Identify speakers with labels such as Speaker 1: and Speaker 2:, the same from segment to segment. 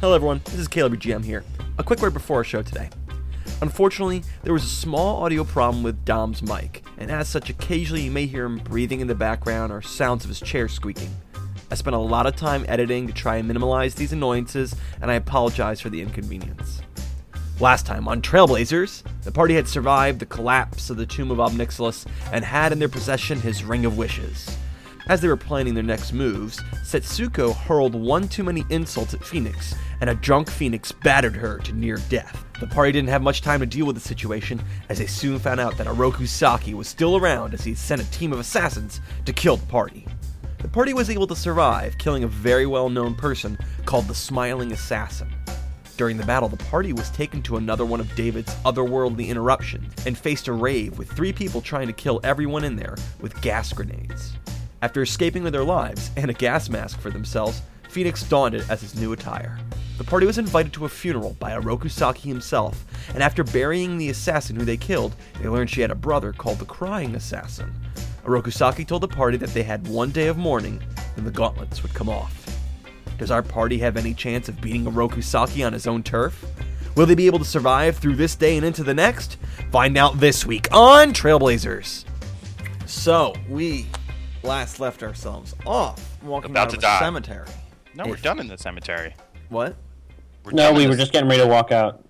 Speaker 1: Hello, everyone. This is Caleb GM here. A quick word before our show today. Unfortunately, there was a small audio problem with Dom's mic, and as such, occasionally you may hear him breathing in the background or sounds of his chair squeaking. I spent a lot of time editing to try and minimize these annoyances, and I apologize for the inconvenience. Last time on Trailblazers, the party had survived the collapse of the tomb of Obnixilus and had in their possession his Ring of Wishes. As they were planning their next moves, Setsuko hurled one too many insults at Phoenix, and a drunk Phoenix battered her to near death. The party didn't have much time to deal with the situation, as they soon found out that Oroku Saki was still around as he had sent a team of assassins to kill the party. The party was able to survive, killing a very well known person called the Smiling Assassin. During the battle, the party was taken to another one of David's otherworldly interruptions and faced a rave with three people trying to kill everyone in there with gas grenades. After escaping with their lives and a gas mask for themselves, Phoenix donned it as his new attire. The party was invited to a funeral by Oroku Saki himself, and after burying the assassin who they killed, they learned she had a brother called the Crying Assassin. Oroku Saki told the party that they had one day of mourning, and the gauntlets would come off. Does our party have any chance of beating Oroku Saki on his own turf? Will they be able to survive through this day and into the next? Find out this week on Trailblazers. So we last left ourselves off walking
Speaker 2: About
Speaker 1: out
Speaker 2: to
Speaker 1: of
Speaker 2: die.
Speaker 1: a cemetery.
Speaker 2: No, we're
Speaker 1: If-
Speaker 2: done in the cemetery.
Speaker 1: What?
Speaker 2: We're
Speaker 3: No,
Speaker 2: done in
Speaker 3: we were
Speaker 2: this-
Speaker 3: just getting ready to walk out.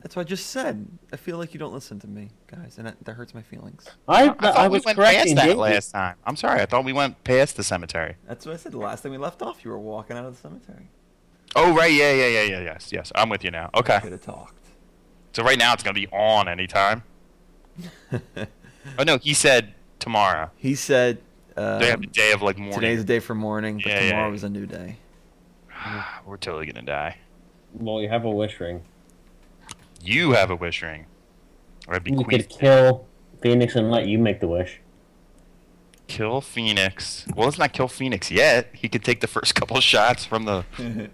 Speaker 1: That's what I just said. I feel like you don't listen to me, guys, and that, that hurts my feelings.
Speaker 2: I
Speaker 3: I, I,
Speaker 2: thought
Speaker 3: was
Speaker 2: we went past
Speaker 3: correcting
Speaker 2: that
Speaker 3: David.
Speaker 2: last time. I'm sorry. I thought we went past the cemetery.
Speaker 1: That's what I said. The last time we left off, you were walking out of the cemetery.
Speaker 2: Oh right, yeah, yeah, yeah, yeah, yes, yes. I'm with you now.
Speaker 1: Could
Speaker 2: Okay.
Speaker 1: have talked.
Speaker 2: So right now it's gonna be on anytime. Oh no, he said tomorrow.
Speaker 1: he said,
Speaker 2: They have a
Speaker 1: um,
Speaker 2: day of like morning.
Speaker 1: "Today's a day for mourning, but
Speaker 2: Yeah, yeah,
Speaker 1: tomorrow
Speaker 2: yeah.
Speaker 1: is a new day."
Speaker 2: Ah, We're totally gonna die.
Speaker 3: Well, you have a wish ring.
Speaker 2: You have a wish ring. Or I
Speaker 3: You could
Speaker 2: bequeathed. Kill-,
Speaker 3: kill Phoenix and let you make the wish.
Speaker 2: kill Phoenix. Well, let's not kill Phoenix yet. He could take the first couple shots from the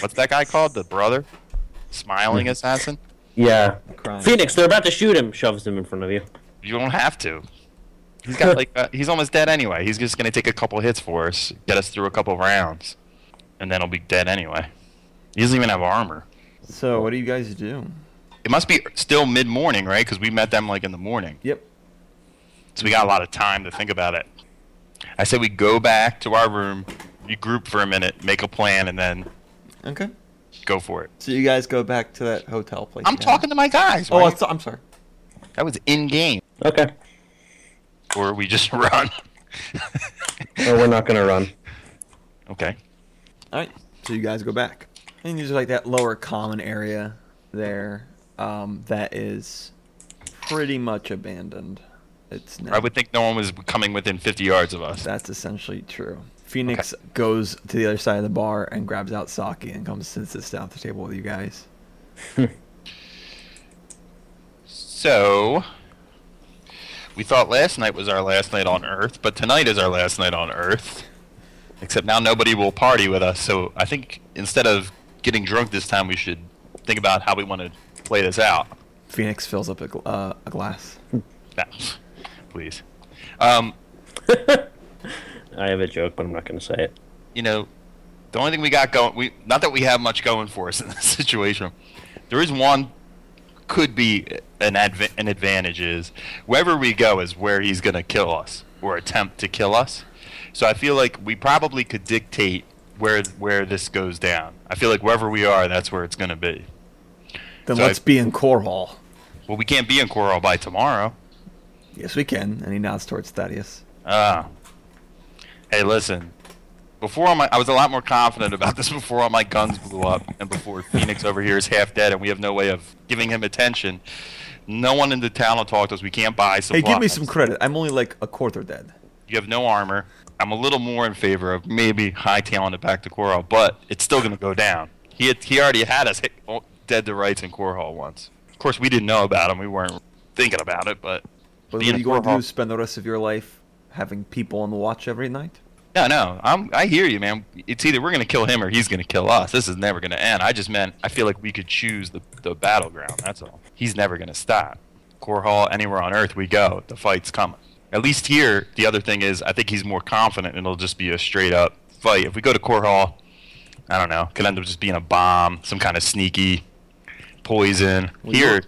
Speaker 2: what's that guy called? The brother,
Speaker 3: Mm-hmm.
Speaker 2: smiling assassin.
Speaker 3: Yeah.
Speaker 1: Crying.
Speaker 3: Phoenix, they're about to shoot him. Shoves him in front of you.
Speaker 2: You don't have to. He's got like uh, he's almost dead anyway. He's just gonna take a couple hits for us, get us through a couple rounds, and then he'll be dead anyway. He doesn't even have armor.
Speaker 1: So, what do you guys do?
Speaker 2: It must be still mid morning, right? Because we met them like in the morning,
Speaker 1: Yep.
Speaker 2: so we got a lot of time to think about it. I said we go back to our room, regroup for a minute, make a plan, and then
Speaker 1: Okay.
Speaker 2: go for it.
Speaker 1: So you guys go back to that hotel place.
Speaker 2: I'm
Speaker 1: you had.
Speaker 2: talking to my guys.
Speaker 1: Oh,
Speaker 2: right?
Speaker 1: I'm so- I'm sorry.
Speaker 2: that was in game,
Speaker 3: Okay.
Speaker 2: or we just run.
Speaker 3: Or Oh, we're not going to run.
Speaker 2: okay.
Speaker 1: All right. So you guys go back, and there's like that lower common area there um, that is pretty much abandoned. It's now,
Speaker 2: I would think no one was coming within 50 yards of us.
Speaker 1: that's essentially true. Phoenix goes to the other side of the bar and grabs out sake and comes and sits down at the table with you guys.
Speaker 2: So, we thought last night was our last night on Earth, but tonight is our last night on Earth. Except now nobody will party with us, so I think instead of getting drunk this time, we should think about how we want to play this out.
Speaker 1: Phoenix fills up a, gl- uh, a glass.
Speaker 2: No, please. Um,
Speaker 3: I have a joke, but I'm not going to say it.
Speaker 2: you know, the only thing we got going, we not that we have much going for us in this situation. There is one could be an adv- an advantage is wherever we go is where he's going to kill us or attempt to kill us. So I feel like we probably could dictate where where this goes down. I feel like wherever we are, that's where it's going to be.
Speaker 1: Then
Speaker 2: So
Speaker 1: let's
Speaker 2: I-
Speaker 1: be in Corhall.
Speaker 2: Well, we can't be in Coral by tomorrow.
Speaker 1: Yes, we can. And he nods towards Thaddeus.
Speaker 2: Ah. Hey, listen. Before all my, I was a lot more confident about this before all my guns blew up and before Phoenix over here is half dead and we have no way of giving him attention. No one in the town will talk to us. We can't buy
Speaker 1: Hey,
Speaker 2: supplies.
Speaker 1: give me some credit. I'm only like a quarter dead.
Speaker 2: You have no armor. I'm a little more in favor of maybe hightailing it back to Coral, but it's still going to go down. He had, he already had us hit, oh, dead to rights in Coral once. Of course, we didn't know about him. We weren't thinking about it, but
Speaker 1: But
Speaker 2: being
Speaker 1: what are
Speaker 2: in
Speaker 1: you going to
Speaker 2: Korhal-
Speaker 1: do? Spend the rest of your life having people on the watch every night?
Speaker 2: No, no, I'm. I hear you, man. It's either we're gonna kill him or he's gonna kill us. This is never gonna end. I just meant I feel like we could choose the the battleground. That's all. He's never gonna stop. Core Hall, anywhere on Earth we go, the fight's coming. At least here, the other thing is I think he's more confident, and it'll just be a straight up fight. If we go to Core Hall, I don't know. Could end up just being a bomb, some kind of sneaky poison.
Speaker 4: Well, you
Speaker 2: Here,
Speaker 4: don't-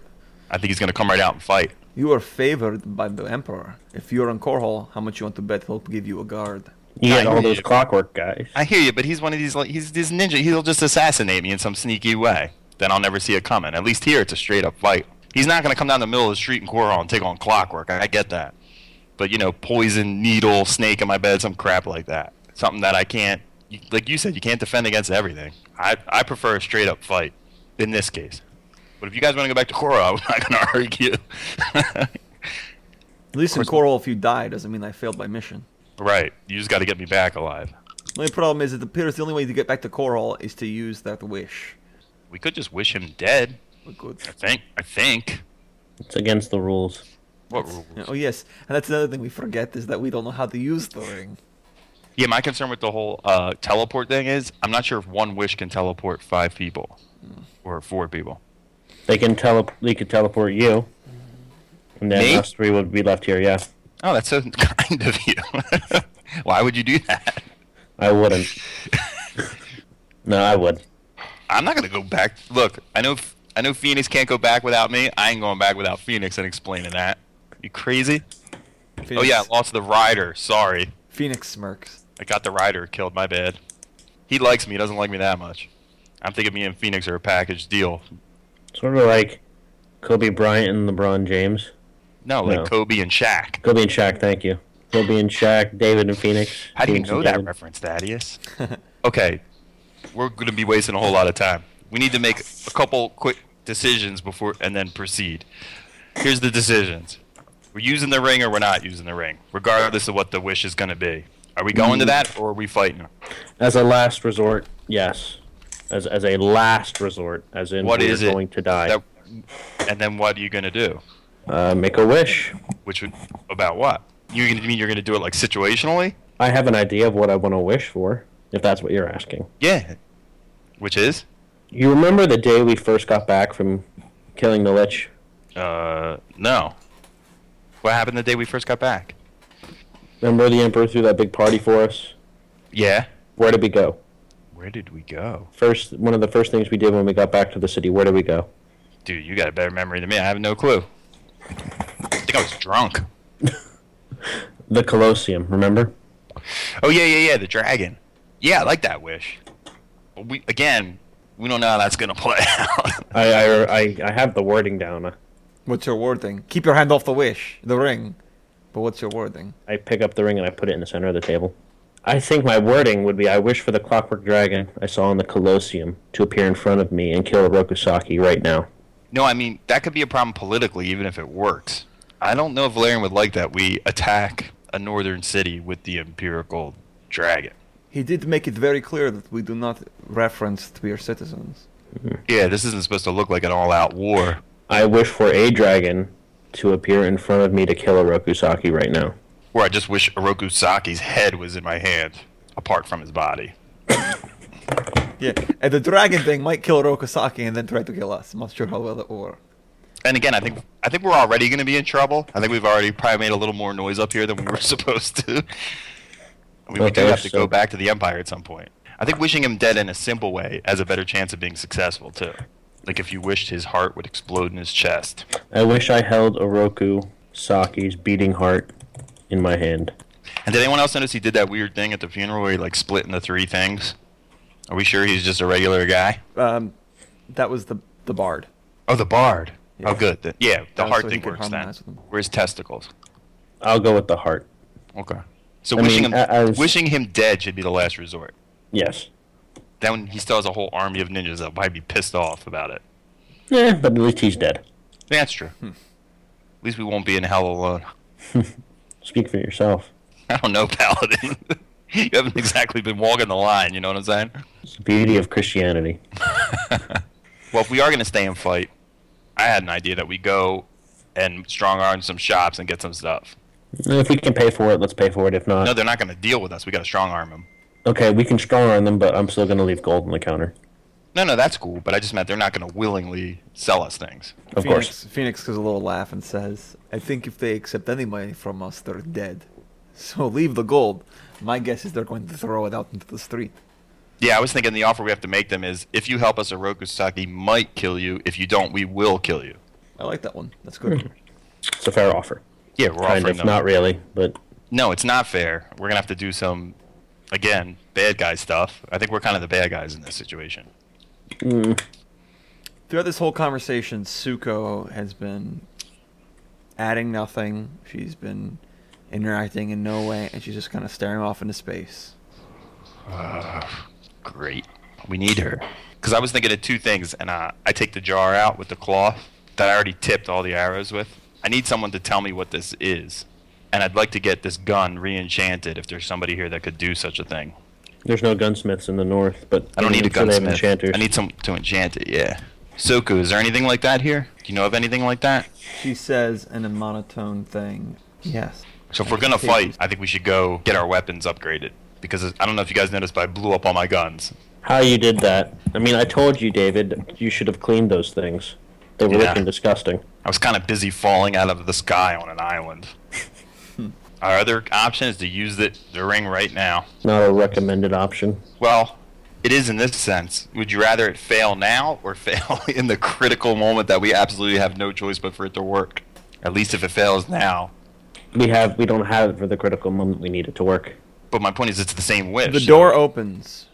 Speaker 2: I think he's going to come right out and fight.
Speaker 4: You are favored by the Emperor. If you're on Korhal, how much you want to bet he'll give you a guard?
Speaker 3: You
Speaker 2: I
Speaker 3: get all
Speaker 2: hear
Speaker 3: those
Speaker 2: you.
Speaker 3: clockwork guys.
Speaker 2: I hear you, but he's one of these like he's this ninja. He'll just assassinate me in some sneaky way. Then I'll never see it coming. At least here, it's a straight up fight. He's not going to come down the middle of the street in Coral and take on Clockwork. I, I get that, but you know, poison needle, snake in my bed, some crap like that. Something that I can't, you- like you said, you can't defend against everything. I I prefer a straight up fight in this case. But if you guys want to go back to Coral, I'm not going to argue.
Speaker 4: At least in
Speaker 2: Of course
Speaker 4: Korhal, if you die, doesn't mean I failed my mission.
Speaker 2: right? You just got to get me back alive.
Speaker 4: The only problem is it appears the only way to get back to Korhal is to use that wish.
Speaker 2: We could just wish him dead.
Speaker 4: Oh, good.
Speaker 2: I think. I think.
Speaker 3: It's against the rules.
Speaker 2: What rules?
Speaker 4: Yeah, Oh yes, and that's another thing we forget is that we don't know how to use the ring.
Speaker 2: Oh, Yeah, my concern with the whole uh, teleport thing is I'm not sure if one wish can teleport five people or four people.
Speaker 3: They can tele- they could teleport you. And then
Speaker 2: Me?
Speaker 3: us three would be left here, yeah.
Speaker 2: Oh, that's so kind of you. Why would you do that?
Speaker 3: I wouldn't. no, I would.
Speaker 2: I'm not gonna go back. Look, I know I know Phoenix can't go back without me. I ain't going back without Phoenix and explaining that. You crazy?
Speaker 4: Phoenix,
Speaker 2: Oh yeah, I lost the rider. Sorry,
Speaker 4: Phoenix smirks.
Speaker 2: I got the rider killed. My bad. He likes me. He doesn't like me that much. I'm thinking me and Phoenix are a package deal.
Speaker 3: Sort of like Kobe Bryant and LeBron James.
Speaker 2: No, like
Speaker 3: No.
Speaker 2: Kobe and Shaq.
Speaker 3: Kobe and Shaq, thank you. Kobe and Shaq, David and Phoenix.
Speaker 2: How do you
Speaker 3: Phoenix and
Speaker 2: know that
Speaker 3: David.
Speaker 2: reference, Thaddeus? okay, we're going to be wasting a whole lot of time. We need to make a couple quick decisions before and then proceed. Here's the decisions. We're using the ring or we're not using the ring, regardless of what the wish is going to be. Are we going to that or are we fighting?
Speaker 3: As a last resort, yes. As, as a last resort, as in
Speaker 2: What
Speaker 3: we're
Speaker 2: is it
Speaker 3: going to die.
Speaker 2: That, and then what are you going to do?
Speaker 3: Uh, make a wish.
Speaker 2: Which would, about what? You gonna- mean you're going to do it like situationally?
Speaker 3: I have an idea of what I want to wish for, if that's what you're asking.
Speaker 2: Yeah. Which is?
Speaker 3: You remember the day we first got back from killing the Lich?
Speaker 2: Uh, no. What happened the day we first got back?
Speaker 3: Remember the Emperor threw that big party for us?
Speaker 2: Yeah.
Speaker 3: Where did we go?
Speaker 2: Where did we go?
Speaker 3: First, one of the first things we did when we got back to the city. Where did we go?
Speaker 2: Dude, you got a better memory than me. I have no clue. I think I was drunk.
Speaker 3: The Colosseum. Remember?
Speaker 2: Oh yeah, yeah, yeah, the dragon. Yeah, I like that wish. But we again, we don't know how that's gonna play out.
Speaker 3: I I I, I have the wording down.
Speaker 4: What's your wording? Keep your hand off the wish, the ring. But what's your wording?
Speaker 3: I pick up the ring and I put it in the center of the table. I think my wording would be I wish for the clockwork dragon I saw in the Colosseum to appear in front of me and kill Rokusaki right now.
Speaker 2: no, I mean that could be a problem politically, even if it works. I don't know if Valerian would like that. We attack a northern city with the empirical dragon.
Speaker 4: He did make it very clear that we do not reference to your citizens.
Speaker 2: Yeah, this isn't supposed to look like an all-out war.
Speaker 3: I wish for a dragon to appear in front of me to kill a Rokusaki right now.
Speaker 2: Where I just wish Oroku Saki's head was in my hand, apart from his body.
Speaker 4: Yeah, and the dragon thing might kill Rokusaki and then try to kill us. I'm not sure how well that will work.
Speaker 2: And again, I think I think we're already going to be in trouble. I think we've already probably made a little more noise up here than we were supposed to. We, we do
Speaker 3: Okay,
Speaker 2: have to
Speaker 3: so-
Speaker 2: go back to the Empire at some point. I think wishing him dead in a simple way has a better chance of being successful too. Like if you wished his heart would explode in his chest.
Speaker 3: I wish I held a Rokusaki's beating heart in my hand.
Speaker 2: And did anyone else notice he did that weird thing at the funeral where he like split into three things? Are we sure he's just a regular guy?
Speaker 4: Um, that was the the bard.
Speaker 2: Oh, the bard.
Speaker 4: Yeah.
Speaker 2: Oh, good. Th- yeah, the
Speaker 4: Oh,
Speaker 2: heart
Speaker 4: so he
Speaker 2: thing
Speaker 4: could
Speaker 2: works then.
Speaker 4: harmonize with him.
Speaker 2: Where's testicles?
Speaker 3: I'll go with the heart.
Speaker 2: Okay. So
Speaker 3: I
Speaker 2: wishing
Speaker 3: mean,
Speaker 2: him
Speaker 3: I- I was-
Speaker 2: wishing him dead should be the last resort.
Speaker 3: Yes.
Speaker 2: then he still has a whole army of ninjas that might be pissed off about it.
Speaker 3: Yeah, Eh, but at least he's dead.
Speaker 2: That's true. At least we won't be in hell alone.
Speaker 3: Speak for yourself.
Speaker 2: I don't know, Paladin. you haven't exactly been walking the line, you know what I'm saying?
Speaker 3: It's the beauty of Christianity.
Speaker 2: Well, if we are going to stay and fight, I had an idea that we go and strong arm some shops and get some stuff.
Speaker 3: If we can pay for it, let's pay for it. If not,
Speaker 2: No, they're not going to deal with us. We got to strong arm them.
Speaker 3: okay, we can strong arm them, but I'm still gonna leave gold on the counter.
Speaker 2: No, no, that's cool, but I just meant they're not going to willingly sell us things.
Speaker 3: Of
Speaker 4: Phoenix,
Speaker 3: course.
Speaker 4: Phoenix gives a little laugh and says, "I think if they accept any money from us, they're dead. So leave the gold. My guess is they're going to throw it out into the street."
Speaker 2: Yeah, I was thinking the offer we have to make them is if you help us, Orokusaki might kill you. If you don't, we will kill you.
Speaker 1: I like that one. That's good.
Speaker 3: It's a fair offer.
Speaker 2: Yeah, we're
Speaker 3: Kind
Speaker 2: offering
Speaker 3: of,
Speaker 2: them.
Speaker 3: not really, but
Speaker 2: no, it's not fair. We're gonna have to do some, again, bad guy stuff. I think we're kind of the bad guys in this situation.
Speaker 3: mm,
Speaker 1: Throughout this whole conversation, Suko has been adding nothing. She's been interacting in no way, and she's just kind of staring off into space.
Speaker 2: Great. We need her. Because I was thinking of two things, and uh, I take the jar out with the cloth that I already tipped all the arrows with. I need someone to tell me what this is, and I'd like to get this gun re-enchanted if there's somebody here that could do such a thing.
Speaker 3: there's no gunsmiths in the north. But
Speaker 2: I don't need a
Speaker 3: I'm sure they have
Speaker 2: gunsmith.
Speaker 3: enchanters.
Speaker 2: I need some to enchant it. Yeah. Soku, is there anything like that here? Do you know of anything like that?
Speaker 1: She says in a monotone thing, Yes.
Speaker 2: So if we're gonna fight, I think we should go get our weapons upgraded because I don't know if you guys noticed, but I blew up all my guns.
Speaker 3: How you did that? I mean, I told you, David. You should have cleaned those things. They were
Speaker 2: Yeah.
Speaker 3: looking disgusting.
Speaker 2: I was kind of busy falling out of the sky on an island. Our other option is to use the, the ring right now.
Speaker 3: Not a recommended option.
Speaker 2: Well, it is in this sense. Would you rather it fail now or fail in the critical moment that we absolutely have no choice but for it to work? At least if it fails now.
Speaker 3: We have. We don't have it for the critical moment. We need it to work.
Speaker 2: But my point is, it's the same wish.
Speaker 1: The door opens.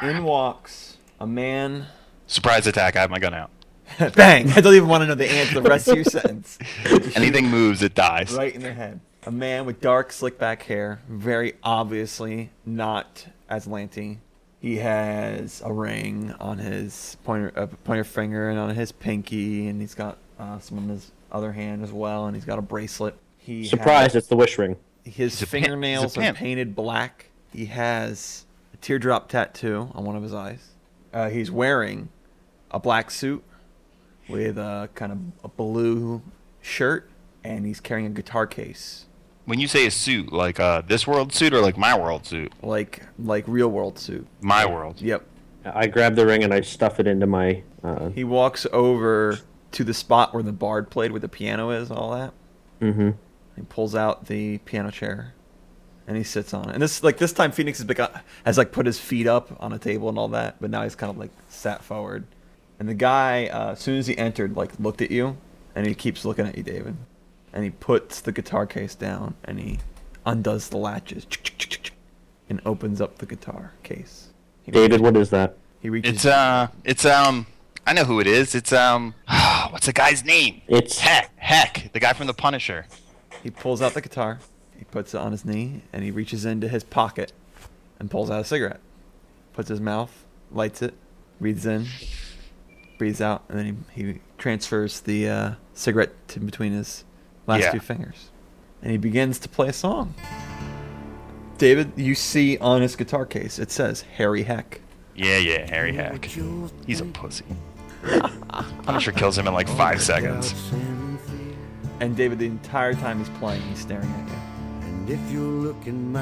Speaker 1: In walks a man.
Speaker 2: Surprise attack! I have my gun out.
Speaker 1: Bang! I don't even want to know the answer to the rest of your sentence.
Speaker 2: Anything moves, it dies.
Speaker 1: Right in their head. A man with dark, slick back hair, very obviously not Aslanti. He has a ring on his pointer, uh, pointer finger and on his pinky, and he's got uh, some on his other hand as well, and he's got a bracelet. He
Speaker 3: Surprise!
Speaker 1: has-
Speaker 3: It's the wish ring.
Speaker 1: His
Speaker 2: a pimp. He's a
Speaker 1: fingernails are
Speaker 2: pimp.
Speaker 1: painted black. He has a teardrop tattoo on one of his eyes. Uh, he's wearing a black suit with a kind of a blue shirt, and he's carrying a guitar case,
Speaker 2: When you say a suit, like uh, this world suit or like my world suit?
Speaker 1: like like real world suit.
Speaker 2: My world.
Speaker 1: Yep.
Speaker 3: I grab the ring and I stuff it into my. Uh,
Speaker 1: He walks over to the spot where the bard played, where the piano is, and all that.
Speaker 3: mm-hmm.
Speaker 1: He pulls out the piano chair, and he sits on it. And this, like this time, Phoenix has, begun, has like put his feet up on a table and all that, but now he's kind of like sat forward. And the guy, uh, as soon as he entered, like looked at you, and he keeps looking at you, David. And he puts the guitar case down, and he undoes the latches, and opens up the guitar case. He,
Speaker 3: David, what is that?
Speaker 1: he reaches.
Speaker 2: It's uh, it's um, I know who it is. It's um, what's the guy's name?
Speaker 3: It's
Speaker 2: Heck, heck, the guy from The Punisher.
Speaker 1: He pulls out the guitar, he puts it on his knee, and he reaches into his pocket and pulls out a cigarette. Puts his mouth, lights it, breathes in, breathes out, and then he, he transfers the uh, cigarette to between his last
Speaker 2: Yeah.
Speaker 1: two fingers. And he begins to play a song. David, you see on his guitar case, it says Harry Heck.
Speaker 2: Yeah, yeah, Harry Heck. He's a pussy. Punisher kills him in like five seconds.
Speaker 1: And David, the entire time he's playing, he's staring at you.
Speaker 5: And if you look in my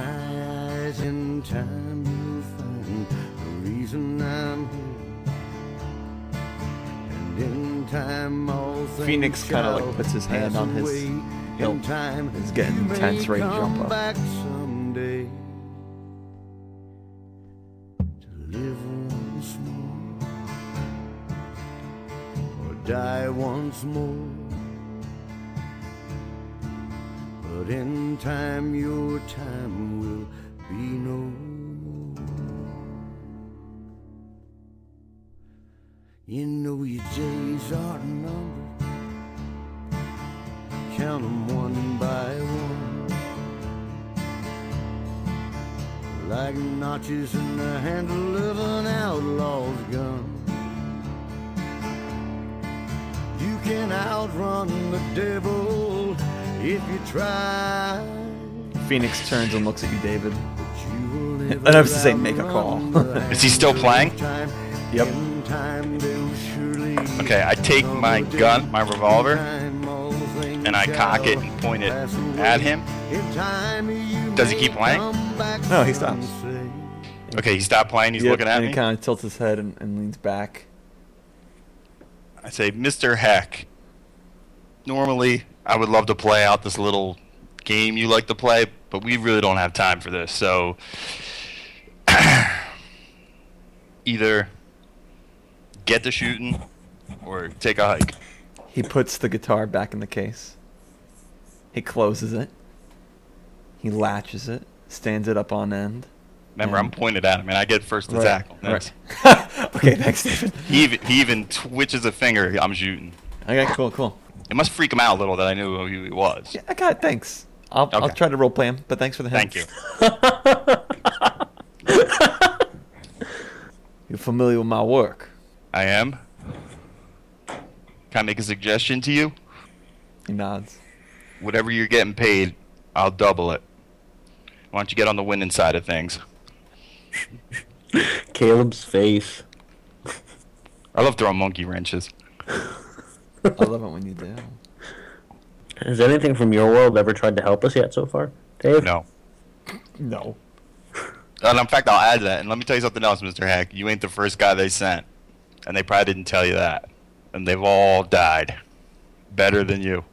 Speaker 5: eyes in time, you'll find the reason I'm here. And in time, all things
Speaker 1: Phoenix kinda, like,
Speaker 5: shall
Speaker 1: puts his hand
Speaker 5: pass
Speaker 1: on his
Speaker 5: away.
Speaker 1: hilt.
Speaker 5: In time,
Speaker 1: It's getting
Speaker 5: you may
Speaker 1: tense right now,
Speaker 5: come
Speaker 1: bro.
Speaker 5: back someday to live once more or die once more. But in time, your time will be no more. You know your days are numbered. Count 'em one by one. Like notches in the handle of an outlaw's gun. You can outrun the devil if you try.
Speaker 1: Phoenix turns and looks at you, David.
Speaker 5: But you will never
Speaker 1: And I was to say, make a
Speaker 5: outrun
Speaker 1: call.
Speaker 5: the
Speaker 2: Is he still
Speaker 5: hand
Speaker 2: playing?
Speaker 5: of time.
Speaker 1: Yep.
Speaker 5: In time they'll surely
Speaker 2: Okay, I take my gun, my revolver.
Speaker 5: and
Speaker 2: and I cock it and point it at him. Does he keep playing?
Speaker 1: No, he stops.
Speaker 2: Okay, he stopped playing. He's
Speaker 1: Yep,
Speaker 2: looking at
Speaker 1: and
Speaker 2: me.
Speaker 1: he kind of tilts his head and, and leans back.
Speaker 2: I say, Mr. Heck, normally I would love to play out this little game you like to play, but we really don't have time for this. So either get to shooting or take a hike.
Speaker 1: He puts the guitar back in the case. He closes it. He latches it, stands it up on end.
Speaker 2: Remember, I'm
Speaker 1: And-
Speaker 2: pointed at him, and I get first attack on this.
Speaker 1: Right. okay, thanks, David.
Speaker 2: He, even, he even twitches a finger. I'm shooting.
Speaker 1: Okay, cool, cool.
Speaker 2: It must freak him out a little that I knew who he was.
Speaker 1: Yeah, I got it, thanks. I'll, I'll
Speaker 2: Okay.
Speaker 1: try to roleplay him, but thanks for the help.
Speaker 2: Thank you.
Speaker 1: You're familiar with my work.
Speaker 2: I am. Can I make a suggestion to you?
Speaker 1: He nods.
Speaker 2: Whatever you're getting paid, I'll double it. Why don't you get on the winning side of things?
Speaker 3: Caleb's face.
Speaker 2: I love throwing monkey wrenches.
Speaker 1: I love it when you do.
Speaker 3: Has anything from your world ever tried to help us yet so far, Dave?
Speaker 2: No.
Speaker 1: No.
Speaker 2: And in fact, I'll add that. And let me tell you something else, Mr. Hack. You ain't the first guy they sent. And they probably didn't tell you that. And they've all died. Better than you.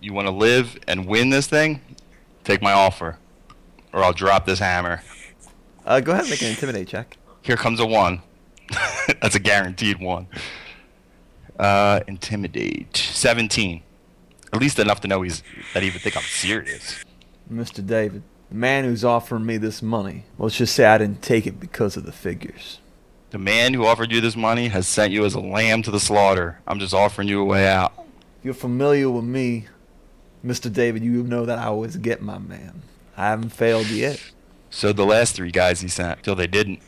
Speaker 2: You want to live and win this thing? Take my offer. Or I'll drop this hammer.
Speaker 1: Uh, go ahead and make an intimidate check.
Speaker 2: Here comes a one. That's a guaranteed one. Uh, intimidate. 17. At least enough to know he's that he would think I'm serious.
Speaker 1: Mr. David, the man who's offering me this money, let's just say I didn't take it because of the figures.
Speaker 2: The man who offered you this money has sent you as a lamb to the slaughter. I'm just offering you a way out.
Speaker 1: If you're familiar with me, Mr. David, you know that I always get my man. I haven't failed yet.
Speaker 2: So the last three guys he sent till they didn't.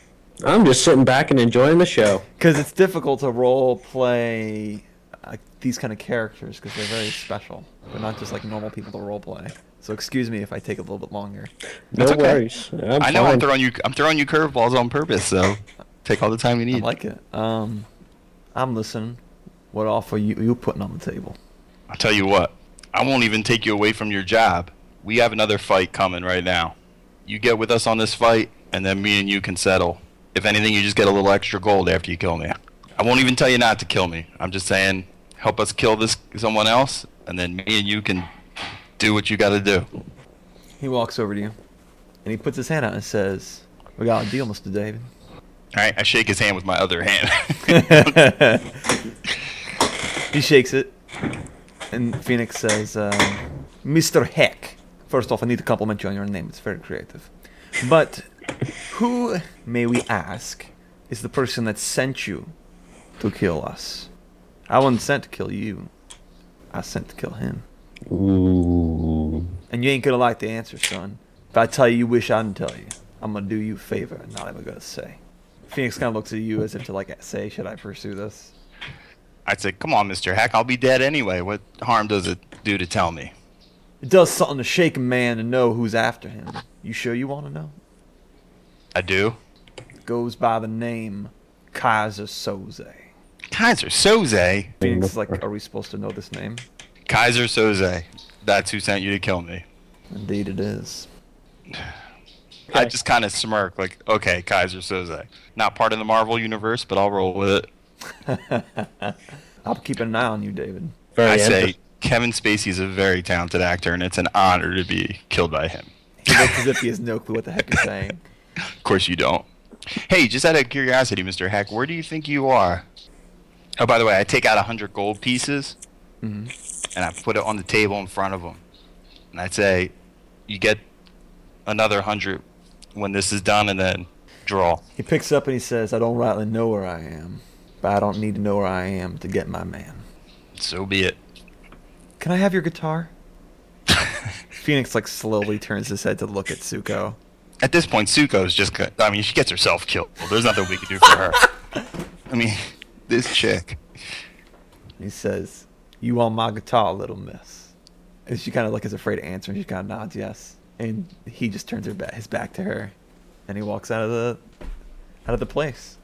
Speaker 3: I'm just sitting back and enjoying the show.
Speaker 1: Because it's difficult to role play uh, these kind of characters because they're very special. They're not just like normal people to role play. So excuse me if I take a little bit longer.
Speaker 3: No
Speaker 2: That's okay.
Speaker 3: worries. I'm
Speaker 2: i know
Speaker 3: fine.
Speaker 2: I'm throwing you I'm throwing you curveballs on purpose, so take all the time you
Speaker 1: I
Speaker 2: need.
Speaker 1: like it. Um, I'm listening. What offer you you putting on the table?
Speaker 2: I'll tell you what. I won't even take you away from your job. We have another fight coming right now. You get with us on this fight, and then me and you can settle. If anything, you just get a little extra gold after you kill me. I won't even tell you not to kill me. I'm just saying, help us kill this someone else, and then me and you can do what you got to do.
Speaker 1: He walks over to you, and he puts his hand out and says, "We got a deal, Mr. David."
Speaker 2: All right, I shake his hand with my other hand.
Speaker 1: he shakes it, and Phoenix says, um, "Mr. Heck, first off, I need to compliment you on your name. It's very creative. But who, may we ask, is the person that sent you to kill us? I wasn't sent to kill you. I sent to kill him.
Speaker 3: Ooh.
Speaker 1: And you ain't gonna like the answer, son. If I tell you, you wish I didn't tell you. I'm gonna do you a favor and not ever gonna say." Phoenix kind of looks at you as if to like say, "Should I pursue this?"
Speaker 2: I said, "Come on, Mister Hack. I'll be dead anyway. What harm does it do to tell me?"
Speaker 1: It does something to shake a man to know who's after him. You sure you want to know?
Speaker 2: I do.
Speaker 1: Goes by the name Kaiser Soze.
Speaker 2: Kaiser Soze.
Speaker 1: Phoenix is like, are we supposed to know this name?
Speaker 2: Kaiser Soze. That's who sent you to kill me.
Speaker 1: Indeed, it is.
Speaker 2: I just kind of smirk, like, okay, Kaiser Soze. Not part of the Marvel universe, but I'll roll with it.
Speaker 1: I'll keep an eye on you, David.
Speaker 3: Very
Speaker 2: I say
Speaker 3: enter-
Speaker 2: Kevin Spacey's a very talented actor, and it's an honor to be killed by him.
Speaker 1: He looks as if he has no clue what the heck you're saying.
Speaker 2: Of course, you don't. Hey, just out of curiosity, Mr. Hack, where do you think you are? Oh, by the way, I take out 100 gold pieces
Speaker 1: Mm-hmm.
Speaker 2: and I put it on the table in front of him. And I say, you get another 100 when this is done, and then draw.
Speaker 1: He picks up and he says, I don't rightly know where I am, but I don't need to know where I am to get my man.
Speaker 2: So be it.
Speaker 1: Can I have your guitar? Phoenix like slowly turns his head to look at Suko.
Speaker 2: At this point, Suko's just, go- I mean, she gets herself killed. There's nothing we can do for her. I mean, this chick.
Speaker 1: He says, "You want my guitar, little miss?" And she kind of like is afraid to answer, and she kind of nods yes. And he just turns her ba- his back to her, and he walks out of the out of the place.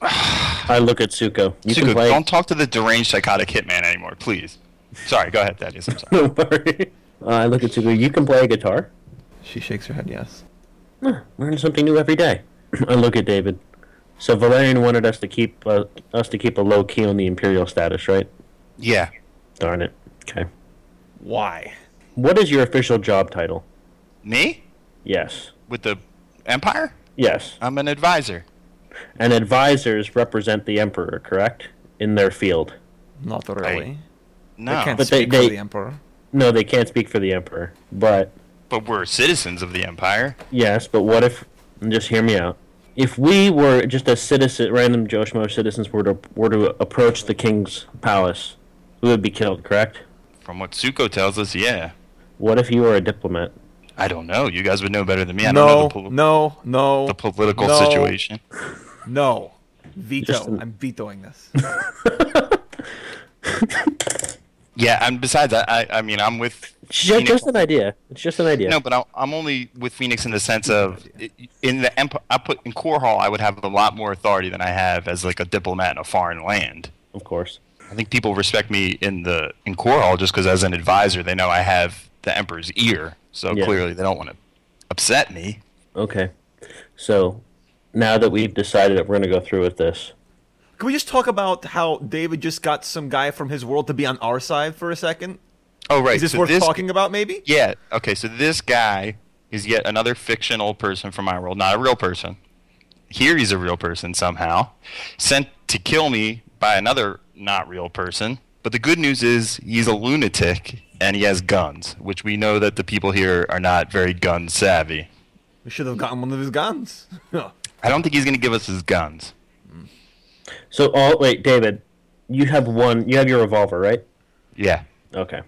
Speaker 3: I look at Suko. You can
Speaker 2: Suko,
Speaker 3: play.
Speaker 2: don't talk to the deranged psychotic hitman anymore, please. Sorry, go ahead, Thaddeus. I'm sorry.
Speaker 3: Don't worry. Uh, I look at Suko. You can play a guitar.
Speaker 1: She shakes her head yes.
Speaker 3: Huh, learn something new every day. I look at David. So Valerian wanted us to keep uh, us to keep a low key on the imperial status, right?
Speaker 2: Yeah.
Speaker 3: Darn it. Okay.
Speaker 1: Why?
Speaker 3: What is your official job title?
Speaker 2: Me?
Speaker 3: Yes.
Speaker 2: With the Empire?
Speaker 3: Yes.
Speaker 2: I'm an advisor.
Speaker 3: And advisors represent the emperor, correct? In their field.
Speaker 1: Not really.
Speaker 2: No,
Speaker 1: They can't
Speaker 3: But they-
Speaker 1: speak
Speaker 3: they-
Speaker 1: for the emperor.
Speaker 3: No, they can't speak for the emperor. But
Speaker 2: but we're citizens of the empire.
Speaker 3: yes, but what if? and Just hear me out. If we were just a citizen, random Joe Schmo citizens were to were to approach the king's palace, we would be killed, correct?
Speaker 2: From what Suko tells us, yeah.
Speaker 3: What if you were a diplomat?
Speaker 2: I don't know. You guys would know better than me. I don't know
Speaker 1: no,
Speaker 2: the, pol-
Speaker 1: no, no,
Speaker 2: the political
Speaker 1: no,
Speaker 2: situation.
Speaker 1: No. Veto.
Speaker 3: Just an-
Speaker 1: I'm vetoing this.
Speaker 2: Yeah, and besides, I, I, I mean, I'm with
Speaker 3: Just,
Speaker 2: Phoenix.
Speaker 3: just an idea. It's just an idea.
Speaker 2: No, but I'll- I'm only with Phoenix in the sense of in the emp- I put in Core Hall, I would have a lot more authority than I have as like a diplomat in a foreign land.
Speaker 3: Of course.
Speaker 2: I think people respect me in the in Core Hall just because as an advisor, they know I have the Emperor's ear. So
Speaker 3: Yeah.
Speaker 2: clearly, they don't want to upset me.
Speaker 3: Okay. So now that we've decided that we're going to go through with this,
Speaker 1: Can we just talk about how David just got some guy from his world to be on our side for a second?
Speaker 2: Oh right,
Speaker 1: Is this
Speaker 2: so
Speaker 1: worth talking about, maybe?
Speaker 2: Yeah. Okay. So this guy is yet another fictional person from my world, not a real person. Here he's a real person somehow, sent to kill me by another not real person. But the good news is he's a lunatic and he has guns, which we know that the people here are not very gun savvy.
Speaker 1: We should have gotten one of his guns.
Speaker 2: I don't think he's going to give us his guns.
Speaker 3: so all wait, David, you have one. You have your revolver, right?
Speaker 2: Yeah.
Speaker 3: Okay.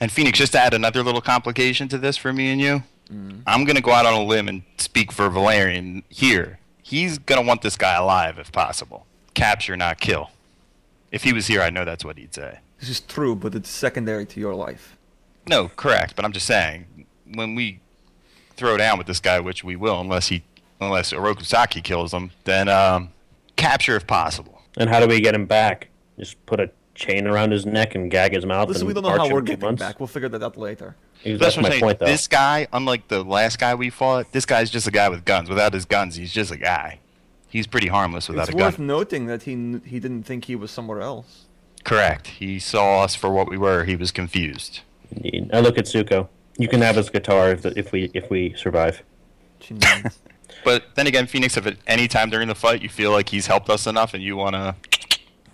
Speaker 2: And Phoenix, just to add another little complication to this for me and you,
Speaker 1: Mm-hmm.
Speaker 2: I'm going to go out on a limb and speak for Valerian here. He's going to want this guy alive if possible. Capture, not kill. If he was here, I know that's what he'd say.
Speaker 1: this is true, but it's secondary to your life.
Speaker 2: No, correct, but I'm just saying, when we throw down with this guy, which we will, unless he, unless Orokusaki kills him, then um, capture if possible.
Speaker 3: And how do we get him back? Just put a chain around his neck and gag his mouth.
Speaker 1: Listen,
Speaker 3: and
Speaker 1: we don't know how
Speaker 3: march him
Speaker 1: we're
Speaker 3: two
Speaker 1: getting
Speaker 3: months?
Speaker 1: back. We'll figure that out later.
Speaker 3: That's,
Speaker 2: what I'm
Speaker 3: my
Speaker 2: saying.
Speaker 3: point, though.
Speaker 2: This guy, unlike the last guy we fought, this guy's just a guy with guns. Without his guns, he's just a guy. He's pretty harmless without
Speaker 1: it's
Speaker 2: a gun.
Speaker 1: worth noting that he kn- he didn't think he was somewhere else.
Speaker 2: Correct. He saw us for what we were. He was confused.
Speaker 3: Indeed. I look at Zuko. You can have his guitar if, if we if we survive.
Speaker 1: She means-
Speaker 2: But then again, Phoenix, if at any time during the fight you feel like he's helped us enough and you want to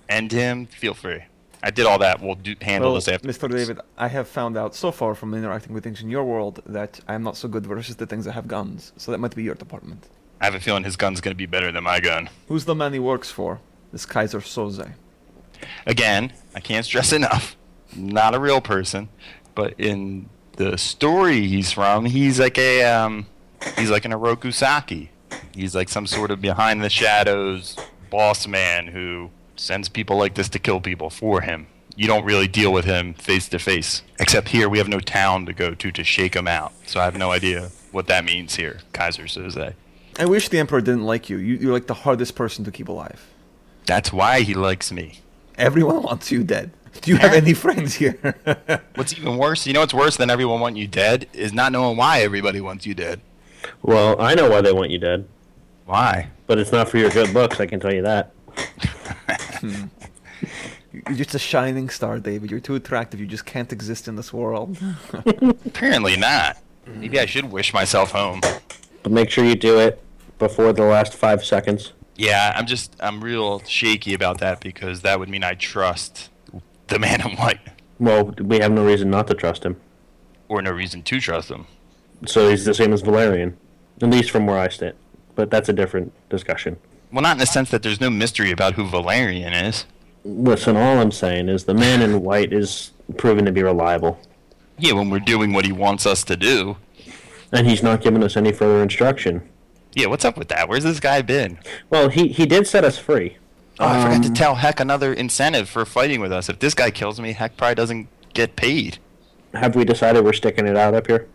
Speaker 2: end him, feel free. I did all that. We'll do, handle
Speaker 1: well,
Speaker 2: this after.
Speaker 1: Mr. David, I have found out so far from interacting with things in your world that I'm not so good versus the things that have guns. So that might be your department.
Speaker 2: I have a feeling his gun's going to be better than my gun.
Speaker 1: Who's the man he works for? This Kaiser Soze.
Speaker 2: Again, I can't stress enough. Not a real person, but in the story he's from, he's like a um, he's like an Orokusaki. He's like some sort of behind the shadows boss man who sends people like this to kill people for him. You don't really deal with him face to face. Except here, we have no town to go to to shake him out. So I have no idea what that means here, Kaiser Soze.
Speaker 1: I wish the Emperor didn't like you. you. You're like the hardest person to keep alive.
Speaker 2: That's why he likes me.
Speaker 1: Everyone wants you dead. Do you have
Speaker 2: Eh?
Speaker 1: any friends here?
Speaker 2: What's even worse, you know what's worse than everyone want you dead is not knowing why everybody wants you dead.
Speaker 3: Well, I know why they want you dead,
Speaker 2: Why?
Speaker 3: but it's not for your good looks. I can tell you that.
Speaker 1: You're just a shining star, David. You're too attractive. You just can't exist in this world.
Speaker 2: Apparently not. Maybe I should wish myself home.
Speaker 3: But make sure you do it before the last five seconds.
Speaker 2: Yeah, I'm just I'm real shaky about that because that would mean I trust the man in white
Speaker 3: Well, we have no reason not to trust him.
Speaker 2: or no reason to trust him.
Speaker 3: So he's the same as Valerian, at least from where I stand. But that's a different discussion.
Speaker 2: Well, not in the sense that there's no mystery about who Valerian is.
Speaker 3: Listen, all I'm saying is the man in white is proven to be reliable,
Speaker 2: Yeah, when we're doing what he wants us to do.
Speaker 3: and he's not giving us any further instruction.
Speaker 2: Yeah, what's up with that? Where's this guy been?
Speaker 3: Well, he, he did set us free.
Speaker 2: Oh, I forgot to tell Heck another incentive for fighting with us. If this guy kills me, Heck probably doesn't get paid.
Speaker 3: Have we decided we're sticking it out up here?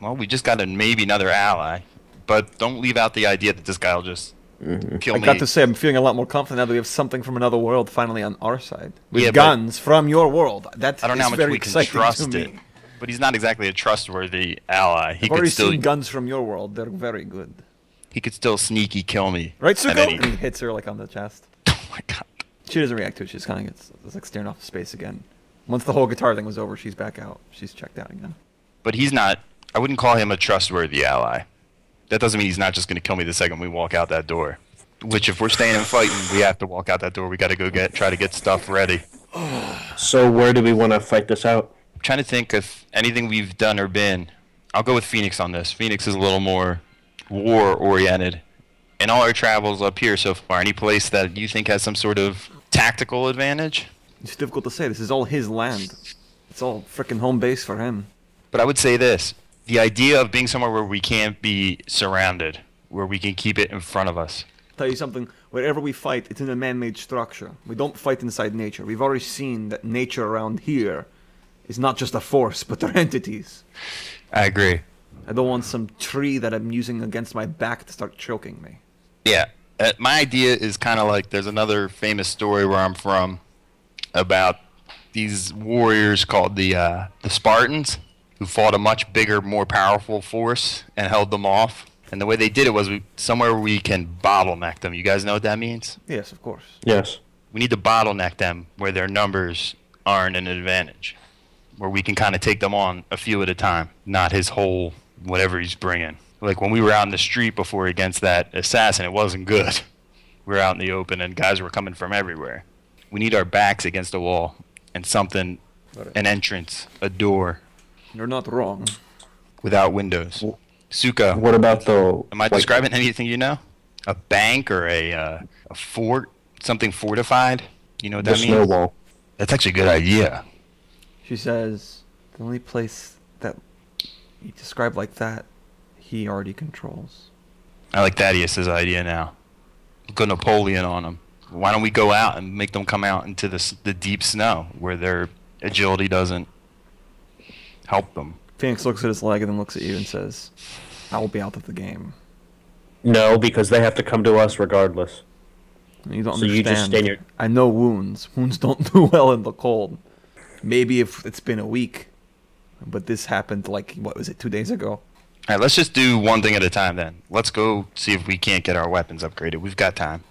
Speaker 2: Well, we just got a, maybe another ally, but don't leave out the idea that this guy will just kill
Speaker 1: I
Speaker 2: me.
Speaker 1: got to say, I'm feeling a lot more confident now that we have something from another world finally on our side. With
Speaker 2: Yeah, but-
Speaker 1: guns from your world. That's
Speaker 2: I don't know how much
Speaker 1: very
Speaker 2: we can
Speaker 1: exciting
Speaker 2: trust
Speaker 1: to
Speaker 2: it,
Speaker 1: me.
Speaker 2: but he's not exactly a trustworthy ally. He
Speaker 1: I've already
Speaker 2: could still
Speaker 1: seen guns from your world. They're very good.
Speaker 2: he could still sneaky kill me.
Speaker 1: Right,
Speaker 2: at
Speaker 1: Suko?
Speaker 2: any-
Speaker 1: And he hits her like on the chest.
Speaker 2: oh my god!
Speaker 1: She doesn't react to it. She just kind of gets it's like staring off into space again. Once the whole guitar thing was over, she's back out. She's checked out again.
Speaker 2: But he's not. I wouldn't call him a trustworthy ally. That doesn't mean he's not just going to kill me the second we walk out that door. Which, if we're staying and fighting, we have to walk out that door. We got to go get try to get stuff ready.
Speaker 3: So where do we want to fight this out?
Speaker 2: I'm trying to think if anything we've done or been. I'll go with Phoenix on this. Phoenix is a little more war oriented. In all our travels up here so far, any place that you think has some sort of tactical advantage?
Speaker 1: It's difficult to say. This is all his land. It's all freaking home base for him.
Speaker 2: But I would say this the idea of being somewhere where we can't be surrounded, where we can keep it in front of us.
Speaker 1: Tell you something, wherever we fight, it's in a man made structure. We don't fight inside nature. We've already seen that nature around here is not just a force, but they're entities.
Speaker 2: I agree.
Speaker 1: I don't want some tree that I'm using against my back to start choking me.
Speaker 2: Yeah. Uh, my idea is kind of like there's another famous story where I'm from about these warriors called the uh, the Spartans who fought a much bigger, more powerful force and held them off. And the way they did it was we, somewhere we can bottleneck them. You guys know what that means?
Speaker 1: Yes, of course.
Speaker 3: Yes.
Speaker 2: We need to bottleneck them where their numbers aren't an advantage, where we can kind of take them on a few at a time, not his whole whatever he's bringing. Like when we were out in the street before against that assassin, it wasn't good. We were out in the open and guys were coming from everywhere. We need our backs against a wall and something, an entrance, a door
Speaker 1: You're not wrong.
Speaker 2: without windows. Suka,
Speaker 3: What about the?
Speaker 2: Am I
Speaker 3: like,
Speaker 2: describing anything you know? A bank or a uh, a fort, something fortified. You know what
Speaker 3: the
Speaker 2: that means?
Speaker 3: snowball?
Speaker 2: That's actually a good idea.
Speaker 1: She says, the only place that you describe like that, he already controls.
Speaker 2: I like Thaddeus's idea now. Go Napoleon on them. Why don't we go out and make them come out into the s- the deep snow where their agility doesn't help them?
Speaker 1: Phoenix looks at his leg and then looks at you and says, I will be out of the game.
Speaker 3: No, because they have to come to us regardless.
Speaker 1: You don't
Speaker 3: So you
Speaker 1: understand.
Speaker 3: just stay in your-
Speaker 1: I know wounds. Wounds don't do well in the cold. Maybe if it's been a week, but this happened like what was it two days ago?
Speaker 2: All right, let's just do one thing at a time then. Let's go see if we can't get our weapons upgraded. We've got time.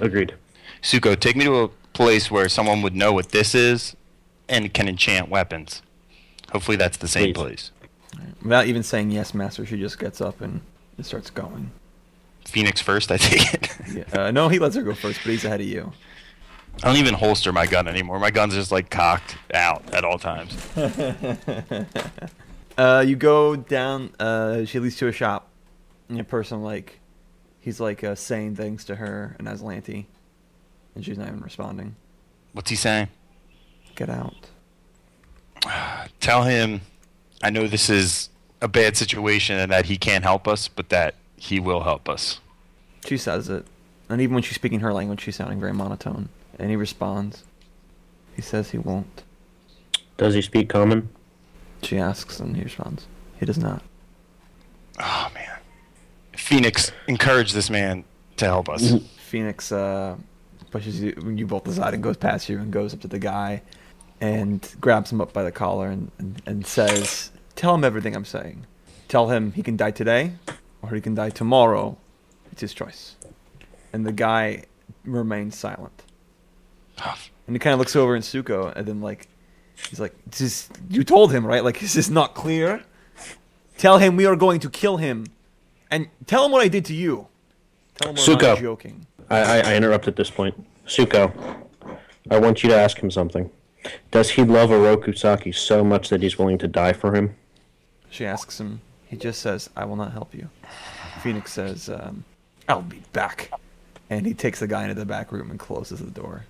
Speaker 3: Agreed.
Speaker 2: Suko, take me to a place where someone would know what this is and can enchant weapons. Hopefully that's the same place.
Speaker 3: Please.
Speaker 1: Without even saying yes, master, she just gets up and and starts going.
Speaker 2: Phoenix first, I take it.
Speaker 1: Yeah. Uh, no, he lets her go first, but he's ahead of you.
Speaker 2: I don't even holster my gun anymore. My gun's just like cocked out at all times.
Speaker 1: Uh, you go down. Uh, she leads to a shop, and a person like, he's like uh, saying things to her and Aslanti, and she's not even responding.
Speaker 2: What's he saying?
Speaker 1: Get out.
Speaker 2: Tell him I know this is a bad situation and that he can't help us, but that he will help us.
Speaker 1: She says it. And even when she's speaking her language, she's sounding very monotone. And he responds. He says he won't.
Speaker 3: Does he speak common?
Speaker 1: She asks, and he responds. He does not.
Speaker 2: Oh man. Phoenix, encourage this man to help us.
Speaker 1: Phoenix uh, pushes you, you both aside and goes past you and goes up to the guy and grabs him up by the collar and, and, and says, Tell him everything I'm saying. Tell him he can die today or he can die tomorrow. It's his choice. And the guy remains silent.
Speaker 2: Mm-hmm.
Speaker 1: And he kind of looks over in Suko, and then like, he's like, "This is you told him right? Like, is this not clear? Tell him we are going to kill him, and tell him what I did to you. Tell him we're not
Speaker 3: Suko.
Speaker 1: joking.
Speaker 3: I, I, I interrupt at this point. Suko, I want you to ask him something. Does he love Orokusaki so much that he's willing to die for him?
Speaker 1: She asks him. He just says, "I will not help you." Phoenix says, um, "I'll be back," and he takes the guy into the back room and closes the door.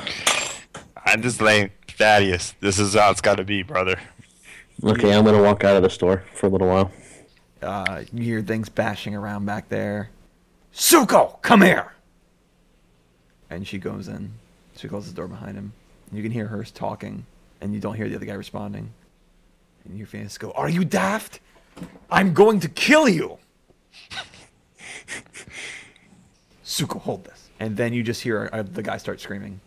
Speaker 2: I'm just like Thaddeus, this is how it's gotta be, brother.
Speaker 3: Okay, I'm gonna walk out of the store for a little while.
Speaker 1: Uh, you hear things bashing around back there. Suko, come here! And she goes in. She closes the door behind him. You can hear her talking, and you don't hear the other guy responding. And you hear Phoenix go, Are you daft? I'm going to kill you! Suko, hold this. And then you just hear uh, the guy start screaming,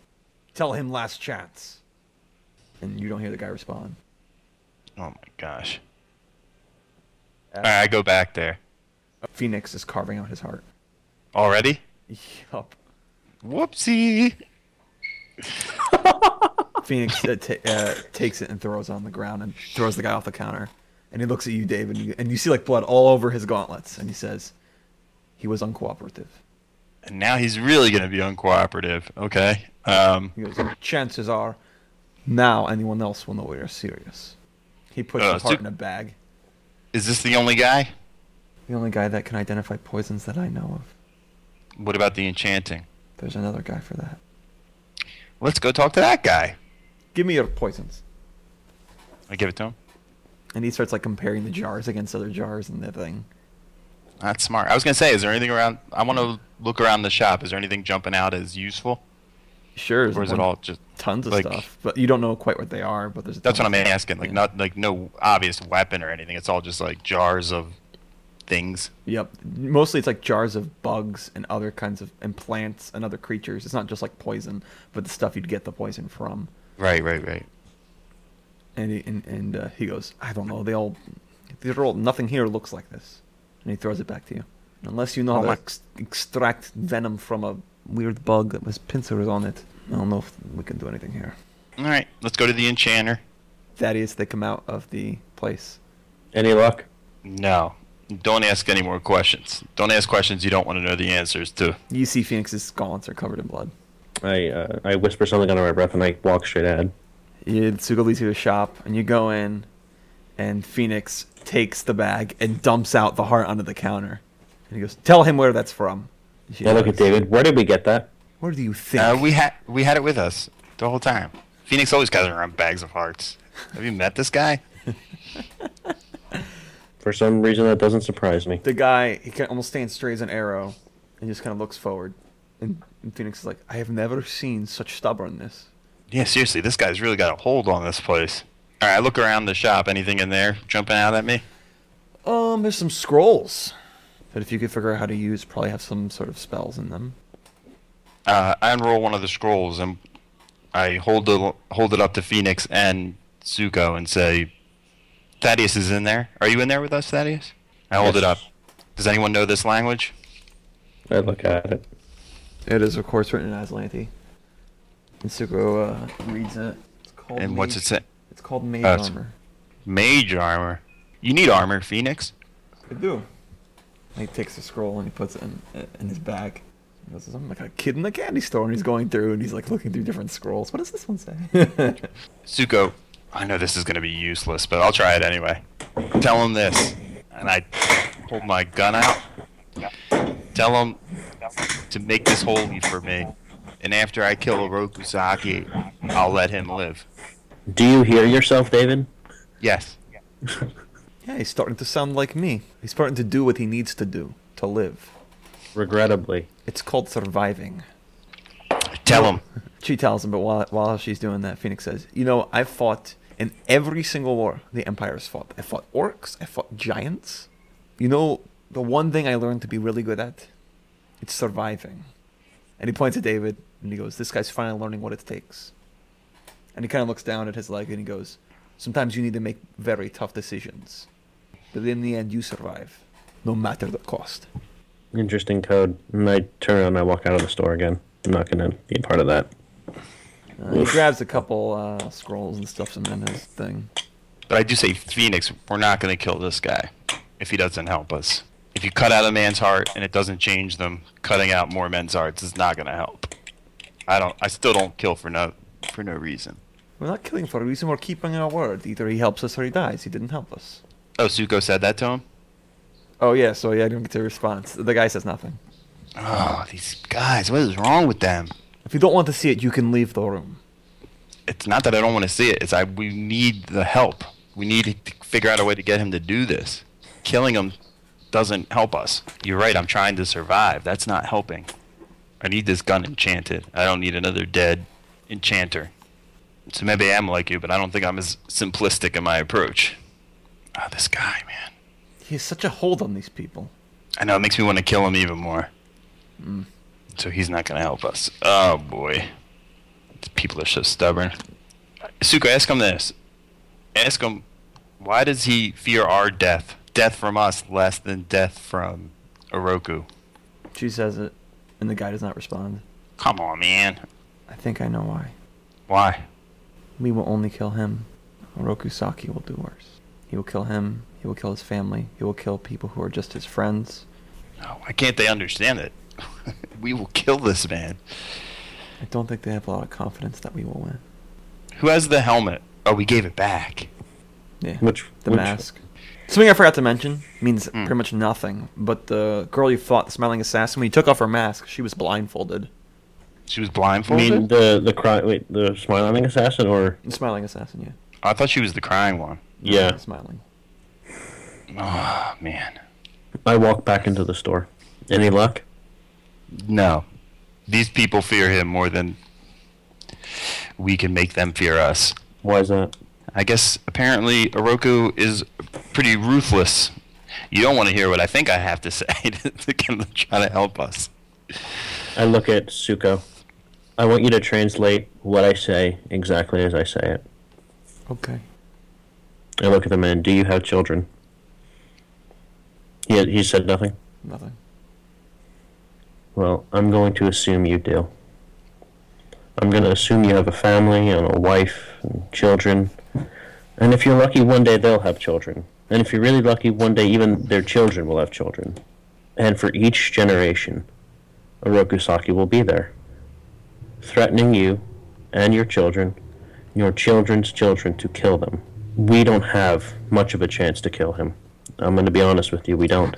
Speaker 1: Tell him last chance. And you don't hear the guy respond.
Speaker 2: Oh my gosh. All right, I go back there.
Speaker 1: Phoenix is carving out his heart.
Speaker 2: Already?
Speaker 1: Yup.
Speaker 2: Whoopsie.
Speaker 1: Phoenix uh, ta uh, takes it and throws it on the ground and throws the guy off the counter. And he looks at you, Dave, and you, and you see like blood all over his gauntlets. And he says, "He was uncooperative."
Speaker 2: And now he's really going to be uncooperative. Okay. Um,
Speaker 1: He goes, chances are, now anyone else will know we are serious. He puts
Speaker 2: Uh,
Speaker 1: the heart
Speaker 2: so-
Speaker 1: in a bag.
Speaker 2: is this the only guy?
Speaker 1: The only guy that can identify poisons that I know of.
Speaker 2: What about the enchanting?
Speaker 1: There's another guy for that.
Speaker 2: Let's go talk to that guy.
Speaker 1: Give me your poisons.
Speaker 2: I give it to him.
Speaker 1: And he starts like comparing the jars against other jars and the thing.
Speaker 2: That's smart. I was gonna say, is there anything around? I want to look around the shop. Is there anything jumping out as useful,
Speaker 1: Sure,
Speaker 2: or is it
Speaker 1: one-
Speaker 2: all just?
Speaker 1: tons of
Speaker 2: like-
Speaker 1: stuff, but you don't know quite what they are. But there's a
Speaker 2: That's
Speaker 1: ton
Speaker 2: what
Speaker 1: of
Speaker 2: I'm
Speaker 1: stuff.
Speaker 2: asking. Like
Speaker 1: Yeah.
Speaker 2: not like no obvious weapon or anything. It's all just like jars of things.
Speaker 1: Yep. Mostly it's like jars of bugs and other kinds of and plants and other creatures. It's not just like poison, but the stuff you'd get the poison from.
Speaker 2: Right, right, right.
Speaker 1: And he, and, and uh, he goes, I don't know. They all, they're all nothing here looks like this. And he throws it back to you. Unless you know how
Speaker 2: Oh
Speaker 1: to
Speaker 2: my-
Speaker 1: ex- extract venom from a weird bug that has pincers on it, I don't know if we can do anything here.
Speaker 2: All right, let's go to the enchanter.
Speaker 1: Thaddeus, they come out of the place.
Speaker 3: Any luck?
Speaker 2: No, don't ask any more questions. Don't ask questions you don't want to know the answers to.
Speaker 1: You see Phoenix's gaunts are covered in blood.
Speaker 3: I uh, I whisper something under my breath and I walk straight ahead.
Speaker 1: Yeah, Tsuga leads you to the shop, and you go in, and Phoenix takes the bag and dumps out the heart onto the counter. And he goes, "Tell him where that's from." And she
Speaker 3: I look at
Speaker 1: goes,
Speaker 3: David. Where did we get that?
Speaker 1: Where do you think?
Speaker 2: Uh, we had we had it with us the whole time. Phoenix always carries around bags of hearts. Have you met this guy?
Speaker 3: For some reason, that doesn't surprise me.
Speaker 1: the guy he can almost stands straight as an arrow, and just kind of looks forward. And, and Phoenix is like, "I have never seen such stubbornness."
Speaker 2: Yeah, seriously, this guy's really got a hold on this place. All right, I look around the shop. Anything in there jumping out at me?
Speaker 1: Um, there's some scrolls that if you could figure out how to use, probably have some sort of spells in them.
Speaker 2: Uh, I unroll one of the scrolls and I hold the hold it up to Phoenix and Zuko and say, "Thaddeus is in there. Are you in there with us, Thaddeus?" I hold
Speaker 3: Yes.
Speaker 2: it up. Does anyone know this language?
Speaker 3: I look at it.
Speaker 1: It is, of course, written in Aslanti. And Tsugo uh, reads it. It's called
Speaker 2: and what's
Speaker 1: Mage-
Speaker 2: it say?
Speaker 1: It's called mage
Speaker 2: Uh, it's-
Speaker 1: armor.
Speaker 2: Mage armor. You need armor, Phoenix.
Speaker 1: I do. he takes the scroll and he puts it in, in his bag. He goes, I'm like a kid in the candy store, and he's going through and he's like looking through different scrolls. What does this one say?
Speaker 2: Zuko, I know this is going to be useless, but I'll try it anyway. Tell him this. And I pulled my gun out. Tell him to make this holy for me. And after I kill Orokusaki, I'll let him live.
Speaker 3: Do you hear yourself, David?
Speaker 2: Yes.
Speaker 1: yeah, he's starting to sound like me. He's starting to do what he needs to do to live.
Speaker 3: Regrettably.
Speaker 1: It's called surviving.
Speaker 2: Tell him.
Speaker 1: She tells him, but while, while she's doing that, Phoenix says, You know, I fought in every single war the Empire's fought. I fought orcs, I fought giants. You know, the one thing I learned to be really good at? It's surviving. And he points at David and he goes, This guy's finally learning what it takes. And he kind of looks down at his leg and he goes, Sometimes you need to make very tough decisions. But in the end, you survive, no matter the cost.
Speaker 3: Interesting code. And I turn around and I walk out of the store again. I'm not going to be a part of that.
Speaker 1: Uh, he grabs a couple uh, scrolls and stuffs them in his thing.
Speaker 2: But I do say, Phoenix, we're not going to kill this guy if he doesn't help us. If you cut out a man's heart and it doesn't change them, cutting out more men's hearts is not going to help. I don't. I still don't kill for no for no reason.
Speaker 1: We're not killing for a reason. We're keeping our word. Either he helps us or he dies. He didn't help us.
Speaker 2: Oh, Zuko said that to him.
Speaker 1: Oh yeah, so yeah, I didn't get a response. The guy says nothing.
Speaker 2: Oh, these guys, what is wrong with them?
Speaker 1: If you don't want to see it, you can leave the room.
Speaker 2: It's not that I don't want to see it. It's I we need the help. We need to figure out a way to get him to do this. Killing him doesn't help us. You're right. I'm trying to survive. That's not helping. I need this gun enchanted. I don't need another dead enchanter. So maybe I'm like you, but I don't think I'm as simplistic in my approach. Ah, this guy, man.
Speaker 1: He has such a hold on these people.
Speaker 2: I know it makes me want to kill him even more. So he's not going to help us. Oh boy, These people are so stubborn. Suka, ask him this. Ask him why does he fear our death, death from us, less than death from Oroku?
Speaker 1: She says it, and the guy does not respond.
Speaker 2: Come on, man.
Speaker 1: I think I know why.
Speaker 2: Why?
Speaker 1: We will only kill him. Oroku Saki will do worse. He will kill him. He will kill his family. He will kill people who are just his friends.
Speaker 2: Oh, why can't they understand it? we will kill this man.
Speaker 1: I don't think they have a lot of confidence that we will win.
Speaker 2: Who has the helmet? Oh, we gave it back.
Speaker 1: Yeah.
Speaker 3: Which
Speaker 1: the
Speaker 3: which-
Speaker 1: mask. Something I forgot to mention means
Speaker 2: Hmm.
Speaker 1: pretty much nothing. But the girl you fought, the smiling assassin, when you took off her mask, she was blindfolded.
Speaker 2: She was
Speaker 3: I
Speaker 2: blindfolded. I,
Speaker 3: mean the the crime. Wait, the smiling assassin or
Speaker 1: The smiling assassin, yeah.
Speaker 2: thought she was the crying one.
Speaker 3: yeah.
Speaker 1: Smiling.
Speaker 2: Oh man,
Speaker 3: I walk back into the store. Any luck?
Speaker 2: no. These people fear him more than we can make them fear us.
Speaker 3: Why is that?
Speaker 2: I guess apparently Oroku is pretty ruthless. You don't want to hear what I think I have to say to, to try to help us.
Speaker 3: I look at Suko. I want you to translate what I say exactly as I say it.
Speaker 1: Okay.
Speaker 3: I look at the man. Do you have children? He he said nothing.
Speaker 1: Nothing.
Speaker 3: Well, I'm going to assume you do. I'm going to assume you have a family and a wife and children. And if you're lucky, one day they'll have children. And if you're really lucky, one day even their children will have children. And for each generation, Orokusaki will be there, threatening you and your children, your children's children, to kill them. We don't have much of a chance to kill him. I'm going to be honest with you, we don't.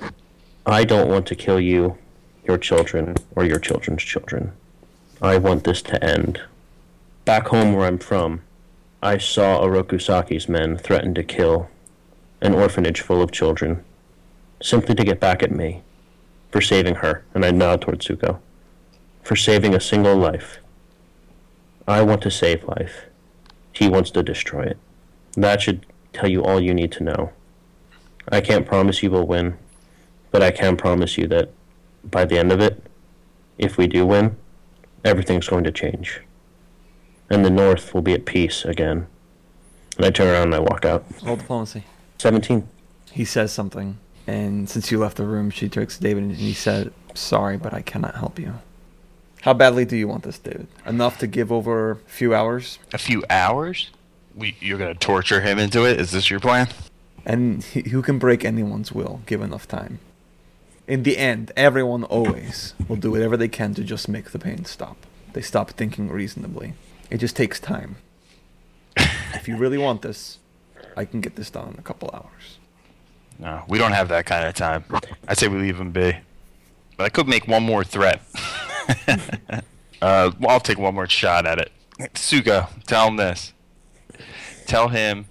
Speaker 3: I don't want to kill you your children or your children's children. I want this to end. Back home where I'm from, I saw Orokusaki's men threaten to kill an orphanage full of children simply to get back at me for saving her, and I nod toward Tsuko, for saving a single life. I want to save life. He wants to destroy it. That should tell you all you need to know. I can't promise you will win, but I can promise you that by the end of it, if we do win, everything's going to change. And the North will be at peace again. And I turn around and I walk out.
Speaker 1: Roll diplomacy.
Speaker 3: 17.
Speaker 1: He says something, and since you left the room, she takes David and he said, Sorry, but I cannot help you. How badly do you want this, David? Enough to give over a few hours?
Speaker 2: A few hours? We, you're gonna torture him into it? Is this your plan?
Speaker 1: And he, who can break anyone's will, give enough time? In the end, everyone always will do whatever they can to just make the pain stop. They stop thinking reasonably. It just takes time. if you really want this, I can get this done in a couple hours.
Speaker 2: No, we don't have that kind of time. I'd say we leave him be. But I could make one more threat. uh, well, I'll take one more shot at it. Suga, tell him this. Tell him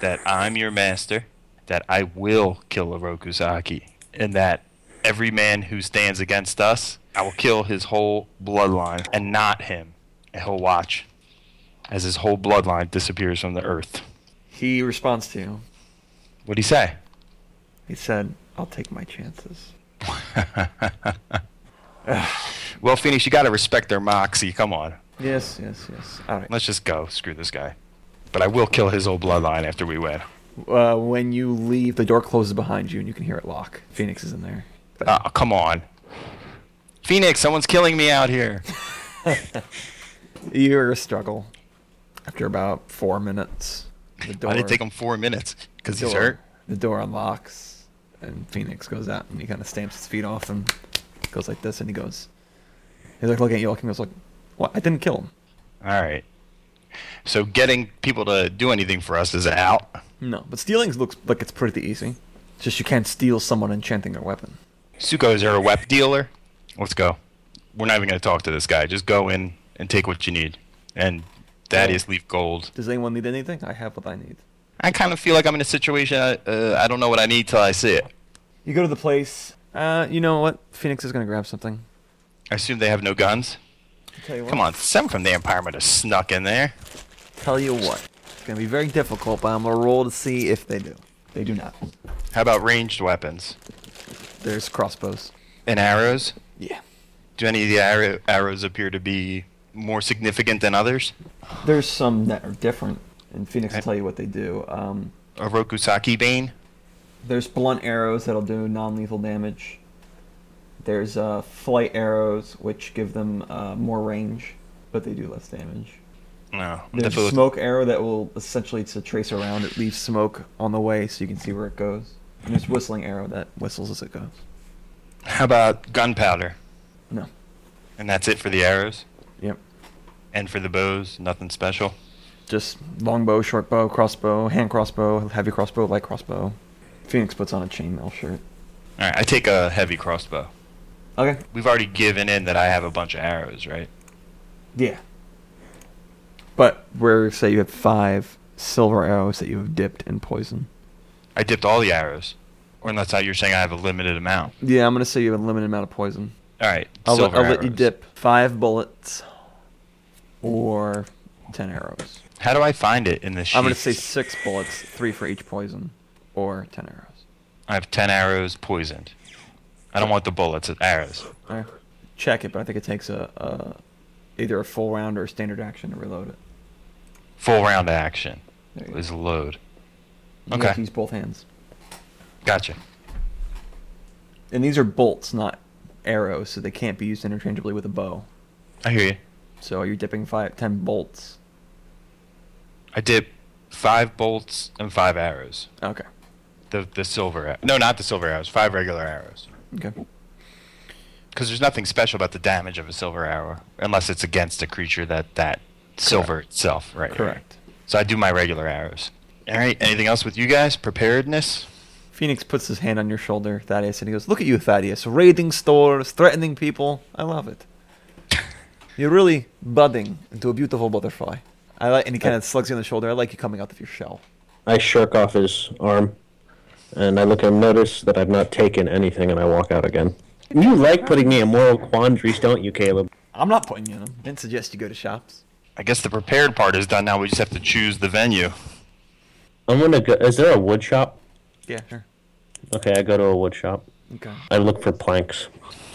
Speaker 2: that I'm your master, that I will kill Orokusaki, and that every man who stands against us, I will kill his whole bloodline and not him. And he'll watch as his whole bloodline disappears from the earth.
Speaker 1: He responds to you.
Speaker 2: What'd he say?
Speaker 1: He said, I'll take my chances.
Speaker 2: Well, Phoenix, you got to respect their moxie. Come on.
Speaker 1: Yes, yes, yes. All right.
Speaker 2: Let's just go. Screw this guy. But I will kill his whole bloodline after we win.
Speaker 1: Uh, when you leave, the door closes behind you and you can hear it lock. Phoenix is in there.
Speaker 2: Oh, come on. Phoenix, someone's killing me out here.
Speaker 1: You're a struggle. After about four minutes, the door.
Speaker 2: Why did it take him four minutes? Because he's
Speaker 1: door-
Speaker 2: hurt?
Speaker 1: The door unlocks, and Phoenix goes out, and he kind of stamps his feet off and goes like this, and he goes. He's like looking at you, looking. Goes like, "What? I didn't kill him."
Speaker 2: All right. So getting people to do anything for us is out.
Speaker 1: No, but stealing looks like it's pretty easy. It's just you can't steal someone enchanting their weapon.
Speaker 2: Suko, is there a web dealer? Let's go. We're not even going to talk to this guy. Just go in and take what you need. And that is leave gold.
Speaker 1: Does anyone need anything? I have what I need.
Speaker 2: I kind of feel like I'm in a situation I, uh, I don't know what I need till I see it.
Speaker 1: You go to the place. Uh, you know what? Phoenix is gonna grab something.
Speaker 2: I assume they have no guns.
Speaker 1: Tell you what.
Speaker 2: Come on, someone from the Empire might have snuck in there.
Speaker 1: Tell you what. It's gonna be very difficult, but I'm gonna roll to see if they do. They do not.
Speaker 2: How about ranged weapons
Speaker 1: There's crossbows.
Speaker 2: and arrows?
Speaker 1: Yeah.
Speaker 2: Do any of the arrow- arrows appear to be more significant than others?
Speaker 1: There's some that are different, and Phoenix will
Speaker 2: Okay.
Speaker 1: tell you what they do. Um,
Speaker 2: A Rokusaki Bane?
Speaker 1: there's blunt arrows that'll do non-lethal damage. There's uh, flight arrows which give them uh, more range, but they do less damage.
Speaker 2: No. I'm
Speaker 1: There's a
Speaker 2: definitely-
Speaker 1: smoke arrow that will essentially it's a trace around. It leaves smoke on the way so you can see where it goes. And there's whistling arrow that whistles as it goes.
Speaker 2: How about gunpowder?
Speaker 1: No.
Speaker 2: And that's it for the arrows
Speaker 1: Yep.
Speaker 2: and for the bows. Nothing special.
Speaker 1: Just longbow, short bow, crossbow, hand crossbow, heavy crossbow, light crossbow. Phoenix puts on a chainmail shirt.
Speaker 2: All right, I take a heavy crossbow.
Speaker 1: Okay.
Speaker 2: We've already given in that I have a bunch of arrows, right?
Speaker 1: Yeah. But where say you have five silver arrows that you have dipped in poison.
Speaker 2: I dipped all the arrows. Or unless I- you're saying I have a limited amount.
Speaker 1: Yeah, I'm gonna say you have a limited amount of poison.
Speaker 2: All right,
Speaker 1: I'll, let,
Speaker 2: silver
Speaker 1: I'll let you
Speaker 2: arrows.
Speaker 1: dip five bullets or ten arrows.
Speaker 2: How do I find it in this sheet?
Speaker 1: I'm gonna say six bullets, three for each poison, or ten arrows.
Speaker 2: I have 10 arrows poisoned. I don't want the bullets, it's arrows.
Speaker 1: All right. Check it, but I think it takes a, a either a full round or a standard action to reload it.
Speaker 2: Full round action
Speaker 1: There you go.
Speaker 2: is load.
Speaker 1: You have
Speaker 2: Okay,
Speaker 1: to use both hands.
Speaker 2: gotcha.
Speaker 1: And these are bolts, not arrows, so they can't be used interchangeably with a bow.
Speaker 2: I hear you.
Speaker 1: So you're dipping five, ten bolts.
Speaker 2: I dip five bolts and five arrows.
Speaker 1: Okay.
Speaker 2: The, the silver, ar- no, not the silver arrows, five regular arrows.
Speaker 1: Okay.
Speaker 2: Because there's nothing special about the damage of a silver arrow, unless it's against a creature that that silver itself, right? right.
Speaker 1: Correct.
Speaker 2: So I do my regular arrows. All right. Anything else with you guys? Preparedness.
Speaker 1: Phoenix puts his hand on your shoulder, Thaddeus, and he goes, "Look at you, Thaddeus, raiding stores, threatening people. I love it. You're really budding into a beautiful butterfly. I like." And he kind of slugs you on the shoulder. I like you coming out of your shell.
Speaker 3: I shirk off his arm, and I look and notice that I've not taken anything, and I walk out again. You like putting me in moral quandaries, don't you, Caleb?
Speaker 1: I'm not putting you in them. Didn't suggest you go to shops.
Speaker 2: I guess the prepared part is done now. We just have to choose the venue.
Speaker 3: I'm gonna go. Is there a wood shop?
Speaker 1: Yeah, sure.
Speaker 3: Okay, I go to a wood shop.
Speaker 1: Okay.
Speaker 3: I look for planks,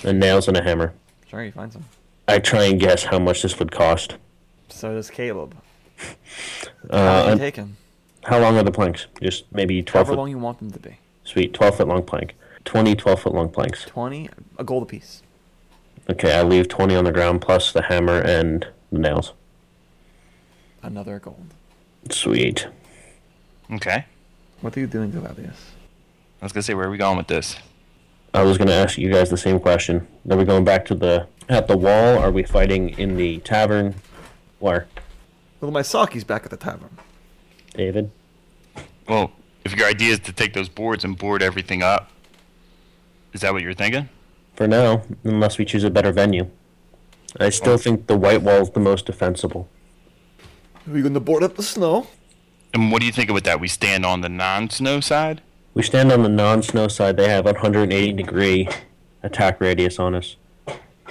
Speaker 3: and nails, and a hammer.
Speaker 1: Sure, you find some.
Speaker 3: I try and guess how much this would cost.
Speaker 1: So does Caleb. How
Speaker 3: Uh,
Speaker 1: you taken?
Speaker 3: how long are the planks? Just maybe 12
Speaker 1: However
Speaker 3: foot.
Speaker 1: long you want them to be.
Speaker 3: Sweet, 12 foot long plank. 20 12 foot long planks.
Speaker 1: Twenty, a gold apiece.
Speaker 3: Okay, I leave 20 on the ground plus the hammer and the nails.
Speaker 1: Another gold.
Speaker 3: Sweet.
Speaker 2: Okay.
Speaker 1: What are you doing, Thaddeus?
Speaker 2: I was gonna say, where are we going with this?
Speaker 3: I was going to ask you guys the same question. Are we going back to the at the wall? Are we fighting in the tavern? Where?
Speaker 1: Well, my Saki's back at the tavern.
Speaker 3: David?
Speaker 2: Well, if your idea is to take those boards and board everything up, is that what you're thinking?
Speaker 3: For now, unless we choose a better venue. I still think the white wall is the most defensible.
Speaker 1: Are you going to board up the snow?
Speaker 2: And what do you think about that? We stand on the non-snow side.
Speaker 3: We stand on the non-snow side. They have 180 degree attack radius on us.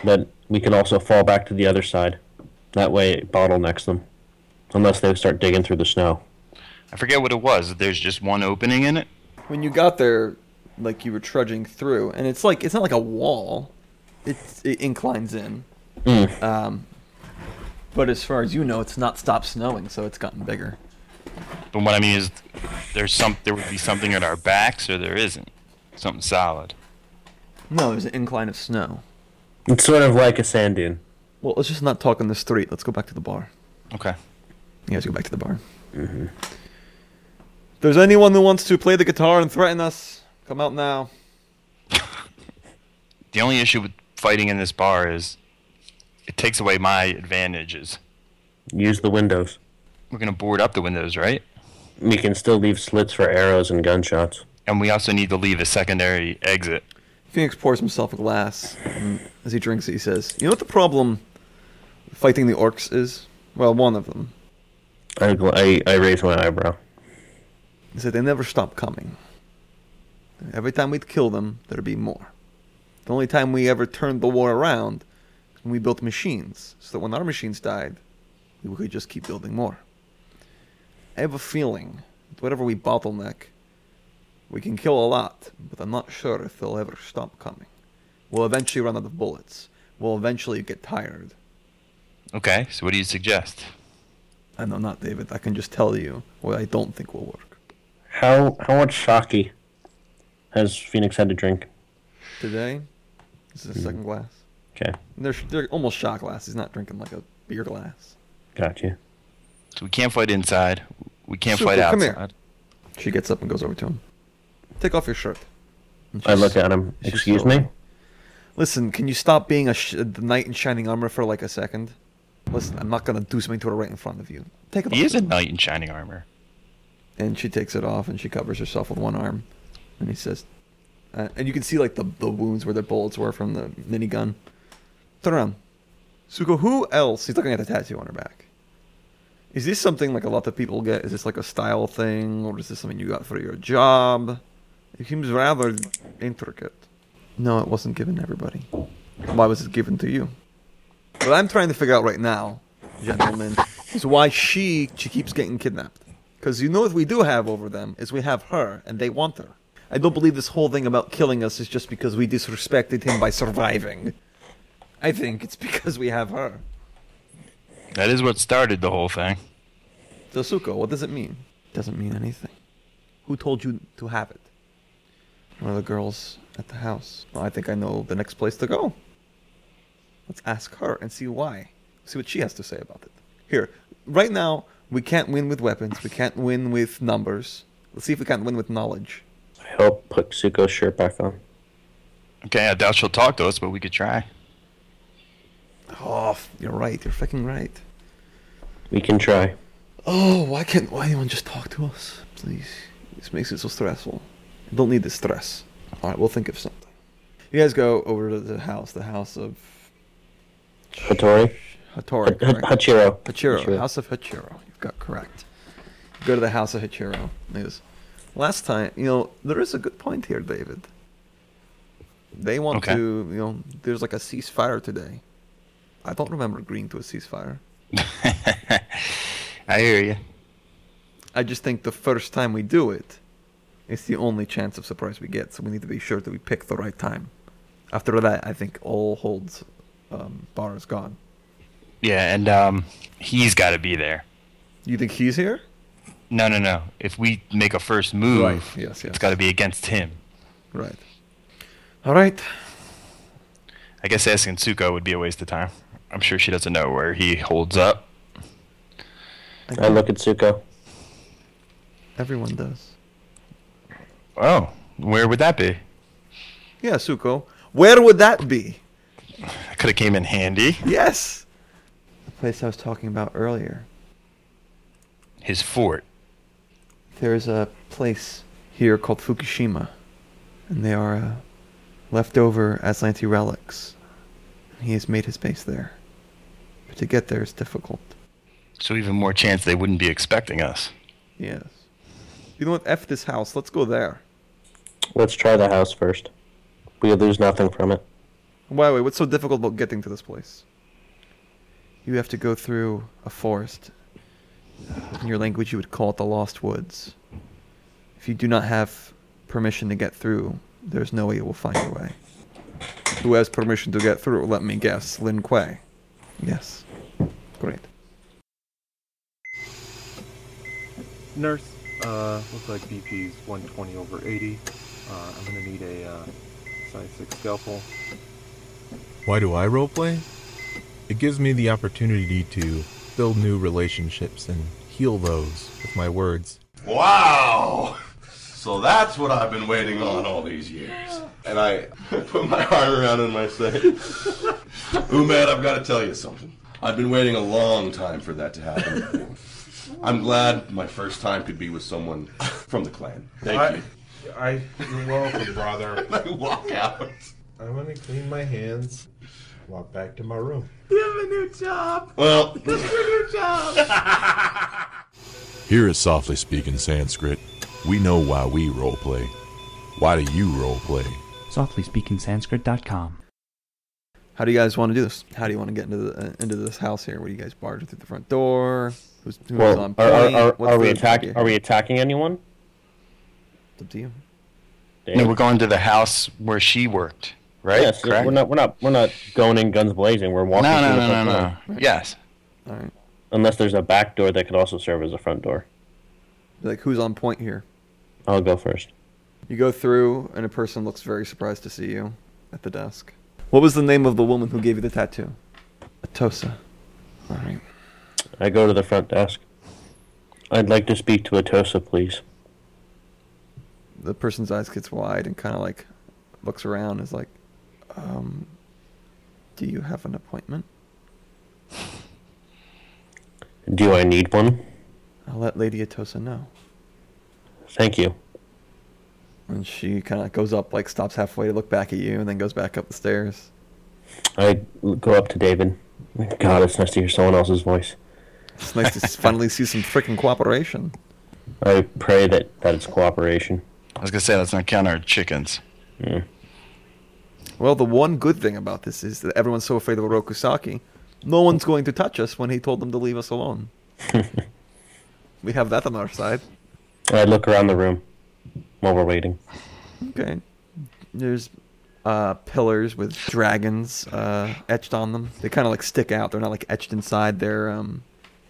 Speaker 3: But we could also fall back to the other side. That way, it bottlenecks them, unless they start digging through the snow.
Speaker 2: I forget what it was. There's just one opening in it.
Speaker 1: when you got there, like you were trudging through, and it's like it's not like a wall; it's, it inclines in. Um, but as far as you know, it's not stopped snowing, so it's gotten bigger.
Speaker 2: But what I mean is, there's some. There would be something at our backs, or there isn't. Something solid.
Speaker 1: No, there's an incline of snow.
Speaker 3: It's sort of like a sand dune.
Speaker 1: Well, let's just not talk on the street. Let's go back to the bar.
Speaker 2: Okay.
Speaker 1: You guys go back to the bar. If there's anyone who wants to play the guitar and threaten us, come out now.
Speaker 2: The only issue with fighting in this bar is it takes away my advantages.
Speaker 3: Use the windows.
Speaker 2: We're gonna board up the windows, right?
Speaker 3: We can still leave slits for arrows and gunshots.
Speaker 2: And we also need to leave a secondary exit.
Speaker 1: Phoenix pours himself a glass, and as he drinks it, he says, "You know what the problem with fighting the orcs is? Well, one of them."
Speaker 3: I, gl- I, I raise my eyebrow.
Speaker 1: He said they never stop coming. Every time we'd kill them, there'd be more. The only time we ever turned the war around is when we built machines, so that when our machines died, we could just keep building more. I have a feeling that whatever we bottleneck, we can kill a lot, but I'm not sure if they'll ever stop coming. We'll eventually run out of bullets. We'll eventually get tired.
Speaker 2: Okay. So what do you suggest?
Speaker 1: I know not, David. I can just tell you what I don't think will work.
Speaker 3: How how much sake has Phoenix had to drink?
Speaker 1: Today, this is the second glass.
Speaker 3: Okay,
Speaker 1: They're they're almost shot glass. He's not drinking like a beer glass.
Speaker 3: got you.
Speaker 2: So we can't fight inside. We can't
Speaker 1: Super,
Speaker 2: fight outside.
Speaker 1: come here. She gets up and goes over to him. Take off your shirt. And
Speaker 3: I
Speaker 1: she's-
Speaker 3: look at him.
Speaker 1: she's
Speaker 3: Excuse
Speaker 1: still-
Speaker 3: me.
Speaker 1: Listen, can you stop being a sh- the knight in shining armor for like a second? Listen, I'm not gonna do something to her right in front of you. Take it
Speaker 2: He
Speaker 1: off.
Speaker 2: is a knight in shining armor.
Speaker 1: and she takes it off and she covers herself with one arm. And he says, uh, and you can see like the, the wounds where the bullets were from the minigun. Turn around. Suko, who else? He's looking at the tattoo on her back. Is this something like a lot of people get? Is this like a style thing, or is this something you got for your job? It seems rather intricate. No, it wasn't given to everybody. Why was it given to you? What I'm trying to figure out right now, gentlemen, is why she she keeps getting kidnapped. Because you know what we do have over them is we have her, and they want her. I don't believe this whole thing about killing us is just because we disrespected him by surviving. I think it's because we have her.
Speaker 2: That is what started the whole thing.
Speaker 1: Dosuko, what does it mean? Doesn't mean anything. Who told you to have it? One of the girls at the house. Well, I think I know the next place to go. Let's ask her and see why. See what she has to say about it. Here, right now, we can't win with weapons. We can't win with numbers. Let's see if we can't win with knowledge.
Speaker 3: I help put Suko's shirt back on.
Speaker 2: Okay, I doubt she'll talk to us, but we could try.
Speaker 1: Oh, you're right. You're fucking right.
Speaker 3: We can try.
Speaker 1: Oh, why can't why anyone just talk to us, please? This makes it so stressful. I don't need the stress. All right, we'll think of something. You guys go over to the house, the house of
Speaker 3: Hattori?
Speaker 1: Hattori.
Speaker 3: H- H-
Speaker 1: correct?
Speaker 3: Hachiro.
Speaker 1: Hachiro, House of Hachiro. You've got correct. Go to the House of Hachiro. Is last time, you know, there is a good point here, David. They want
Speaker 2: Okay.
Speaker 1: to, you know, there's like a ceasefire today. I don't remember agreeing to a ceasefire.
Speaker 2: I hear you.
Speaker 1: I just think the first time we do it, it's the only chance of surprise we get. So we need to be sure that we pick the right time. After that, I think all holds um, bar is gone.
Speaker 2: Yeah, and um, he's got to be there.
Speaker 1: You think he's here?
Speaker 2: No, no, no. If we make a first move,
Speaker 1: Right, yes, yes.
Speaker 2: it's got to be against him.
Speaker 1: Right. All right.
Speaker 2: I guess asking Tsuko would be a waste of time. I'm sure she doesn't know where he holds up.
Speaker 3: I look at Suko.
Speaker 1: Everyone does.
Speaker 2: Oh, where would that be?
Speaker 1: Yeah, Suko. Where would that be?
Speaker 2: That could have came in handy.
Speaker 1: Yes. The place I was talking about earlier.
Speaker 2: His fort.
Speaker 1: There's a place here called Fukushima, and they are uh, leftover Aslanti relics. He has made his base there. But to get there is difficult.
Speaker 2: So even more chance they wouldn't be expecting us.
Speaker 1: Yes. You know what? F this house. Let's go there.
Speaker 3: Let's try the house first. We lose nothing from it.
Speaker 1: Why, wait, what's so difficult about getting to this place? You have to go through a forest. In your language, you would call it the Lost Woods. If you do not have permission to get through, there's no way you will find your way. Who has permission to get through? Let me guess. Lin Kuei. Yes. Great.
Speaker 6: Nurse, uh, looks like BP's 120 over 80. Uh, I'm gonna need a uh, size 6 scalpel.
Speaker 7: Why do I roleplay? It gives me the opportunity to build new relationships and heal those with my words.
Speaker 8: Wow! So that's what I've been waiting on all these years. And I put my arm around him and I say, Umed, I've got to tell you something. I've been waiting a long time for that to happen. I'm glad my first time could be with someone from the clan. Thank
Speaker 7: I-
Speaker 8: you.
Speaker 7: I you're welcome, brother.
Speaker 8: I walk out.
Speaker 7: I'm gonna clean my hands, walk back to my room.
Speaker 8: Well,
Speaker 7: Here at Softly Speaking Sanskrit, we know why we roleplay. Why do you roleplay?
Speaker 9: SoftlySpeakingSanskrit.com.
Speaker 1: How do you guys want to do this? How do you want to get into the, uh, into this house here? Where do you guys barge through the front door? Who's, who's on
Speaker 3: Well, are, are,
Speaker 1: point?
Speaker 3: are,
Speaker 1: What's
Speaker 3: are we
Speaker 1: the-
Speaker 3: attack? Are we attacking anyone?
Speaker 1: It's up to you.
Speaker 2: No, we're going to the house where she worked, right?
Speaker 3: Yes,
Speaker 2: Correct?
Speaker 3: we're not. We're not. We're not going in guns blazing. We're
Speaker 2: no,
Speaker 3: walking.
Speaker 2: no,
Speaker 3: through the
Speaker 2: no, no,
Speaker 3: front door.
Speaker 2: no. Yes.
Speaker 1: All right.
Speaker 3: Unless there's a back door that could also serve as a front door.
Speaker 1: Like, who's on point here?
Speaker 3: I'll go first.
Speaker 1: You go through, and a person looks very surprised to see you at the desk. What was the name of the woman who gave you the tattoo? Atosa. All right.
Speaker 3: I go to the front desk. I'd like to speak to Atosa, please.
Speaker 1: The person's eyes gets wide and kind of like looks around. And is like, Um, do you have an appointment?
Speaker 3: Do I need one?
Speaker 1: I'll let Lady Atosa know.
Speaker 3: Thank you.
Speaker 1: And she kind of goes up, like stops halfway to look back at you, and then goes back up the stairs.
Speaker 3: I go up to David. God, it's nice to hear someone else's voice.
Speaker 1: It's nice to s- finally see some freaking cooperation.
Speaker 3: I pray that, that it's cooperation.
Speaker 2: I was gonna say let's not count our chickens.
Speaker 1: Well, the one good thing about this is that everyone's so afraid of Orokusaki. No one's going to touch us when he told them to leave us alone. we have that on our side.
Speaker 3: I look around the room while we're waiting.
Speaker 1: Okay. There's uh, pillars with dragons uh, etched on them. They kind of like stick out. They're not like etched inside. They're um,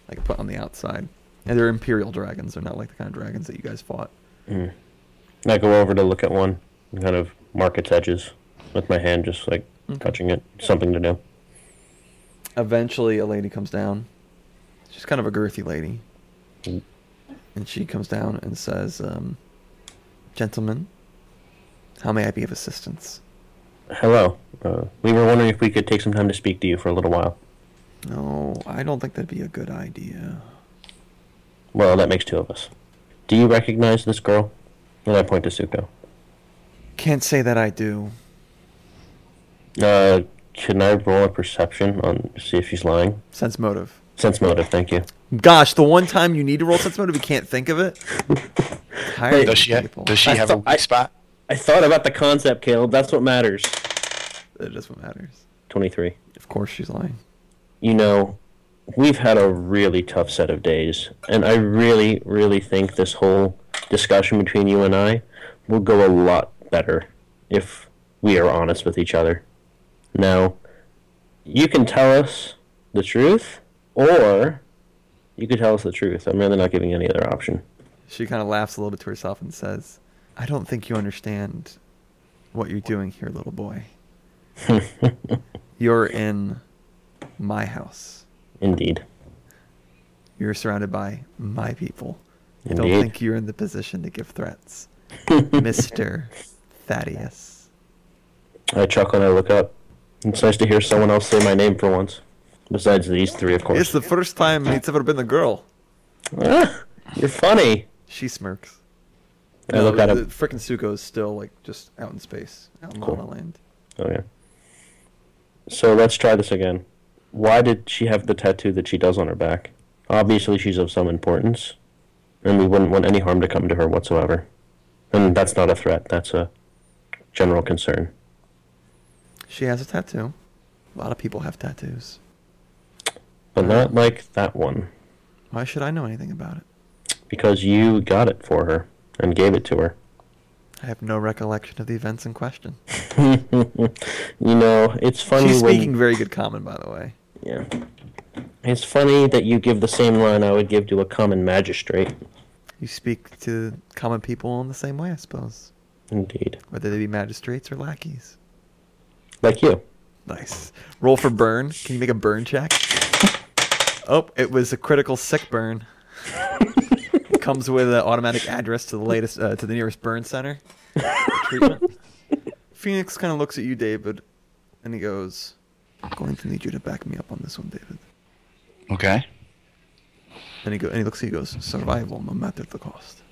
Speaker 1: like put on the outside. And they're imperial dragons. They're not like the kind of dragons that you guys fought.
Speaker 3: I go over to look at one and kind of mark its edges with my hand, just like touching it. Something to do.
Speaker 1: Eventually, a lady comes down. She's kind of a girthy lady.
Speaker 2: Mm.
Speaker 1: And she comes down and says, um, Gentlemen, how may I be of assistance?
Speaker 3: Hello. Uh, we were wondering if we could take some time to speak to you for a little while.
Speaker 1: No, I don't think that'd be a good idea.
Speaker 3: Well, that makes two of us. Do you recognize this girl? And I point to Suko.
Speaker 1: Can't say that I do.
Speaker 3: Uh, can I roll a perception on see if she's lying?
Speaker 1: Sense motive.
Speaker 3: Sense motive, thank you.
Speaker 1: Gosh, the one time you need to roll sense motive, you can't think of it. Tired
Speaker 3: Wait,
Speaker 1: of
Speaker 2: Does she? Ha-
Speaker 1: people.
Speaker 2: does she
Speaker 3: I
Speaker 2: have a
Speaker 3: thought- I-
Speaker 2: weak spot?
Speaker 3: I thought about the concept, Caleb. That's what matters.
Speaker 1: That is what matters.
Speaker 3: 23.
Speaker 1: Of course, she's lying.
Speaker 3: You know, we've had a really tough set of days, and I really, really think this whole discussion between you and I will go a lot better if we are honest with each other. Now, you can tell us the truth, or you could tell us the truth. I'm really not giving you any other option.
Speaker 1: She kind of laughs a little bit to herself and says, "I don't think you understand what you're doing here, little boy. you're in my house.
Speaker 3: Indeed.
Speaker 1: You're surrounded by my people. I don't
Speaker 3: Indeed.
Speaker 1: think you're in the position to give threats, Mister Thaddeus."
Speaker 3: I chuckle and I look up. It's nice to hear someone else say my name for once. Besides these three, of course.
Speaker 1: It's the first time it's ever been a girl.
Speaker 3: Ah, you're funny.
Speaker 1: She smirks.
Speaker 3: I look at
Speaker 1: the,
Speaker 3: him.
Speaker 1: the frickin' Suko is still like just out in space, out in
Speaker 3: Cool.
Speaker 1: La La Land.
Speaker 3: Oh yeah. So let's try this again. Why did she have the tattoo that she does on her back? Obviously, she's of some importance, and we wouldn't want any harm to come to her whatsoever. And that's not a threat. That's a general concern.
Speaker 1: She has a tattoo. A lot of people have tattoos.
Speaker 3: But not like that one,
Speaker 1: Why should I know anything about it?
Speaker 3: because you got it for her and gave it to her.
Speaker 1: I have no recollection of the events in question.
Speaker 3: You know, it's funny
Speaker 1: She's
Speaker 3: when
Speaker 1: speaking very good common, by the way.
Speaker 3: yeah. It's funny that you give the same line I would give to a common magistrate.
Speaker 1: You speak to common people in the same way, I suppose,
Speaker 3: Indeed,
Speaker 1: whether they be magistrates or lackeys.
Speaker 3: like you.
Speaker 1: Nice. Roll for burn. Can you make a burn check? Oh, it was a critical sick burn. Comes with an automatic address to the latest uh, to the nearest burn center. Treatment. Phoenix kind of looks at you, David, and he goes, "I'm going to need you to back me up on this one, David."
Speaker 2: Okay.
Speaker 1: And he go, and he looks at you, goes, "Survival, no matter the cost."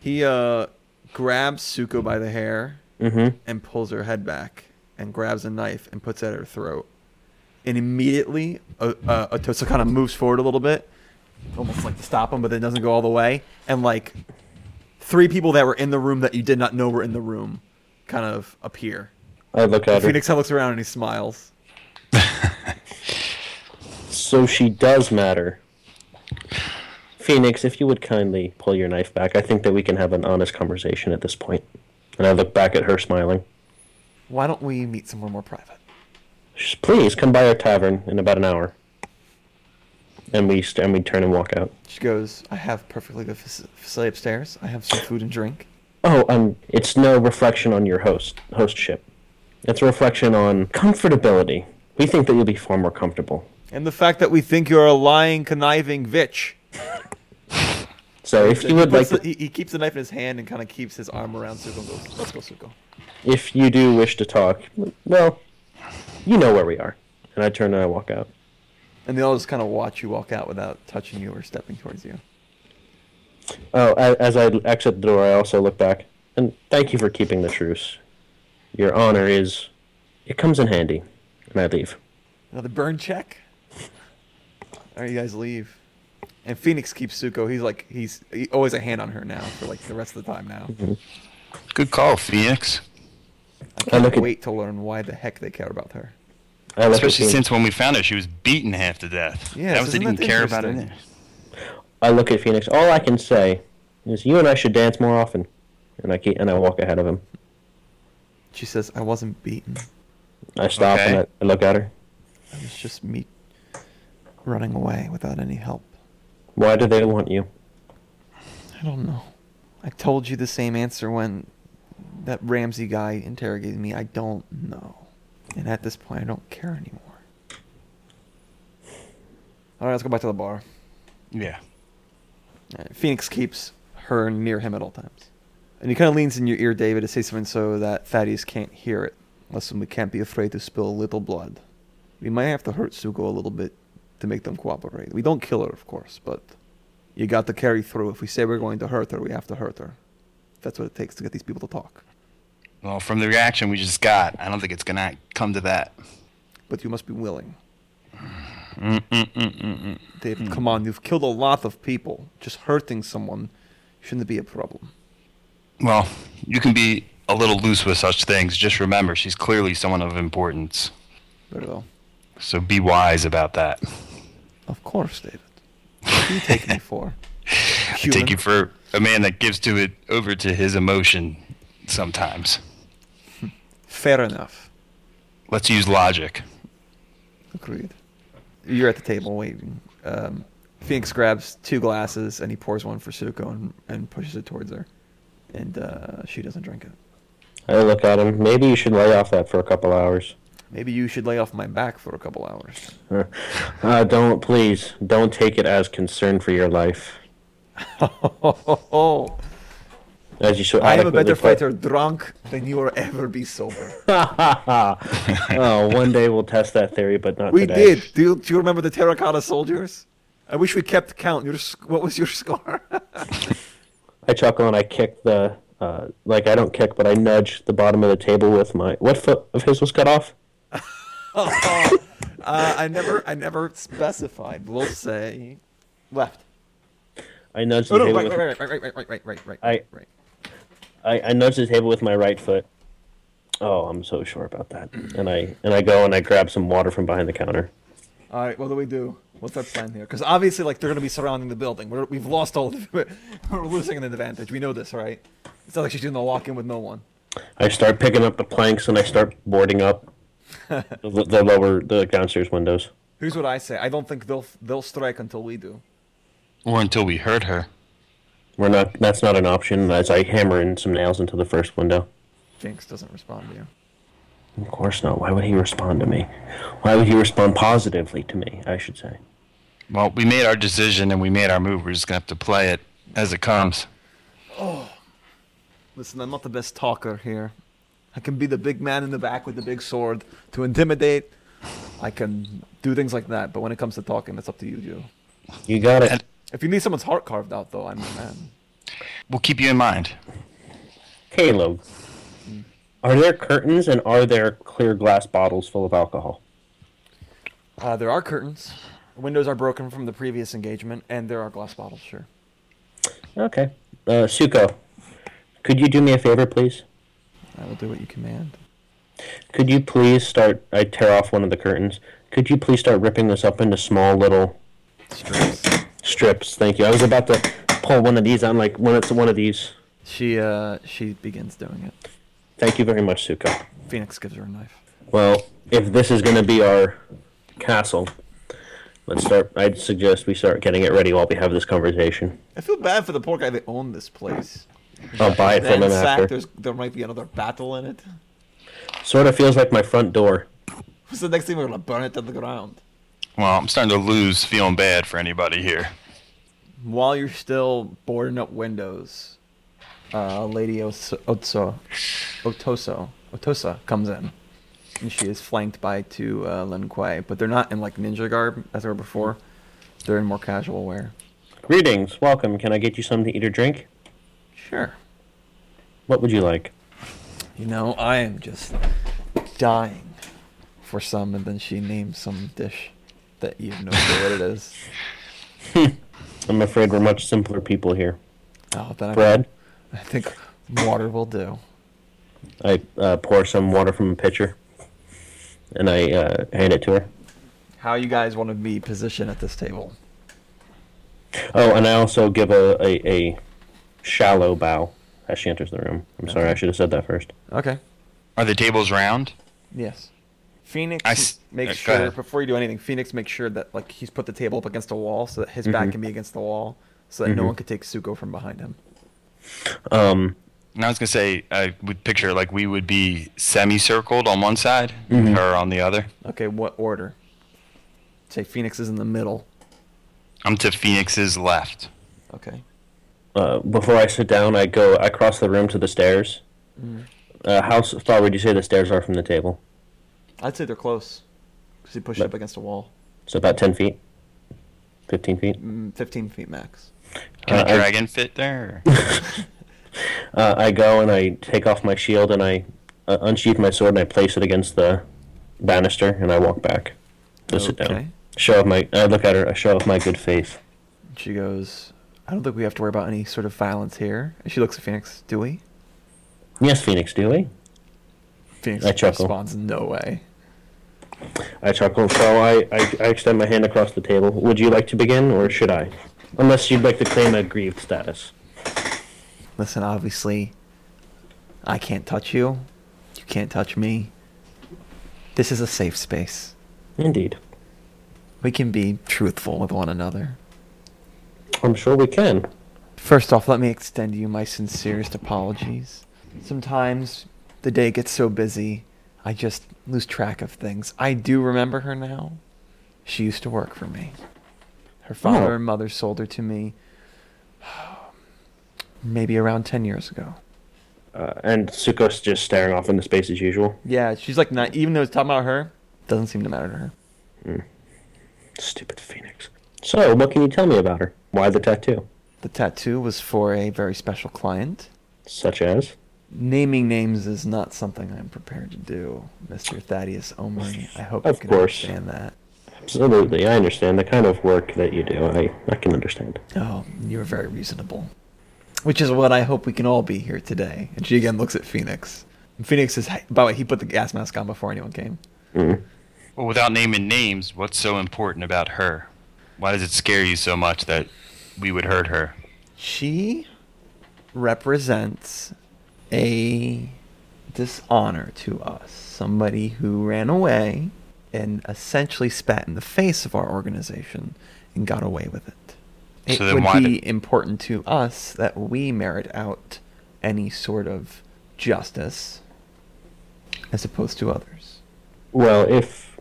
Speaker 1: He uh, grabs Suko by the hair
Speaker 3: Mm-hmm.
Speaker 1: and pulls her head back and grabs a knife and puts it at her throat. And immediately, uh, uh, Otosa kind of moves forward a little bit, almost like to stop him, but then doesn't go all the way. And like three people that were in the room that you did not know were in the room kind of appear.
Speaker 3: I look at her.
Speaker 1: Phoenix kind of looks around and he smiles.
Speaker 3: So she does matter. Phoenix, if you would kindly pull your knife back, I think that we can have an honest conversation at this point. And I look back at her smiling.
Speaker 1: Why don't we meet somewhere more private?
Speaker 3: She's, Please come by our tavern in about an hour. And we st- and we turn and walk out.
Speaker 1: She goes, I have perfectly good faci- facility upstairs. I have some food and drink.
Speaker 3: Oh, um, it's no reflection on your host hostship. It's a reflection on comfortability. We think that you'll be far more comfortable.
Speaker 1: And the fact that we think you're a lying, conniving bitch.
Speaker 3: So if you
Speaker 1: He
Speaker 3: would like,
Speaker 1: puts
Speaker 3: to,
Speaker 1: the- he, he keeps the knife in his hand and kind of keeps his arm around Suko. and goes, Let's go, Suko.
Speaker 3: if you do wish to talk, well, you know where we are. And I turn and I walk out.
Speaker 1: And they all just kind of watch you walk out without touching you or stepping towards you.
Speaker 3: Oh, a- as I exit the door, I also look back. And thank you for keeping the truce. Your honor is. It comes in handy. And I leave.
Speaker 1: Another burn check. All right, you guys leave. And Phoenix keeps Suko. He's like he's he, always a hand on her now for like the rest of the time now.
Speaker 3: Mm-hmm.
Speaker 2: Good call, Phoenix.
Speaker 1: I
Speaker 3: I
Speaker 1: can't
Speaker 3: look at-
Speaker 1: wait to learn why the heck they care about her.
Speaker 3: I look at
Speaker 2: Especially
Speaker 3: Phoenix.
Speaker 2: since when we found her, she was beaten half to death.
Speaker 1: Yes,
Speaker 2: that was they
Speaker 1: isn't
Speaker 2: didn't
Speaker 1: that
Speaker 2: care about it.
Speaker 1: interesting?
Speaker 3: I look at Phoenix. All I can say is, you and I should dance more often. And I keep, and I walk ahead of him.
Speaker 1: She says, "I wasn't beaten.
Speaker 3: I stop and I,
Speaker 2: Okay.
Speaker 3: I look at her.
Speaker 1: It was just me running away without any help."
Speaker 3: Why do they want you?
Speaker 1: I don't know. I told you the same answer when that Ramsey guy interrogated me. I don't know. And at this point, I don't care anymore. All right, let's go back to the bar.
Speaker 2: Yeah.
Speaker 1: All right, Phoenix keeps her near him at all times. And he kind of leans in your ear, David, to say something so that Thaddeus can't hear it. Listen, we can't be afraid to spill a little blood. We might have to hurt Suko a little bit to make them cooperate. We don't kill her, of course, but you got to carry through. If we say we're going to hurt her, we have to hurt her. That's what it takes to get these people to talk.
Speaker 2: Well, from the reaction we just got, I don't think it's gonna come to that.
Speaker 1: But you must be willing. David, come on. You've killed a lot of people. Just hurting someone shouldn't be a problem.
Speaker 2: Well, you can be a little loose with such things. Just remember, she's clearly someone of importance.
Speaker 1: Very well.
Speaker 2: So be wise about that.
Speaker 1: Of course, David. What do you take me for?
Speaker 2: I
Speaker 1: Human.
Speaker 2: take you for a man that gives to it over to his emotion sometimes.
Speaker 1: Fair enough.
Speaker 2: Let's use logic.
Speaker 1: Agreed. You're at the table waiting. Um, Phoenix grabs two glasses and he pours one for Suko and, and pushes it towards her. And uh, she doesn't drink it.
Speaker 3: I look at him. Maybe you should lay off that for a couple hours.
Speaker 1: Maybe you should lay off my back for a couple hours.
Speaker 3: Uh, don't, please, don't take it as concern for your life.
Speaker 1: Oh,
Speaker 3: As you so
Speaker 1: I am a
Speaker 3: adequately
Speaker 1: better
Speaker 3: put-
Speaker 1: fighter drunk than you will ever be sober.
Speaker 3: oh, one day we'll test that theory, but not
Speaker 1: We
Speaker 3: today.
Speaker 1: did. Do you, do you remember the terracotta soldiers? I wish we kept count. Your, sc- what was your score?
Speaker 3: I chuckle and I kick the, uh, like I don't kick, but I nudge the bottom of the table with my. What foot of his was cut off?
Speaker 1: Uh, I never, I never specified. We'll say left.
Speaker 3: I nudge the
Speaker 1: Oh no,
Speaker 3: table.
Speaker 1: right,
Speaker 3: with,
Speaker 1: right, right, right, right, right, right, right, right,
Speaker 3: I-
Speaker 1: right.
Speaker 3: I, I nudge the table with my right foot. Oh, I'm so sure about that. And I and I go and I grab some water from behind the counter.
Speaker 1: All right, what do we do? What's our plan here? Because obviously, like they're going to be surrounding the building. We're, we've lost all of it. We're losing an advantage. We know this, right? It's not like she's doing the walk in with no one.
Speaker 3: I start picking up the planks and I start boarding up the, the lower the downstairs windows.
Speaker 1: Here's what I say. I don't think they'll they'll strike until we do.
Speaker 2: Or until we hurt her.
Speaker 3: We're not. That's not an option. As I hammer in some nails into the first window.
Speaker 1: Jinx doesn't respond to you.
Speaker 3: Of course not. Why would he respond to me? Why would he respond positively to me? I should say.
Speaker 2: Well, we made our decision and we made our move. We're just gonna have to play it as it comes.
Speaker 1: Listen, I'm not the best talker here. I can be the big man in the back with the big sword to intimidate. I can do things like that, but when it comes to talking, that's up to you, Joe.
Speaker 3: You got it.
Speaker 2: And-
Speaker 1: If you need someone's heart carved out, though, I'm the man.
Speaker 2: We'll keep you in mind.
Speaker 3: Caleb, are there curtains and are there clear glass bottles full of alcohol?
Speaker 1: Uh, there are curtains. Windows are broken from the previous engagement, and there are glass bottles, sure.
Speaker 3: Okay. Uh, Suko, could you do me a favor, please?
Speaker 1: I will do what you command.
Speaker 3: Could you please start? I tear off one of the curtains. Could you please start ripping this up into small little
Speaker 1: Strips.
Speaker 3: strips? Thank you. I was about to pull one of these on, like one. It's one of these.
Speaker 1: She uh, she begins doing it.
Speaker 3: Thank you very much, Suko.
Speaker 1: Phoenix gives her a knife.
Speaker 3: Well, if this is going to be our castle, let's start. I'd suggest we start getting it ready while we have this conversation.
Speaker 1: I feel bad for the poor guy that owned this place.
Speaker 3: I'll buy it from
Speaker 1: Then
Speaker 3: him
Speaker 1: sack,
Speaker 3: after.
Speaker 1: there's there might be another battle in it.
Speaker 3: Sort of feels like my front door.
Speaker 1: So the next thing we're gonna burn it to the ground.
Speaker 2: Well, I'm starting to lose feeling bad for anybody here.
Speaker 1: while you're still boarding up windows, uh, Lady Oso, Otso, Otoso, Otosa comes in, and she is flanked by two uh, Lin Kuei, but they're not in like ninja garb as they were before. They're in more casual wear.
Speaker 3: Greetings, welcome. Can I get you something to eat or drink?
Speaker 1: Sure.
Speaker 3: What would you like?
Speaker 1: You know, I am just dying for some, and then she names some dish that you have no idea what it is.
Speaker 3: I'm afraid we're much simpler people here.
Speaker 1: Oh, then I,
Speaker 3: Bread.
Speaker 1: I think water will do.
Speaker 3: I uh, pour some water from a pitcher, and I uh, hand it to her.
Speaker 1: How you guys want to be positioned at this table?
Speaker 3: Oh, and I also give a, a, a shallow bow as she enters the room. I'm sorry, I should have said that first.
Speaker 1: Okay.
Speaker 2: Are the tables round?
Speaker 1: Yes. Phoenix
Speaker 2: I s-
Speaker 1: makes
Speaker 2: uh, go
Speaker 1: sure
Speaker 2: ahead.
Speaker 1: before you do anything, Phoenix makes sure that like he's put the table up against a wall so that his
Speaker 2: Mm-hmm.
Speaker 1: back can be against the wall so that no one could take Suko from behind him.
Speaker 3: Um,
Speaker 2: And I was gonna say I would picture like we would be semicircled on one side,
Speaker 3: Mm-hmm.
Speaker 2: her on the other.
Speaker 1: Okay, what order? Say Phoenix is in the middle.
Speaker 2: I'm to Phoenix's left.
Speaker 1: Okay.
Speaker 3: uh, before I sit down, I go. I cross the room to the stairs. Uh, how s- far would you say the stairs are from the table?
Speaker 1: I'd say they're close because he pushed
Speaker 3: But-
Speaker 1: up against a wall.
Speaker 3: So about ten feet, fifteen feet.
Speaker 1: Mm, 15 feet max.
Speaker 2: Can
Speaker 3: Uh,
Speaker 2: a
Speaker 3: I-
Speaker 2: dragon fit there? or-
Speaker 3: Uh, I go and I take off my shield and I uh, unsheath my sword and I place it against the banister and I walk back to sit
Speaker 1: Okay.
Speaker 3: down. Show off my. I look at her. I show off my good faith.
Speaker 1: She goes, I don't think we have to worry about any sort of violence here. And she looks at Phoenix, do we?
Speaker 3: Yes, Phoenix. Do we?
Speaker 1: Phoenix
Speaker 3: I chuckle.
Speaker 1: responds, no way.
Speaker 3: I chuckle. So I, I, I extend my hand across the table. Would you like to begin, or should I? Unless you'd like to claim a grieved status.
Speaker 1: Listen, obviously, I can't touch you. You can't touch me. This is a safe space.
Speaker 3: Indeed.
Speaker 1: We can be truthful with one another.
Speaker 3: I'm sure we can.
Speaker 1: First off, let me extend you my sincerest apologies. Sometimes the day gets so busy, I just lose track of things. I do remember her now. She used to work for me. Her father
Speaker 3: Oh.
Speaker 1: and mother sold her to me maybe around 10 years ago.
Speaker 3: Uh, and Suko's just staring off into space as usual.
Speaker 1: Yeah, she's like, not, even though it's talking about her, doesn't seem to matter to her.
Speaker 3: Stupid Phoenix. So, what can you tell me about her? Why the tattoo?
Speaker 1: The tattoo was for a very special client.
Speaker 3: Such as?
Speaker 1: Naming names is not something I'm prepared to do, Mr. Thaddeus Omri. I hope
Speaker 3: Of
Speaker 1: you can
Speaker 3: course.
Speaker 1: understand that.
Speaker 3: Absolutely, I understand the kind of work that you do. I, I can understand.
Speaker 1: Oh, you're very reasonable. Which is what I hope we can all be here today. And she again looks at Phoenix. And Phoenix is, by the way, he put the gas mask on before anyone came.
Speaker 3: Hmm.
Speaker 2: well, without naming names, what's so important about her? Why does it scare you so much that we would hurt her?
Speaker 1: She represents a dishonor to us. Somebody who ran away and essentially spat in the face of our organization and got away with it. It
Speaker 2: So then why
Speaker 1: would be
Speaker 2: did-
Speaker 1: important to us that we merit out any sort of justice as opposed to others.
Speaker 3: Well, if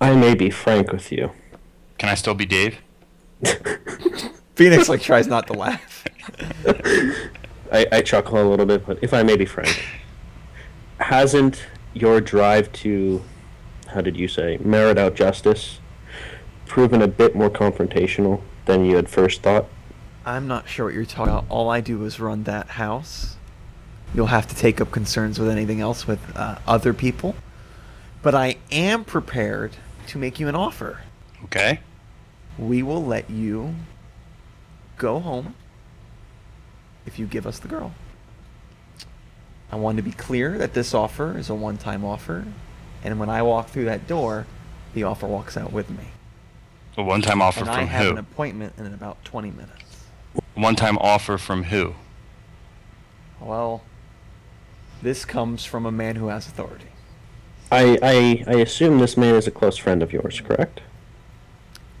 Speaker 3: I may be frank with you,
Speaker 2: Can I still be Dave?
Speaker 1: Phoenix like tries not to laugh.
Speaker 3: I, I chuckle a little bit, but if I may be frank, hasn't your drive to, how did you say, merit out justice proven a bit more confrontational than you had first thought?
Speaker 1: I'm not sure what you're talking about. All I do is run that house. You'll have to take up concerns with anything else with uh, other people. But I am prepared to make you an offer.
Speaker 2: Okay.
Speaker 1: We will let you go home if you give us the girl. I want to be clear that this offer is a one time offer. And when I walk through that door, the offer walks out with me.
Speaker 2: A one-time offer
Speaker 1: And
Speaker 2: from
Speaker 1: I have
Speaker 2: who?
Speaker 1: an appointment in about 20 minutes.
Speaker 2: one-time offer from who?
Speaker 1: Well, this comes from a man who has authority.
Speaker 3: I, I, I assume this man is a close friend of yours, correct?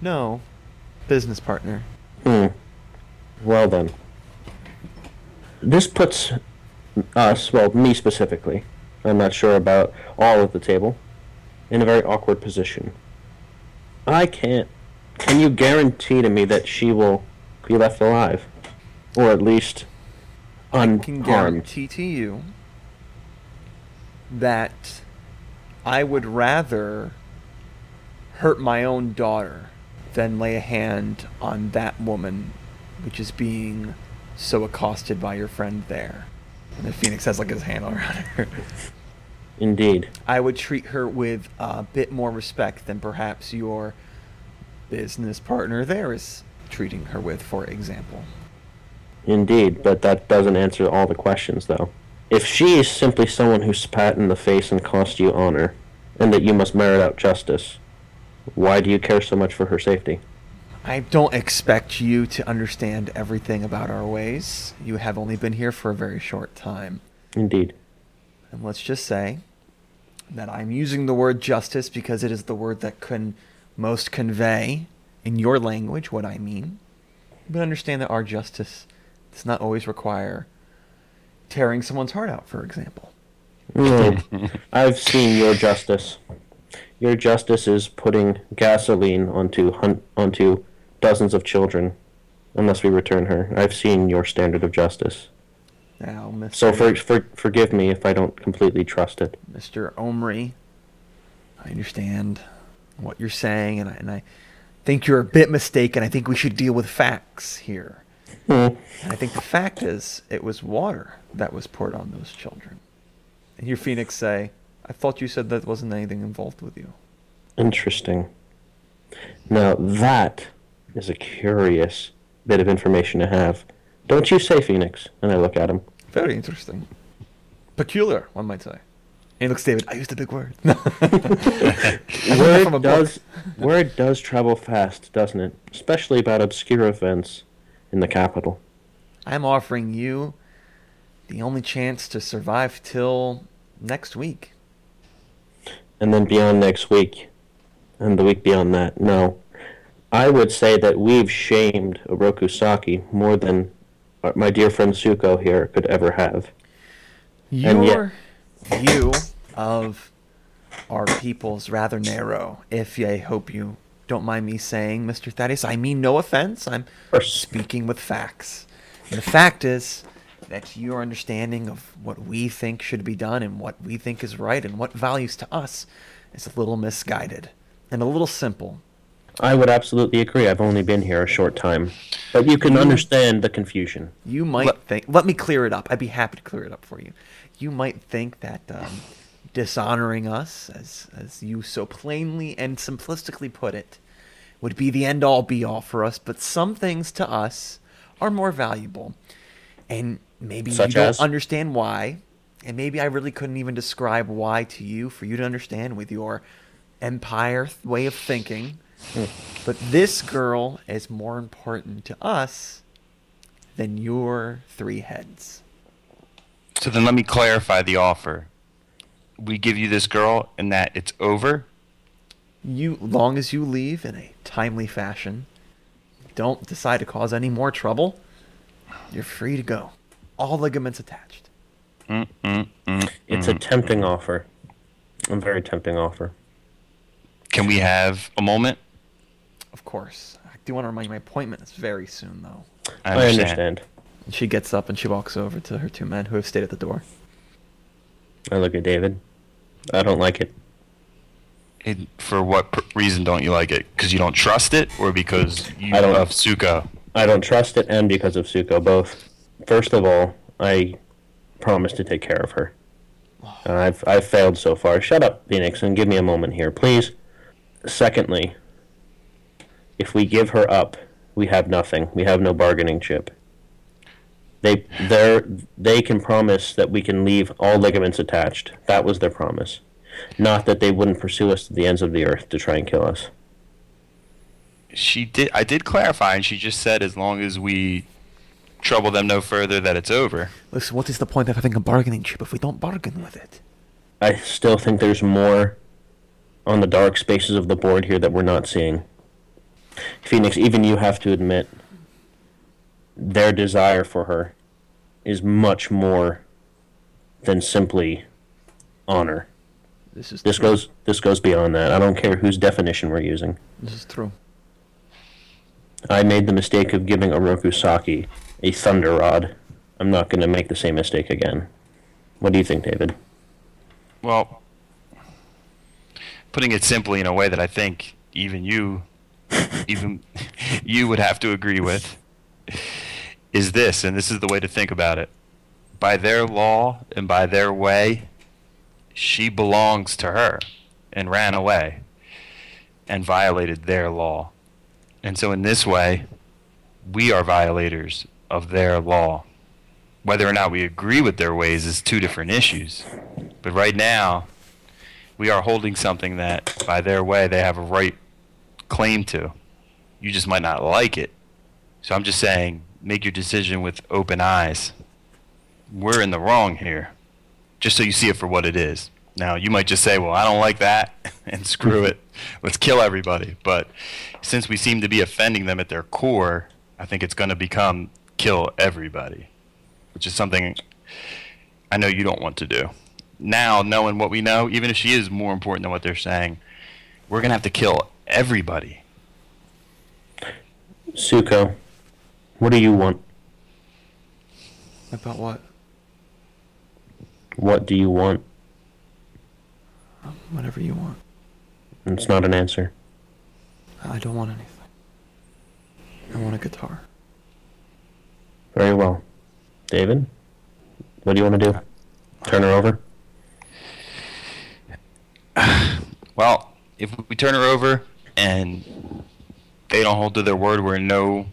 Speaker 1: No, business partner.
Speaker 3: Hmm. Well then. This puts us, well, me specifically, I'm not sure about all at the table, in a very awkward position. I can't. Can you guarantee to me that she will be left alive, or at least
Speaker 1: can
Speaker 3: unharmed.
Speaker 1: guarantee to you that I would rather hurt my own daughter than lay a hand on that woman, which is being so accosted by your friend there. And the phoenix has like his hand around her.
Speaker 3: Indeed.
Speaker 1: I would treat her with a bit more respect than perhaps your business partner there is treating her with, for example.
Speaker 3: Indeed, but that doesn't answer all the questions, though. If she is simply someone who spat in the face and cost you honor, and that you must merit out justice, why do you care so much for her safety?
Speaker 1: I don't expect you to understand everything about our ways. You have only been here for a very short time.
Speaker 3: Indeed.
Speaker 1: And let's just say that I'm using the word justice because it is the word that can most convey in your language what I mean. But understand that our justice does not always require tearing someone's heart out, for example.
Speaker 3: No, I've seen your justice. Your justice is putting gasoline onto hun- onto dozens of children, unless we return her. I've seen your standard of justice.
Speaker 1: Now, Mr.
Speaker 3: So for, for forgive me if I don't completely trust it.
Speaker 1: Mr. Omri, I understand what you're saying, and I, and I think you're a bit mistaken. I think we should deal with facts here.
Speaker 3: Hmm.
Speaker 1: And I think the fact is, it was water that was poured on those children. And hear Phoenix say, I thought you said that wasn't anything involved with you.
Speaker 3: Interesting. Now that is a curious bit of information to have. Don't you say, Phoenix? And I look at him.
Speaker 1: Very interesting. Peculiar, one might say. And he looks David, I used a big word. from a
Speaker 3: word
Speaker 1: book.
Speaker 3: does word does travel fast, doesn't it? Especially about obscure events in the capital.
Speaker 1: I'm offering you the only chance to survive till next week.
Speaker 3: And then beyond next week, and the week beyond that. No, I would say that we've shamed Oroku Saki more than uh, my dear friend Suko here could ever have. And yet-
Speaker 1: Your view of our people's rather narrow, if I hope you don't mind me saying, Mr. Thaddeus. I mean no offense. I'm
Speaker 3: course.
Speaker 1: speaking with facts. And the fact is that your understanding of what we think should be done and what we think is right and what values to us is a little misguided and a little simple.
Speaker 3: I would absolutely agree. I've only been here a short time, but you can understand the confusion.
Speaker 1: You might think. Let me clear it up. I'd be happy to clear it up for you. You might think that um, dishonoring us, as as you so plainly and simplistically put it, would be the end all be all for us. But some things to us are more valuable, and maybe
Speaker 3: Such
Speaker 1: you don't
Speaker 3: as?
Speaker 1: understand why. And maybe I really couldn't even describe why to you for you to understand with your empire th- way of thinking.
Speaker 3: Hmm.
Speaker 1: But this girl is more important to us than your three heads.
Speaker 2: So then let me clarify the offer. We give you this girl and that it's over.
Speaker 1: You, long as you leave in a timely fashion, don't decide to cause any more trouble. You're free to go, all ligaments attached.
Speaker 3: It's a tempting offer, a very tempting offer.
Speaker 2: Can we have a moment?
Speaker 1: Of course. I do want to remind you my appointment is very soon, though.
Speaker 3: I understand.
Speaker 1: And she gets up and she walks over to her two men who have stayed at the door.
Speaker 3: I look at David. I don't like it.
Speaker 2: It- for what pr- reason don't you like it? Because you don't trust it, or because you
Speaker 3: I don't-
Speaker 2: love Suka?
Speaker 3: I don't trust it, and because of Suko, both. First of all, I promised to take care of her. And I've I've failed so far. Shut up, Phoenix, and give me a moment here, please. Secondly, if we give her up, we have nothing. We have no bargaining chip. They they they can promise that we can leave all ligaments attached. That was their promise. Not that they wouldn't pursue us to the ends of the earth to try and kill us.
Speaker 2: She did. I did clarify, and she just said as long as we trouble them no further, that it's over.
Speaker 1: Listen, what is the point of having a bargaining chip if we don't bargain with it?
Speaker 3: I still think there's more on the dark spaces of the board here that we're not seeing. Phoenix, even you have to admit their desire for her is much more than simply honor.
Speaker 1: This is
Speaker 3: This goes this goes beyond that. I don't care whose definition we're using.
Speaker 1: This is true.
Speaker 3: I made the mistake of giving Oroku Saki a thunder rod. I'm not going to make the same mistake again. What do you think, David?
Speaker 2: Well, putting it simply in a way that I think even you, even you would have to agree with, is this, and this is the way to think about it. By their law and by their way, she belongs to her and ran away and violated their law. And so, in this way, we are violators of their law. Whether or not we agree with their ways is two different issues. But right now, we are holding something that, by their way, they have a right claim to. You just might not like it. So I'm just saying, make your decision with open eyes. We're in the wrong here, just so you see it for what it is. Now, you might just say, well, I don't like that, and screw it. Let's kill everybody. But since we seem to be offending them at their core, I think it's going to become kill everybody, which is something I know you don't want to do. Now, knowing what we know, even if she is more important than what they're saying, we're going to have to kill everybody.
Speaker 3: Suko, what do you want?
Speaker 1: About what?
Speaker 3: What do you want?
Speaker 1: Whatever you want.
Speaker 3: It's not an answer.
Speaker 1: I don't want anything. I want a guitar.
Speaker 3: Very well. David, what do you want to do? Turn her over?
Speaker 2: Well, if we turn her over and they don't hold to their word, we're in no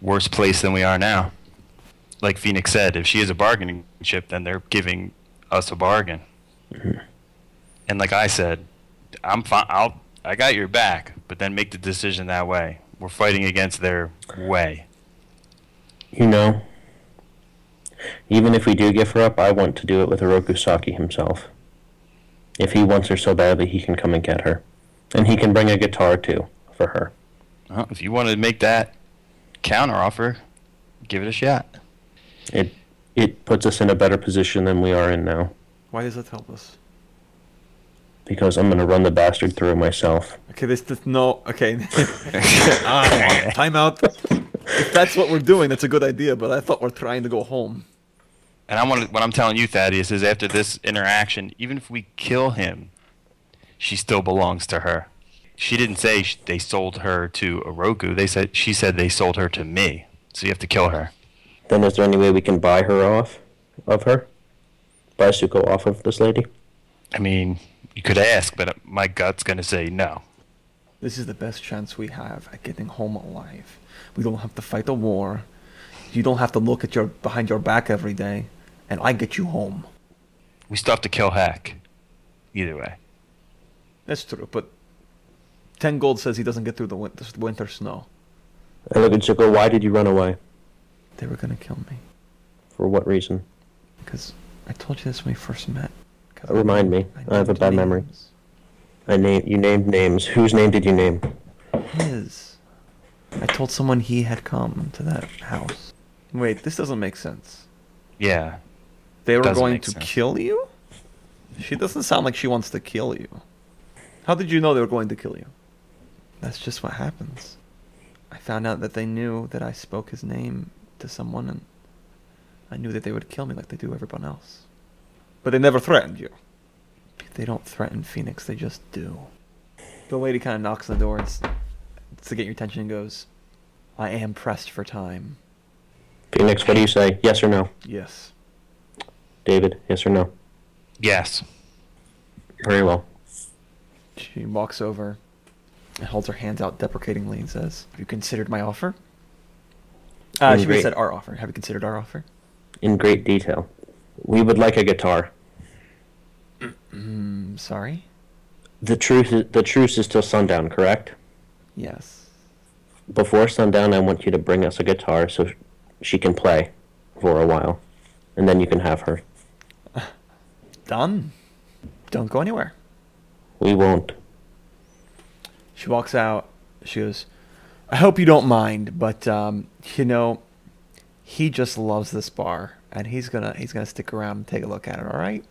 Speaker 2: worse place than we are now. Like Phoenix said, if she is a bargaining chip, then they're giving us a bargain. And like I said, I'm fine. I'll I got your back, but then make the decision that way. We're fighting against their way.
Speaker 3: You know, even if we do give her up, I want to do it with Oroku Saki himself. If he wants her so badly, he can come and get her. And he can bring a guitar too for her.
Speaker 2: Well, if you want to make that counter offer, give it a shot.
Speaker 3: It it puts us in a better position than we are in now
Speaker 1: Why does that help us?
Speaker 3: because I'm going to run the bastard through myself.
Speaker 1: Okay, this does no. Okay, Ah, time out. If that's what we're doing, that's a good idea. But I thought we're trying to go home.
Speaker 2: And I want what I'm telling you, Thaddeus, is after this interaction, even if we kill him, she still belongs to her. She didn't say sh- they sold her to Oroku. They said she said they sold her to me. So you have to kill her.
Speaker 3: Then is there any way we can buy her off of her? Buy Suko off of this lady?
Speaker 2: I mean, you could ask, but my gut's gonna say no.
Speaker 1: This is the best chance we have at getting home alive. We don't have to fight a war. You don't have to look at your behind your back every day, and I get you home.
Speaker 2: We still have to kill Hack. Either way.
Speaker 1: That's true, but ten gold says he doesn't get through the winter, winter snow.
Speaker 3: I look at Suko, why did you run away?
Speaker 1: They were gonna kill me
Speaker 3: For what reason?
Speaker 1: because I told you this when we first met. 'Cause
Speaker 3: Remind me. I have a
Speaker 1: named
Speaker 3: bad memory.
Speaker 1: names.
Speaker 3: I name you named names. Whose name did you name?
Speaker 1: His. I told someone he had come to that house. Wait, this doesn't make sense.
Speaker 2: Yeah.
Speaker 1: They were
Speaker 2: Doesn't
Speaker 1: going
Speaker 2: make
Speaker 1: to
Speaker 2: sense.
Speaker 1: kill you? She doesn't sound like she wants to kill you. How did you know they were going to kill you? That's just what happens. I found out that they knew that I spoke his name to someone and I knew that they would kill me like they do everyone else. But they never threatened you. They don't threaten Phoenix, they just do. The lady kind of knocks on the door and s- to get your attention and goes, I am pressed for time.
Speaker 3: Phoenix, what do you say? Yes or no?
Speaker 1: Yes.
Speaker 3: David, yes or no?
Speaker 2: Yes.
Speaker 3: Very well.
Speaker 1: She walks over and holds her hands out deprecatingly and says, Have you considered my offer? Uh, she would
Speaker 3: Mm,
Speaker 1: have
Speaker 3: great.
Speaker 1: said our offer. Have you considered our offer?
Speaker 3: In great detail. We would like a guitar.
Speaker 1: I'm "Mm, sorry?
Speaker 3: The truth is, the truce is till sundown, correct?
Speaker 1: Yes.
Speaker 3: Before sundown, I want you to bring us a guitar so she can play for a while, and then you can have her.
Speaker 1: Done. Don't go anywhere.
Speaker 3: We won't.
Speaker 1: She walks out. She goes, I hope you don't mind, but um, you know, he just loves this bar and he's gonna he's gonna stick around and take a look at it, alright?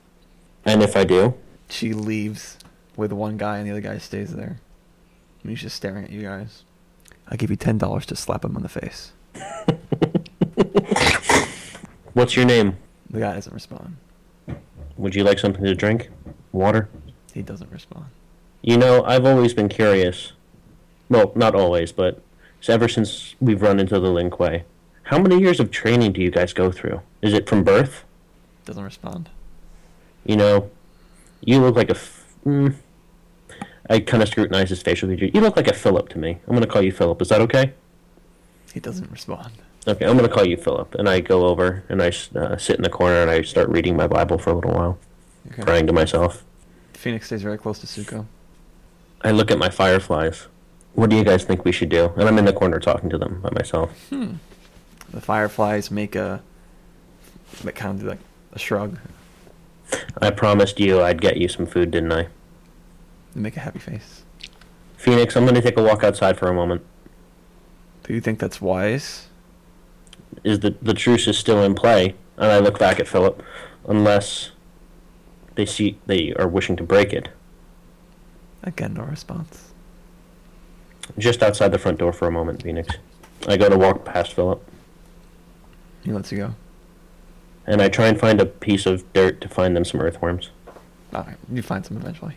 Speaker 3: And if I do,
Speaker 1: She leaves with one guy and the other guy stays there. And he's just staring at you guys. I'll give you ten dollars to slap him on the face.
Speaker 3: What's your name?
Speaker 1: The guy doesn't respond.
Speaker 3: Would you like something to drink? Water?
Speaker 1: He doesn't respond.
Speaker 3: You know, I've always been curious. Well, not always, but s- ever since we've run into the Lin Kuei. How many years of training do you guys go through? Is it from birth?
Speaker 1: Doesn't respond.
Speaker 3: You know, you look like a. F- mm. I kind of scrutinize his facial features. You look like a Philip to me. I'm going to call you Philip. Is that okay?
Speaker 1: He doesn't respond.
Speaker 3: Okay, I'm going to call you Philip. And I go over and I s- uh, sit in the corner and I start reading my Bible for a little while,
Speaker 1: Okay.
Speaker 3: praying to myself.
Speaker 1: Phoenix stays very close to Suko.
Speaker 3: I look at my fireflies. What do you guys think we should do? And I'm in the corner talking to them by myself.
Speaker 1: The fireflies make a make kind of do like a shrug
Speaker 3: I promised you I'd get you some food, didn't I?
Speaker 1: and make a happy face.
Speaker 3: Phoenix, I'm going to take a walk outside for a moment.
Speaker 1: Do you think that's wise?
Speaker 3: Is the the truce is still in play? And I look back at Philip, unless they see they are wishing to break it.
Speaker 1: Again, no response.
Speaker 3: Just outside the front door for a moment, Phoenix. I go to walk past Philip,
Speaker 1: He lets you go.
Speaker 3: and I try and find a piece of dirt to find them some earthworms.
Speaker 1: All right, you find some eventually.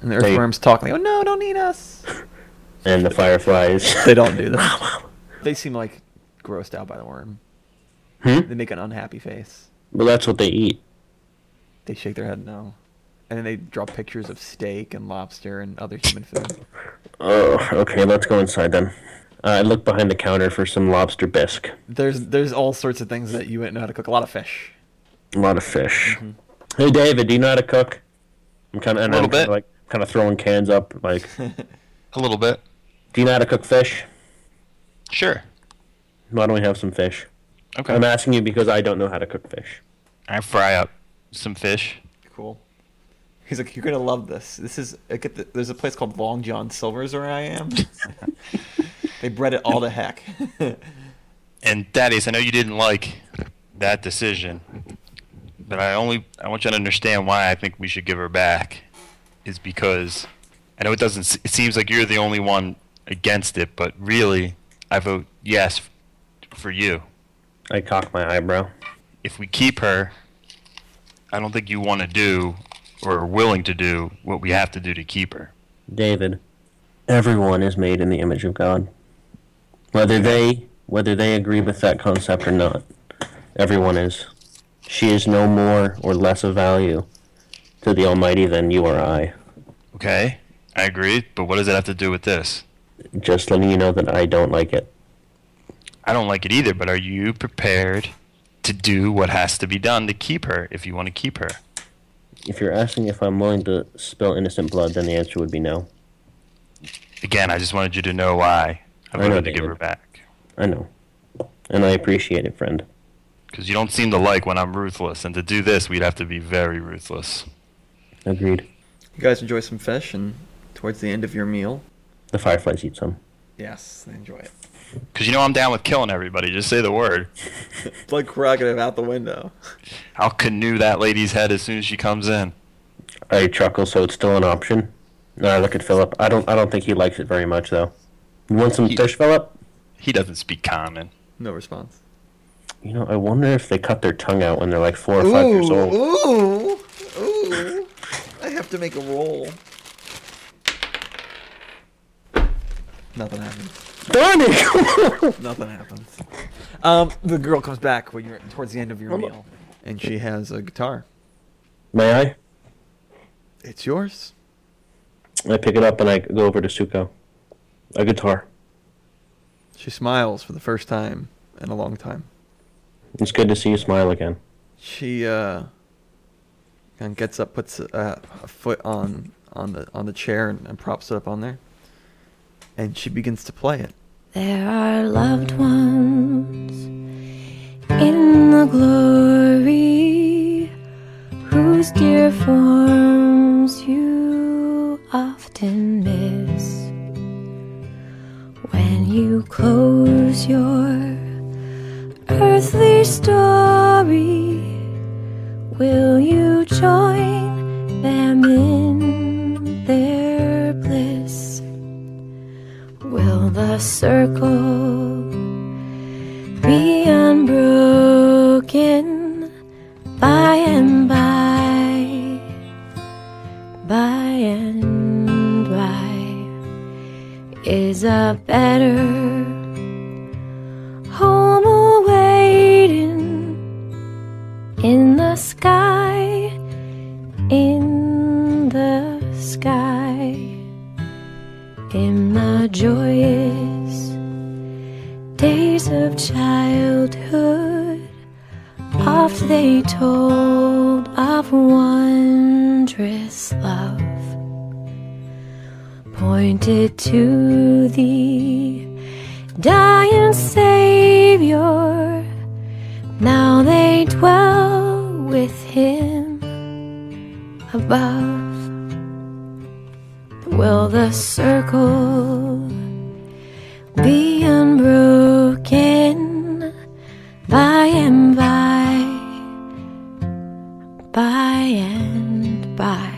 Speaker 1: And the
Speaker 3: They-
Speaker 1: earthworms talk like, "Oh no, don't eat us."
Speaker 3: And the fireflies.
Speaker 1: They don't do that. they seem like grossed out by the worm.
Speaker 3: Hmm?
Speaker 1: They make an unhappy face.
Speaker 3: Well, that's what they eat.
Speaker 1: They shake their head no. And then they draw pictures of steak and lobster and other human food.
Speaker 3: Oh, okay. Let's go inside then. I look behind the counter for some lobster bisque.
Speaker 1: There's there's all sorts of things that you wouldn't know how to cook. A lot of fish.
Speaker 3: A lot of fish. Mm-hmm. Hey, David, do you know how to cook? I'm kind of and
Speaker 2: Little
Speaker 3: I'm kinda,
Speaker 2: bit.
Speaker 3: like kind of throwing cans up. Like,
Speaker 2: A little bit.
Speaker 3: do you know how to cook fish?
Speaker 2: Sure.
Speaker 3: Why don't we have some fish?
Speaker 2: Okay.
Speaker 3: I'm asking you because I don't know how to cook fish.
Speaker 2: I fry up some fish.
Speaker 1: Cool. He's like, you're gonna love this. This is I get the, there's a place called Long John Silver's where I am. they bred it all to heck.
Speaker 2: And Thaddeus, I know you didn't like that decision, but I only I want you to understand why I think we should give her back is because I know it doesn't. s- It seems like you're the only one against it, but really, I vote yes for you.
Speaker 3: I cock my eyebrow.
Speaker 2: If we keep her, I don't think you want to do or are willing to do what we have to do to keep her.
Speaker 3: David, everyone is made in the image of God. Whether they whether they agree with that concept or not, everyone is. She is no more or less of value to the Almighty than you or I.
Speaker 2: Okay, I agree, but what does it have to do with this?
Speaker 3: Just letting you know that I don't like it.
Speaker 2: I don't like it either, but are you prepared to do what has to be done to keep her if you want to keep her?
Speaker 3: If you're asking if I'm willing to spill innocent blood, then the answer would be no.
Speaker 2: Again, I just wanted you to know why I
Speaker 3: know,
Speaker 2: voted to give
Speaker 3: David.
Speaker 2: her back.
Speaker 3: I know. And I appreciate it, friend.
Speaker 2: Because you don't seem to like when I'm ruthless, and to do this, we'd have to be very ruthless.
Speaker 3: Agreed.
Speaker 1: You guys enjoy some fish, and towards the end of your meal,
Speaker 3: The fireflies eat some.
Speaker 1: yes, they enjoy it.
Speaker 2: Because you know I'm down with killing everybody. Just say the word.
Speaker 1: Blood prerogative out the window.
Speaker 2: I'll canoe that lady's head as soon as she comes in.
Speaker 3: I chuckle, so it's still an option. And I look at Philip. I don't. I don't think he likes it very much, though. You want some
Speaker 2: He-
Speaker 3: fish, Philip?
Speaker 2: He doesn't speak common.
Speaker 1: No response.
Speaker 3: You know, I wonder if they cut their tongue out when they're like four or five years old.
Speaker 1: ooh, ooh! I have to make a roll. Nothing happens.
Speaker 3: Darn it!
Speaker 1: Nothing happens. Um, the girl comes back when you're towards the end of your meal, and she has a guitar.
Speaker 3: May I?
Speaker 1: It's yours.
Speaker 3: I pick it up and I go over to Suko. A guitar.
Speaker 1: She smiles for the first time in a long time.
Speaker 3: It's good to see you smile again.
Speaker 1: She uh, kind of gets up, puts a, a foot on on the on the chair, and, and props it up on there, and she begins to play it.
Speaker 10: There are loved ones in the glory whose dear forms you often miss. When you close your earthly story, will you join them in their bliss? Will circle be unbroken by and by, by and by is a better home awaiting in the sky, in the sky, in the joyous days of childhood. Oft they told of wondrous love, pointed to the dying Savior. Now they dwell with Him above. Will the circle be unbroken by and by, by and by,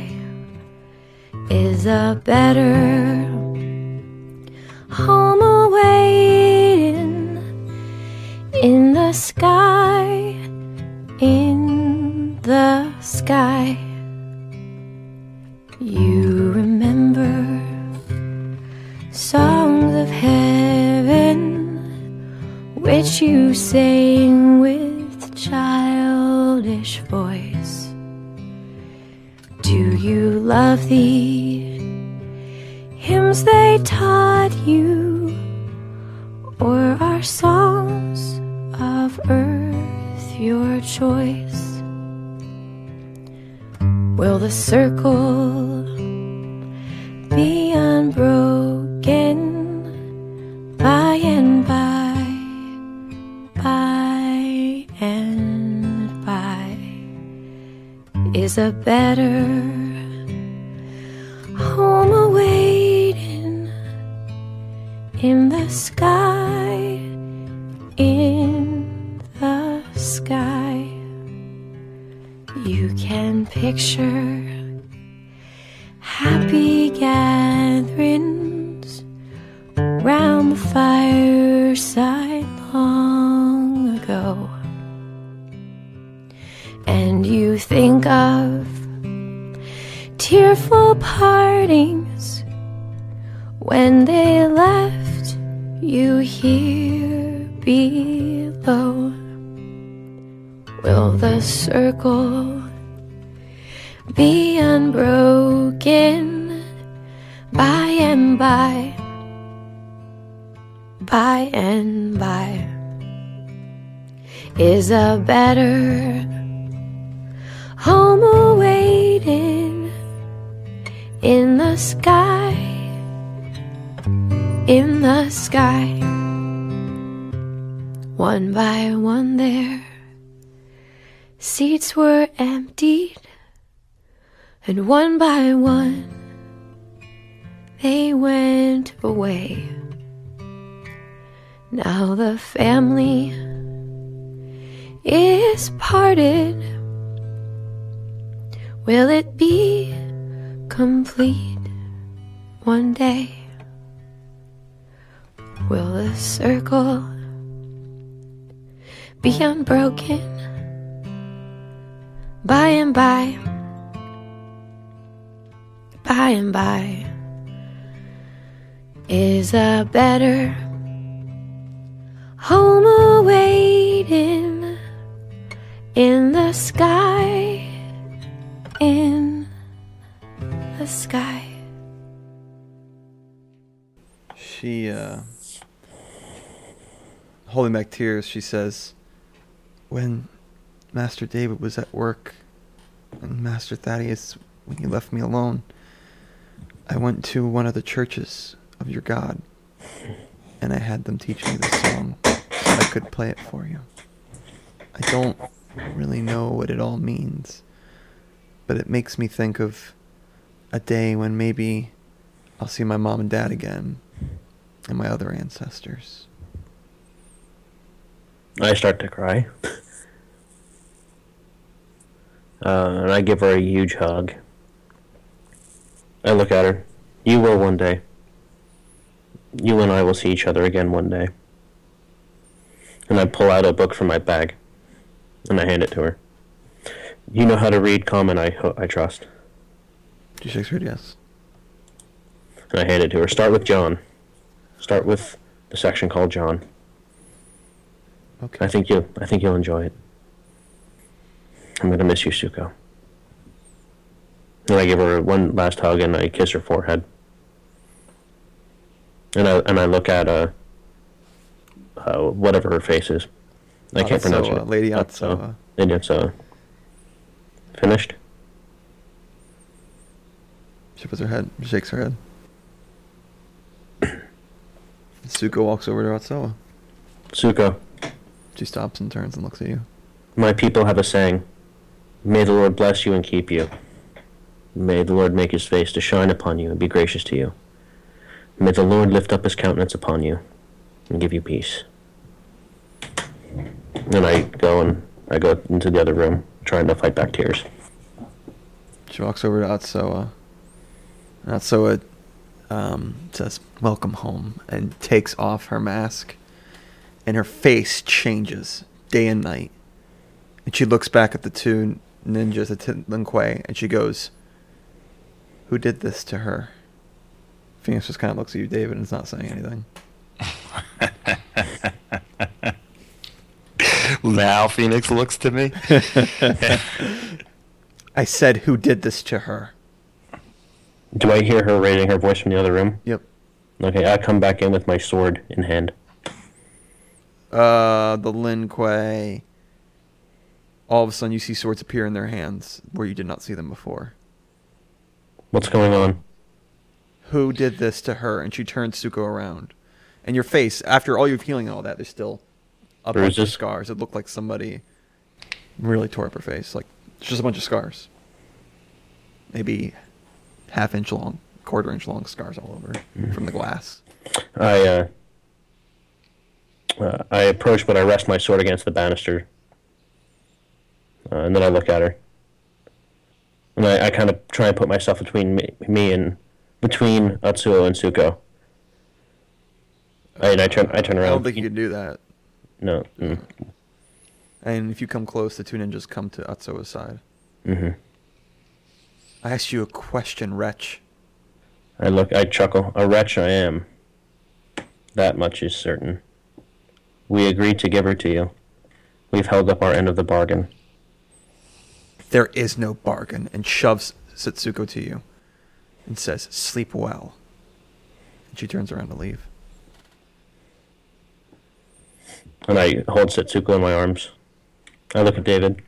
Speaker 10: is a better home awaiting in the sky, in the sky. You remember songs of heaven which you sing with childish voice do you love the hymns they taught you or are songs of earth your choice will the circle be unbroken by and by, by and by is a better home awaiting in the sky, in the sky. You can picture happy gatherings round the fireside long ago. And you think of tearful partings when they left you here below. Will the circle be unbroken by and by, by and by is a better home awaiting in the sky, in the sky. One by one, their seats were emptied. And one by one, they went away. Now the family is parted. Will it be complete one day? Will the circle be unbroken by and by? by and by is a better home awaiting in the sky, in the sky.
Speaker 1: She, uh, holding back tears, she says, When Master David was at work and Master Thaddeus, when he left me alone, I went to one of the churches of your God and I had them teach me this song so I could play it for you. I don't really know what it all means, but it makes me think of a day when maybe I'll see my mom and dad again and my other ancestors.
Speaker 3: I start to cry. Uh, and I give her a huge hug. I look at her. You will one day. you and I will see each other again one day. And I pull out a book from my bag, and I hand it to her. You know how to read common, I ho- I trust.
Speaker 1: Two Shakespeare, yes.
Speaker 3: And I hand it to her. Start with John. Start with the section called John.
Speaker 1: Okay.
Speaker 3: I think you. I think you'll enjoy it. I'm gonna miss you, Suko. And I give her one last hug and I kiss her forehead. And I and I look at uh, uh whatever her face is. I
Speaker 1: Oh,
Speaker 3: can't
Speaker 1: that's
Speaker 3: pronounce
Speaker 1: so,
Speaker 3: it.
Speaker 1: uh, Lady
Speaker 3: That's, uh,
Speaker 1: Atsuo.
Speaker 3: Lady Atsuo. Finished.
Speaker 1: She puts her head, shakes her head. Suko walks over to Atsawa.
Speaker 3: Suko,
Speaker 1: She stops and turns and looks at you.
Speaker 3: my people have a saying. May the Lord bless you and keep you. May the Lord make his face to shine upon you and be gracious to you. May the Lord lift up his countenance upon you and give you peace. And I go and I go into the other room, trying to fight back tears.
Speaker 1: She walks over to Atsawa. And Atsawa um, says, Welcome home, and takes off her mask. And her face changes day and night. And she looks back at the two ninjas, at Lin Kuei, and she goes, Who did this to her? Phoenix just kind of looks at you, David, and is not saying anything.
Speaker 2: now Phoenix looks to me.
Speaker 1: I said, Who did this to her?
Speaker 3: Do I hear her raising her voice from the other room?
Speaker 1: Yep.
Speaker 3: Okay, I come back in with my sword in hand.
Speaker 1: Uh, the Lin Kuei. All of a sudden, you see swords appear in their hands where you did not see them before.
Speaker 3: What's going on?
Speaker 1: Who did this to her? And she turns Suko around. And your face, after all your healing and all that, there's still a bunch of
Speaker 3: Bruises?
Speaker 1: scars. It looked like somebody really tore up her face. Like, it's just a bunch of scars. Maybe half inch long, quarter inch long scars all over from the glass.
Speaker 3: I uh, uh, I approach, but I rest my sword against the banister, uh, and then I look at her, and I, I kind of try and put myself between me, me and between Atsuo and Suko. I, and I turn I turn
Speaker 1: I
Speaker 3: around.
Speaker 1: don't think you can do that.
Speaker 3: No. Mm,
Speaker 1: And if you come close, the two ninjas come to Atsuo's side.
Speaker 3: hmm
Speaker 1: I asked you a question, wretch.
Speaker 3: I look. I chuckle. A wretch I am. That much is certain. We agreed to give her to you. We've held up our end of the bargain.
Speaker 1: There is no bargain, and shoves Setsuko to you and says, Sleep well. And she turns around to leave.
Speaker 3: and I hold Setsuko in my arms. I look at David.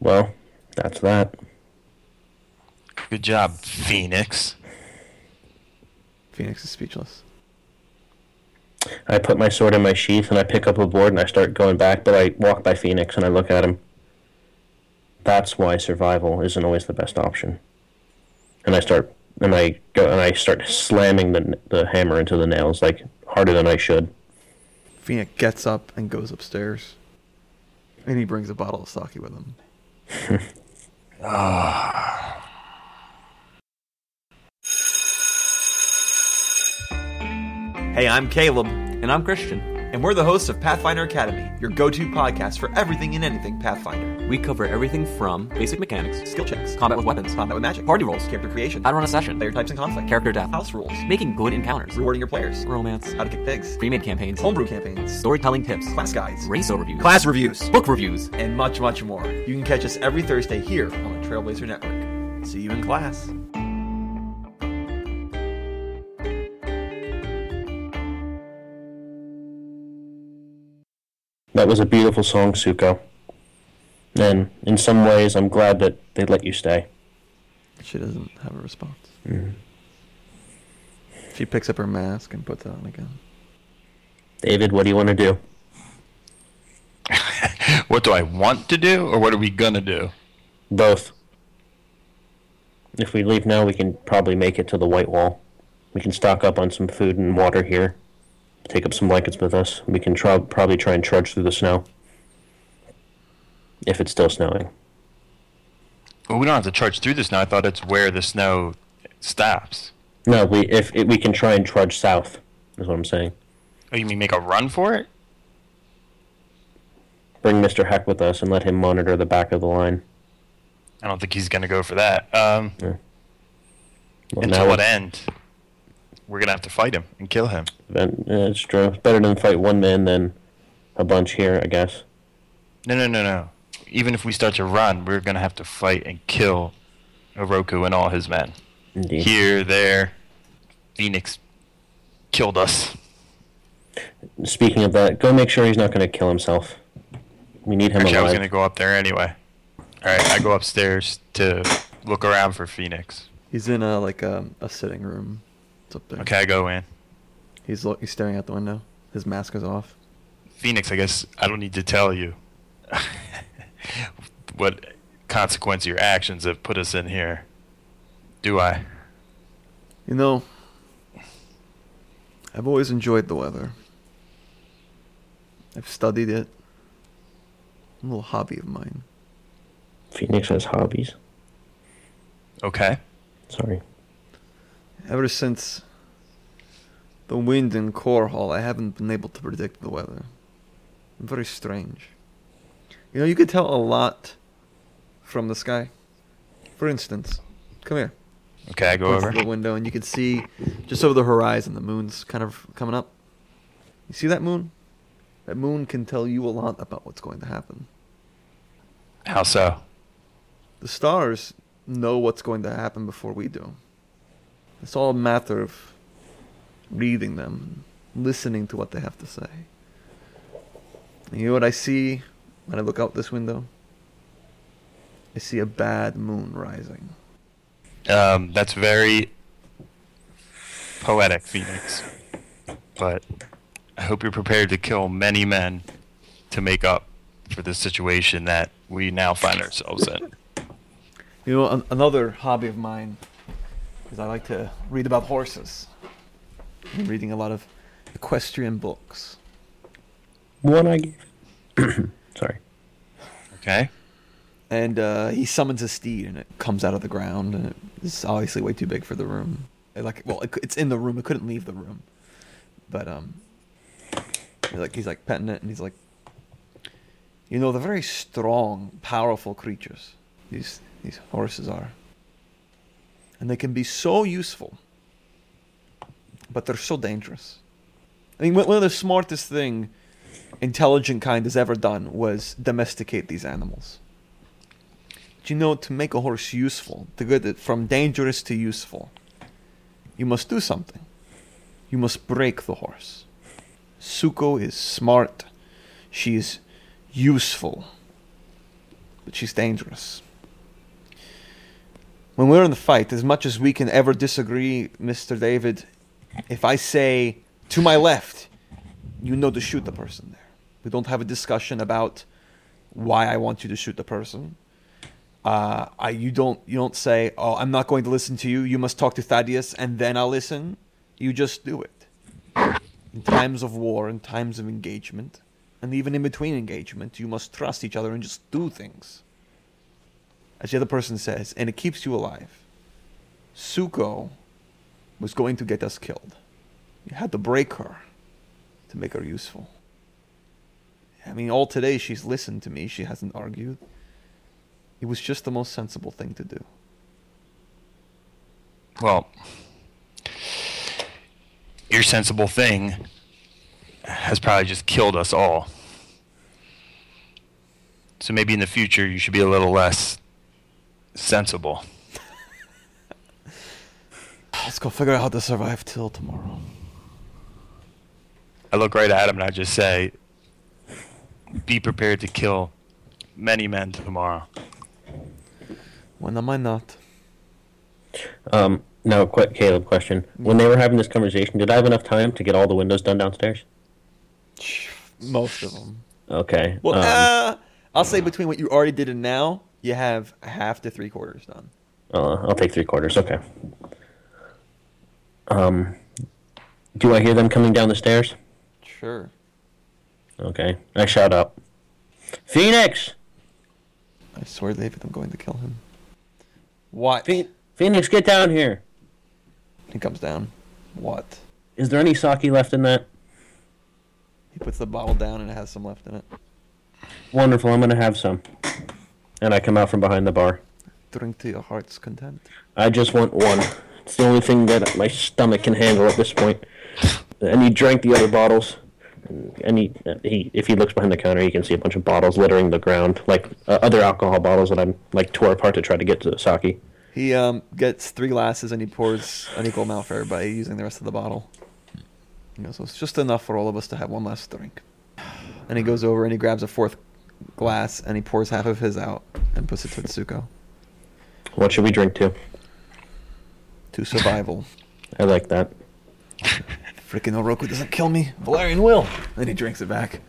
Speaker 3: Well, that's that.
Speaker 2: Good job, Phoenix.
Speaker 1: Phoenix is speechless.
Speaker 3: I put my sword in my sheath and I pick up a board and I start going back, but I walk by Phoenix and I look at him. That's why survival isn't always the best option. And I start and I go and I start slamming the the hammer into the nails like harder than I should.
Speaker 1: Phoenix gets up and goes upstairs. And he brings a bottle of sake with him.
Speaker 11: Ah.
Speaker 1: Hey, I'm Caleb. And I'm Christian. And we're the hosts of Pathfinder Academy, your go to podcast for everything and anything Pathfinder.
Speaker 11: We cover everything from basic mechanics,
Speaker 1: Skill checks,
Speaker 11: combat with weapons,
Speaker 1: combat with magic, party roles, character creation,
Speaker 11: how to run a session,
Speaker 1: player types and conflict,
Speaker 11: character death,
Speaker 1: house rules,
Speaker 11: making good encounters,
Speaker 1: rewarding your players,
Speaker 11: romance,
Speaker 1: how to kick pigs,
Speaker 11: pre-made campaigns,
Speaker 1: homebrew campaigns,
Speaker 11: storytelling tips,
Speaker 1: class guides,
Speaker 11: race overviews,
Speaker 1: class reviews,
Speaker 11: book reviews.
Speaker 1: and much, much more. You can catch us every Thursday here on the Trailblazer Network. See you in class.
Speaker 3: That was a beautiful song, Suko. And in some ways, I'm glad that they let you stay.
Speaker 1: She doesn't have a response. She picks up her mask and puts it on again.
Speaker 3: David, what do you want to do?
Speaker 2: What do I want to do, or what are we gonna do?
Speaker 3: Both. If we leave now, we can probably make it to the White Wall. We can stock up on some food and water here. Take up some blankets with us. We can try, probably try and trudge through the snow. If it's still snowing.
Speaker 2: Well, we don't have to trudge through this now. I thought it's where the snow stops.
Speaker 3: No, we if, if we can try and trudge south, is what I'm saying.
Speaker 2: Oh, you mean make a run for it?
Speaker 3: Bring Mister Heck with us and let him monitor the back of the line.
Speaker 2: I don't think he's going to go for that. Um,
Speaker 3: Well,
Speaker 2: until
Speaker 3: now
Speaker 2: what
Speaker 3: it's-
Speaker 2: end? We're going to have to fight him and kill him.
Speaker 3: Then yeah, it's true. It's better than fight one man than a bunch here, I guess.
Speaker 2: No, no, no, no. Even if we start to run, we're going to have to fight and kill Oroku and all his men.
Speaker 3: Indeed.
Speaker 2: Here, there. Phoenix killed us.
Speaker 3: Speaking of that, go make sure he's not going to kill himself. We need him
Speaker 2: Actually, I was
Speaker 3: alive.
Speaker 2: going to go up there anyway. All right, I go upstairs to look around for Phoenix.
Speaker 1: He's in a like a, a sitting room. It's up there.
Speaker 2: Okay, I go in.
Speaker 1: He's look. He's staring out the window. His mask is off.
Speaker 2: Phoenix, I guess I don't need to tell you what consequence your actions have put us in here. Do I?
Speaker 1: You know, I've always enjoyed the weather. I've studied it. A little hobby of mine.
Speaker 3: Phoenix has hobbies.
Speaker 2: Okay.
Speaker 3: Sorry.
Speaker 1: Ever since the wind in Core Hall, I haven't been able to predict the weather. Very strange. You know, you could tell a lot from the sky. For instance, come here.
Speaker 2: Okay, I go
Speaker 1: Look
Speaker 2: over.
Speaker 1: through The window, and you can see just over the horizon, the moon's kind of coming up. You see that moon? That moon can tell you a lot about what's going to happen.
Speaker 2: How so?
Speaker 1: The stars know what's going to happen before we do. It's all a matter of reading them, listening to what they have to say. And you know what I see when I look out this window? I see a bad moon rising.
Speaker 2: Um, that's very poetic, Phoenix. But I hope you're prepared to kill many men to make up for the situation that we now find ourselves in.
Speaker 1: You know, an- another hobby of mine is I like to read about horses. I'm reading a lot of equestrian books.
Speaker 3: One I gave. Sorry.
Speaker 2: Okay.
Speaker 1: And uh, he summons a steed, and it comes out of the ground, and it's obviously way too big for the room. It, like, well, it, cou- it's in the room. It couldn't leave the room. But um, he, like he's like petting it, and he's like, you know, they're very strong, powerful creatures. These these horses are, and they can be so useful, but they're so dangerous. I mean, one one of the smartest thing intelligent kind has ever done was domesticate these animals. But you know, to make a horse useful, to get it from dangerous to useful, you must do something. You must break the horse. Suko is smart. She is useful. But she's dangerous. When we're in the fight, as much as we can ever disagree, Mr. David, if I say to my left, you know to shoot the person there. We don't have a discussion about why I want you to shoot the person. Uh, I, you don't you don't say, "Oh, I'm not going to listen to you. You must talk to Thaddeus, and then I'll listen." You just do it. In times of war, in times of engagement, and even in between engagement, you must trust each other and just do things. As the other person says, and it keeps you alive. Suko was going to get us killed. You had to break her to make her useful. I mean, all today she's listened to me. She hasn't argued. It was just the most sensible thing to do.
Speaker 2: Well, your sensible thing has probably just killed us all. So maybe in the future you should be a little less sensible.
Speaker 1: Let's go figure out how to survive till tomorrow.
Speaker 2: I look right at him and I just say, be prepared to kill many men tomorrow.
Speaker 1: When am I not?
Speaker 3: Um, now, qu- Caleb, question. When they were having this conversation, did I have enough time to get all the windows done downstairs?
Speaker 1: Most of them.
Speaker 3: Okay.
Speaker 1: Well,
Speaker 3: um,
Speaker 1: uh, I'll say between what you already did and now, you have half to three quarters done.
Speaker 3: uh, I'll take three quarters. Okay. Um, do I hear them coming down the stairs?
Speaker 1: Sure.
Speaker 3: Okay. I shout out. Phoenix!
Speaker 1: I swear, David, I'm going to kill him. What?
Speaker 3: Phoenix, get down here.
Speaker 1: He comes down. What?
Speaker 3: Is there any sake left in that?
Speaker 1: He puts the bottle down and it has some left in it.
Speaker 3: Wonderful. I'm gonna have some. And I come out from behind the bar.
Speaker 1: Drink to your heart's content.
Speaker 3: I just want one. It's the only thing that my stomach can handle at this point. And he drank the other bottles. And he, he, if he looks behind the counter, he can see a bunch of bottles littering the ground, like uh, other alcohol bottles that I'm like tore apart to try to get to the sake.
Speaker 1: He um, gets three glasses and he pours an equal amount for everybody using the rest of the bottle. You know, so it's just enough for all of us to have one last drink. And he goes over and he grabs a fourth glass and he pours half of his out and puts it to Tsuko.
Speaker 3: What should we drink to?
Speaker 1: To survival.
Speaker 3: I like that.
Speaker 1: Freaking Oroku doesn't kill me. Valerian will. And he drinks it back.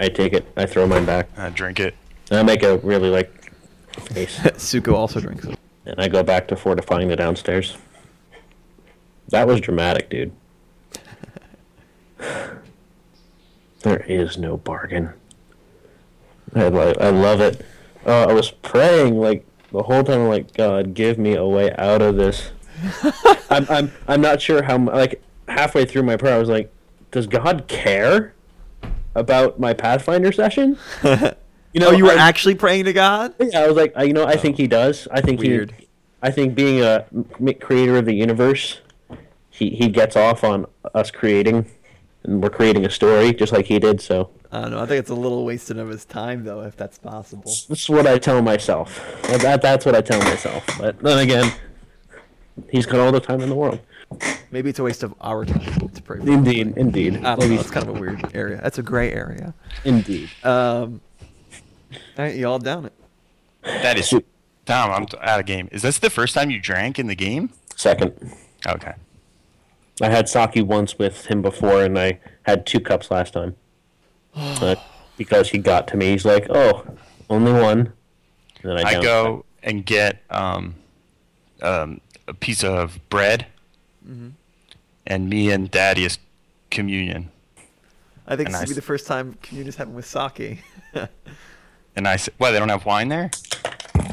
Speaker 3: I take it. I throw mine back.
Speaker 2: I drink it.
Speaker 3: And I make a really like face.
Speaker 1: Suko also drinks it.
Speaker 3: And I go back to fortifying the downstairs. That was dramatic, dude. there is no bargain. I, lo- I love it. Uh, I was praying like the whole time. I'm like, God, give me a way out of this. I'm, I'm, I'm not sure how. mu- Like halfway through my prayer, I was like, Does God care about my Pathfinder session? You know,
Speaker 4: oh, you were
Speaker 3: I'm-
Speaker 4: actually praying to God?
Speaker 3: Yeah, I was like, I, you know, I think he does. I think
Speaker 4: Weird.
Speaker 3: he, I think being a m- creator of the universe, he he gets off on us creating, and we're creating a story just like he did. So
Speaker 1: I don't know. I think it's a little wasted of his time, though, if that's possible.
Speaker 3: that's what I tell myself. That, that- that's what I tell myself. But then again, he's got all the time in the world.
Speaker 1: Maybe it's a waste of our time to pray. For
Speaker 3: Indeed, indeed.
Speaker 1: I don't know. It's kind of a weird area. That's a gray area.
Speaker 3: Indeed.
Speaker 1: Um, all right, y'all down it.
Speaker 2: That is Tom. I'm t- out of game. Is this the first time you drank in the game?
Speaker 3: Second,
Speaker 2: Okay.
Speaker 3: I had sake once with him before, and I had two cups last time. Uh, because he got to me, he's like, "Oh, only one." And then I,
Speaker 2: I,
Speaker 3: downed it.
Speaker 2: go and get um, um, a piece of bread,
Speaker 1: Mm-hmm.
Speaker 2: and me and Daddy is communion.
Speaker 1: I think
Speaker 2: And
Speaker 1: this
Speaker 2: I
Speaker 1: would be
Speaker 2: s-
Speaker 1: the first time communion is happening with sake.
Speaker 2: And I said, "Why they don't have wine there?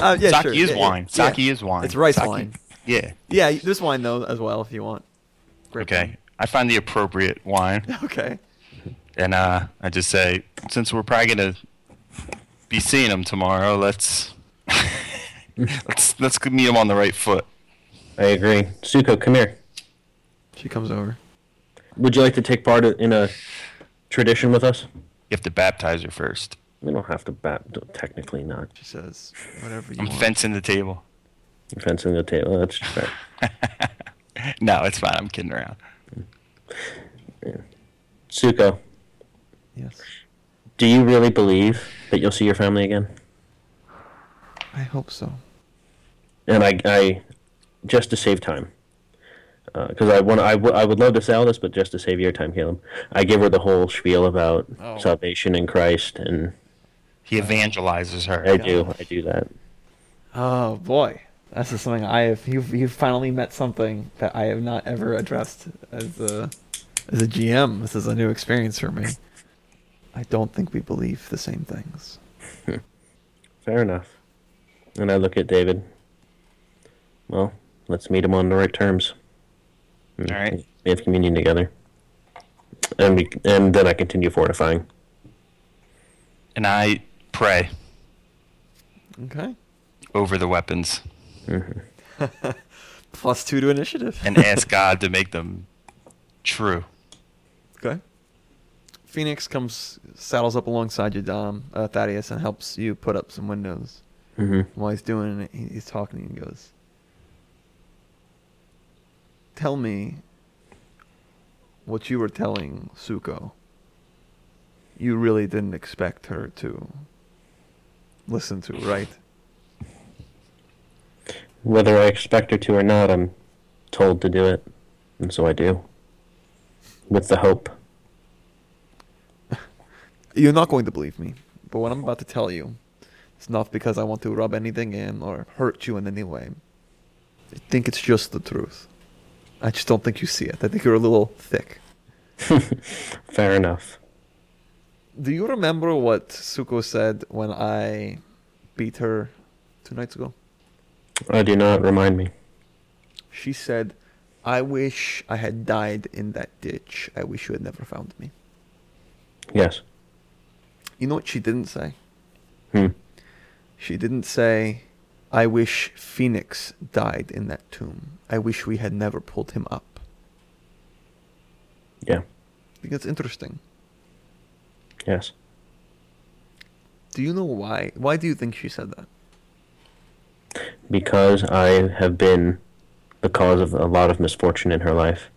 Speaker 1: Uh, yeah,
Speaker 2: sake
Speaker 1: sure.
Speaker 2: is
Speaker 1: Yeah, yeah,
Speaker 2: wine.
Speaker 1: yeah.
Speaker 2: Sake is wine.
Speaker 1: It's rice
Speaker 2: Sake-
Speaker 1: wine.
Speaker 2: Yeah.
Speaker 1: Yeah, there's wine though as well if you want. Grape
Speaker 2: Okay. I find the appropriate wine,
Speaker 1: wine. Okay.
Speaker 2: and uh, I just say, since we're probably gonna be seeing him tomorrow, let's let's let's meet him on the right foot."
Speaker 3: I agree. Suko, come here.
Speaker 1: She comes over.
Speaker 3: Would you like to take part in a tradition with us?
Speaker 2: You have to baptize her first.
Speaker 3: We don't have to bat. Technically, not
Speaker 1: She says, "Whatever you
Speaker 2: I'm
Speaker 1: want."
Speaker 2: fencing the table.
Speaker 3: fencing the table. That's fair.
Speaker 2: No, it's fine. I'm kidding around.
Speaker 3: Suko,
Speaker 1: yes.
Speaker 3: do you really believe that you'll see your family again?
Speaker 1: I hope so.
Speaker 3: And I, I just to save time, because I want, I, w- I would love to say all this, but just to save your time, Caleb, I give her the whole spiel about
Speaker 1: Oh.
Speaker 3: salvation in Christ, and
Speaker 2: He evangelizes her.
Speaker 3: I do, I do that.
Speaker 1: Oh boy, this is something I have. You've you've finally met something that I have not ever addressed as a as a GM. This is a new experience for me. I don't think we believe the same things.
Speaker 3: Fair enough. And I look at David. Well, let's meet him on the right terms. All
Speaker 2: right.
Speaker 3: We have communion together. And we, and then I continue fortifying.
Speaker 2: And I pray
Speaker 1: Okay.
Speaker 2: over the weapons
Speaker 3: Mm-hmm.
Speaker 1: Plus two to initiative.
Speaker 2: and ask God to make them true.
Speaker 1: Okay. Phoenix comes, saddles up alongside you, Dom, uh, Thaddeus, and helps you put up some windows.
Speaker 3: Mhm.
Speaker 1: While he's doing it, he- he's talking and he goes, Tell me what you were telling Suko. You really didn't expect her to listen to, right?
Speaker 3: Whether I expect her to or not, I'm told to do it. And so I do. With the hope.
Speaker 1: You're not going to believe me, but what I'm about to tell you, it's not because I want to rub anything in or hurt you in any way. I think it's just the truth. I just don't think you see it. I think you're a little thick.
Speaker 3: Fair enough.
Speaker 1: Do you remember what Suko said when I beat her two nights ago?
Speaker 3: I do not remind me.
Speaker 1: She said, I wish I had died in that ditch. I wish you had never found me.
Speaker 3: Yes.
Speaker 1: You know what she didn't say?
Speaker 3: Hmm.
Speaker 1: She didn't say, I wish Phoenix died in that tomb. I wish we had never pulled him up.
Speaker 3: Yeah.
Speaker 1: I think that's interesting.
Speaker 3: Yes.
Speaker 1: Do you know why? Why do you think she said that?
Speaker 3: Because I have been the cause of a lot of misfortune in her life.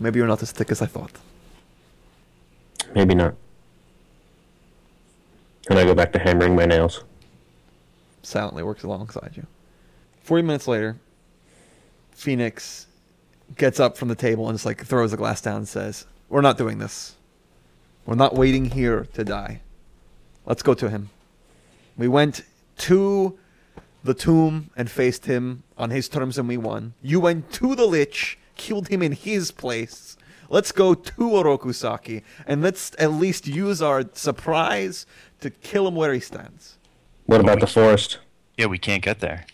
Speaker 1: Maybe you're not as thick as I thought.
Speaker 3: Maybe not. And I go back to hammering my nails.
Speaker 1: Silently works alongside you. 40 minutes later, Phoenix gets up from the table and just like throws the glass down and says, We're not doing this. We're not waiting here to die. Let's go to him. We went to the tomb and faced him on his terms and we won. You went to the Lich, killed him in his place. Let's go to Orokusaki and let's at least use our surprise to kill him where he stands.
Speaker 3: What about the forest?
Speaker 2: Yeah, we can't get there.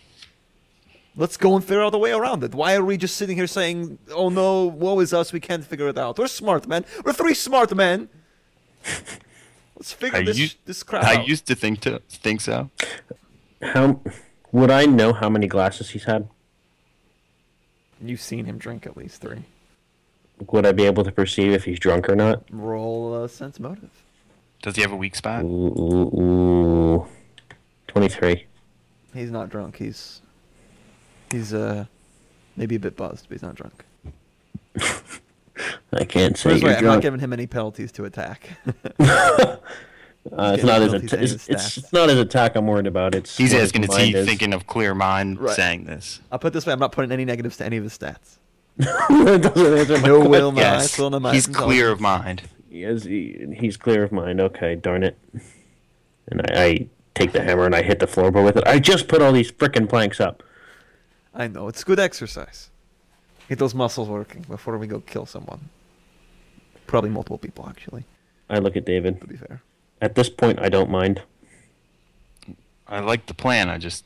Speaker 1: Let's go and figure out a way around it. Why are we just sitting here saying, oh no, woe is us, we can't figure it out? We're smart men. We're three smart men. Let's figure
Speaker 2: I
Speaker 1: this,
Speaker 2: used,
Speaker 1: this crap
Speaker 2: I
Speaker 1: out.
Speaker 2: used to think to think so.
Speaker 3: How would I know how many glasses he's had?
Speaker 1: You've seen him drink at least three.
Speaker 3: Would I be able to perceive if he's drunk or not?
Speaker 1: Roll uh, sense motive.
Speaker 2: Does he have a weak spot?
Speaker 3: Ooh, ooh, ooh. 23.
Speaker 1: He's not drunk. He's he's uh maybe a bit buzzed, but he's not drunk.
Speaker 3: I can't
Speaker 1: So
Speaker 3: say you're
Speaker 1: I'm not
Speaker 3: drunk.
Speaker 1: giving him any penalties to attack.
Speaker 3: Uh, it's
Speaker 1: getting
Speaker 3: not his
Speaker 1: penalties
Speaker 3: atta-
Speaker 1: and
Speaker 3: it's,
Speaker 1: his
Speaker 3: it's, it's not his attack I'm worried about. It's
Speaker 2: He's
Speaker 3: what his
Speaker 2: asking is
Speaker 3: mind
Speaker 2: he
Speaker 3: is.
Speaker 2: thinking of clear mind
Speaker 1: Right.
Speaker 2: saying this?
Speaker 1: I'll put it this way: I'm not putting any negatives to any of his stats.
Speaker 3: That doesn't answer my
Speaker 1: No
Speaker 3: question.
Speaker 1: will, no
Speaker 2: yes,
Speaker 1: ice, will, no might,
Speaker 2: he's
Speaker 1: and so on.
Speaker 2: clear of mind.
Speaker 3: He is- he- he's clear of mind. Okay, darn it. And I, I take the hammer and I hit the floorboard with it. I just put all these frickin' planks up.
Speaker 1: I know it's good exercise. Get those muscles working before we go kill someone. Probably multiple people, actually.
Speaker 3: I look at David.
Speaker 1: To be fair,
Speaker 3: At this point, I don't mind.
Speaker 2: I like the plan. I just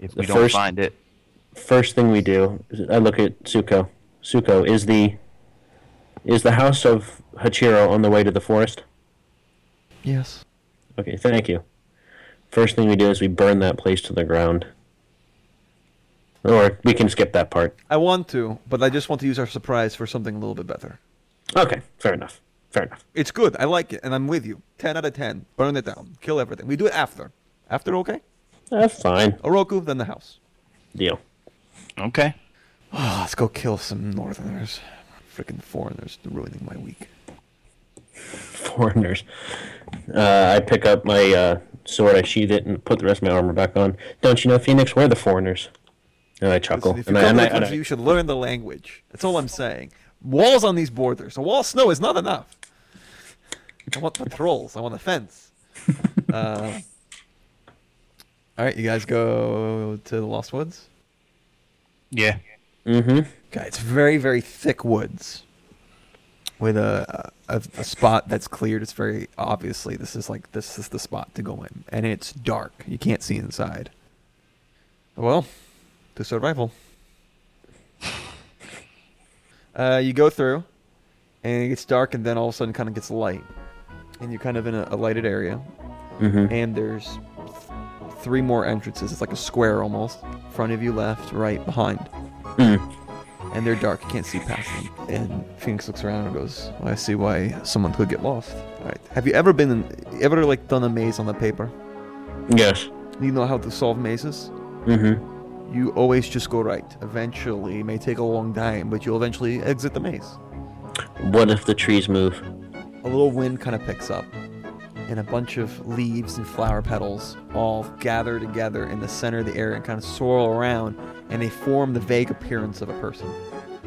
Speaker 2: if we
Speaker 3: The
Speaker 2: don't
Speaker 3: first-
Speaker 2: find it,
Speaker 3: First thing we do is I look at Suko. Suko is the is the house of Hachiro on the way to the forest.
Speaker 1: yes.
Speaker 3: Okay, thank you. First thing we do is we burn that place to the ground. Or we can skip that part.
Speaker 1: I want to, but I just want to use our surprise for something a little bit better.
Speaker 3: Okay, fair enough. Fair enough.
Speaker 1: It's good. I like it, and I'm with you. Ten out of ten. Burn it down. Kill everything. We do it after. After, okay?
Speaker 3: That's fine.
Speaker 1: Oroku, then the house.
Speaker 3: Deal.
Speaker 2: okay.
Speaker 1: Ah, let's go kill some northerners. Freaking foreigners ruining my week.
Speaker 3: foreigners. Uh, I pick up my uh, sword, I sheathe it, and put the rest of my armor back on. Don't you know, Phoenix? We're the foreigners. And I chuckle.
Speaker 1: Listen, if you come
Speaker 3: and I, and
Speaker 1: to
Speaker 3: I,
Speaker 1: the
Speaker 3: and
Speaker 1: country, you
Speaker 3: I,
Speaker 1: should learn the language. That's all I'm saying. Walls on these borders. A wall of snow is not enough. I want patrols. I want a fence. uh, all right, you guys go to the Lost Woods.
Speaker 2: Yeah,
Speaker 3: mm-hmm.
Speaker 1: Okay, it's very, very thick woods with a, a a spot that's cleared. It's very obviously this is like this is the spot to go in, and it's dark. You can't see inside. Well, to survival. Uh, you go through, and it gets dark, and then all of a sudden, kind of gets light, and you're kind of in a, a lighted area,
Speaker 3: Mm-hmm.
Speaker 1: and there's th- three more entrances. It's like a square almost. Front of you, left, right, behind
Speaker 3: Mm.
Speaker 1: and they're dark. You can't see past them. And Phoenix looks around and goes, "Well, "I see why someone could get lost." All right. Have you ever been in, ever like done a maze on the paper?
Speaker 3: Mm-hmm. Yes.
Speaker 1: You know how to solve mazes.
Speaker 3: Mm-hmm.
Speaker 1: You always just go right. Eventually, it may take a long time, but you'll eventually exit the maze.
Speaker 3: What if the trees move?
Speaker 1: A little wind kind of picks up, and a bunch of leaves and flower petals all gather together in the center of the area and kind of swirl around, and they form the vague appearance of a person.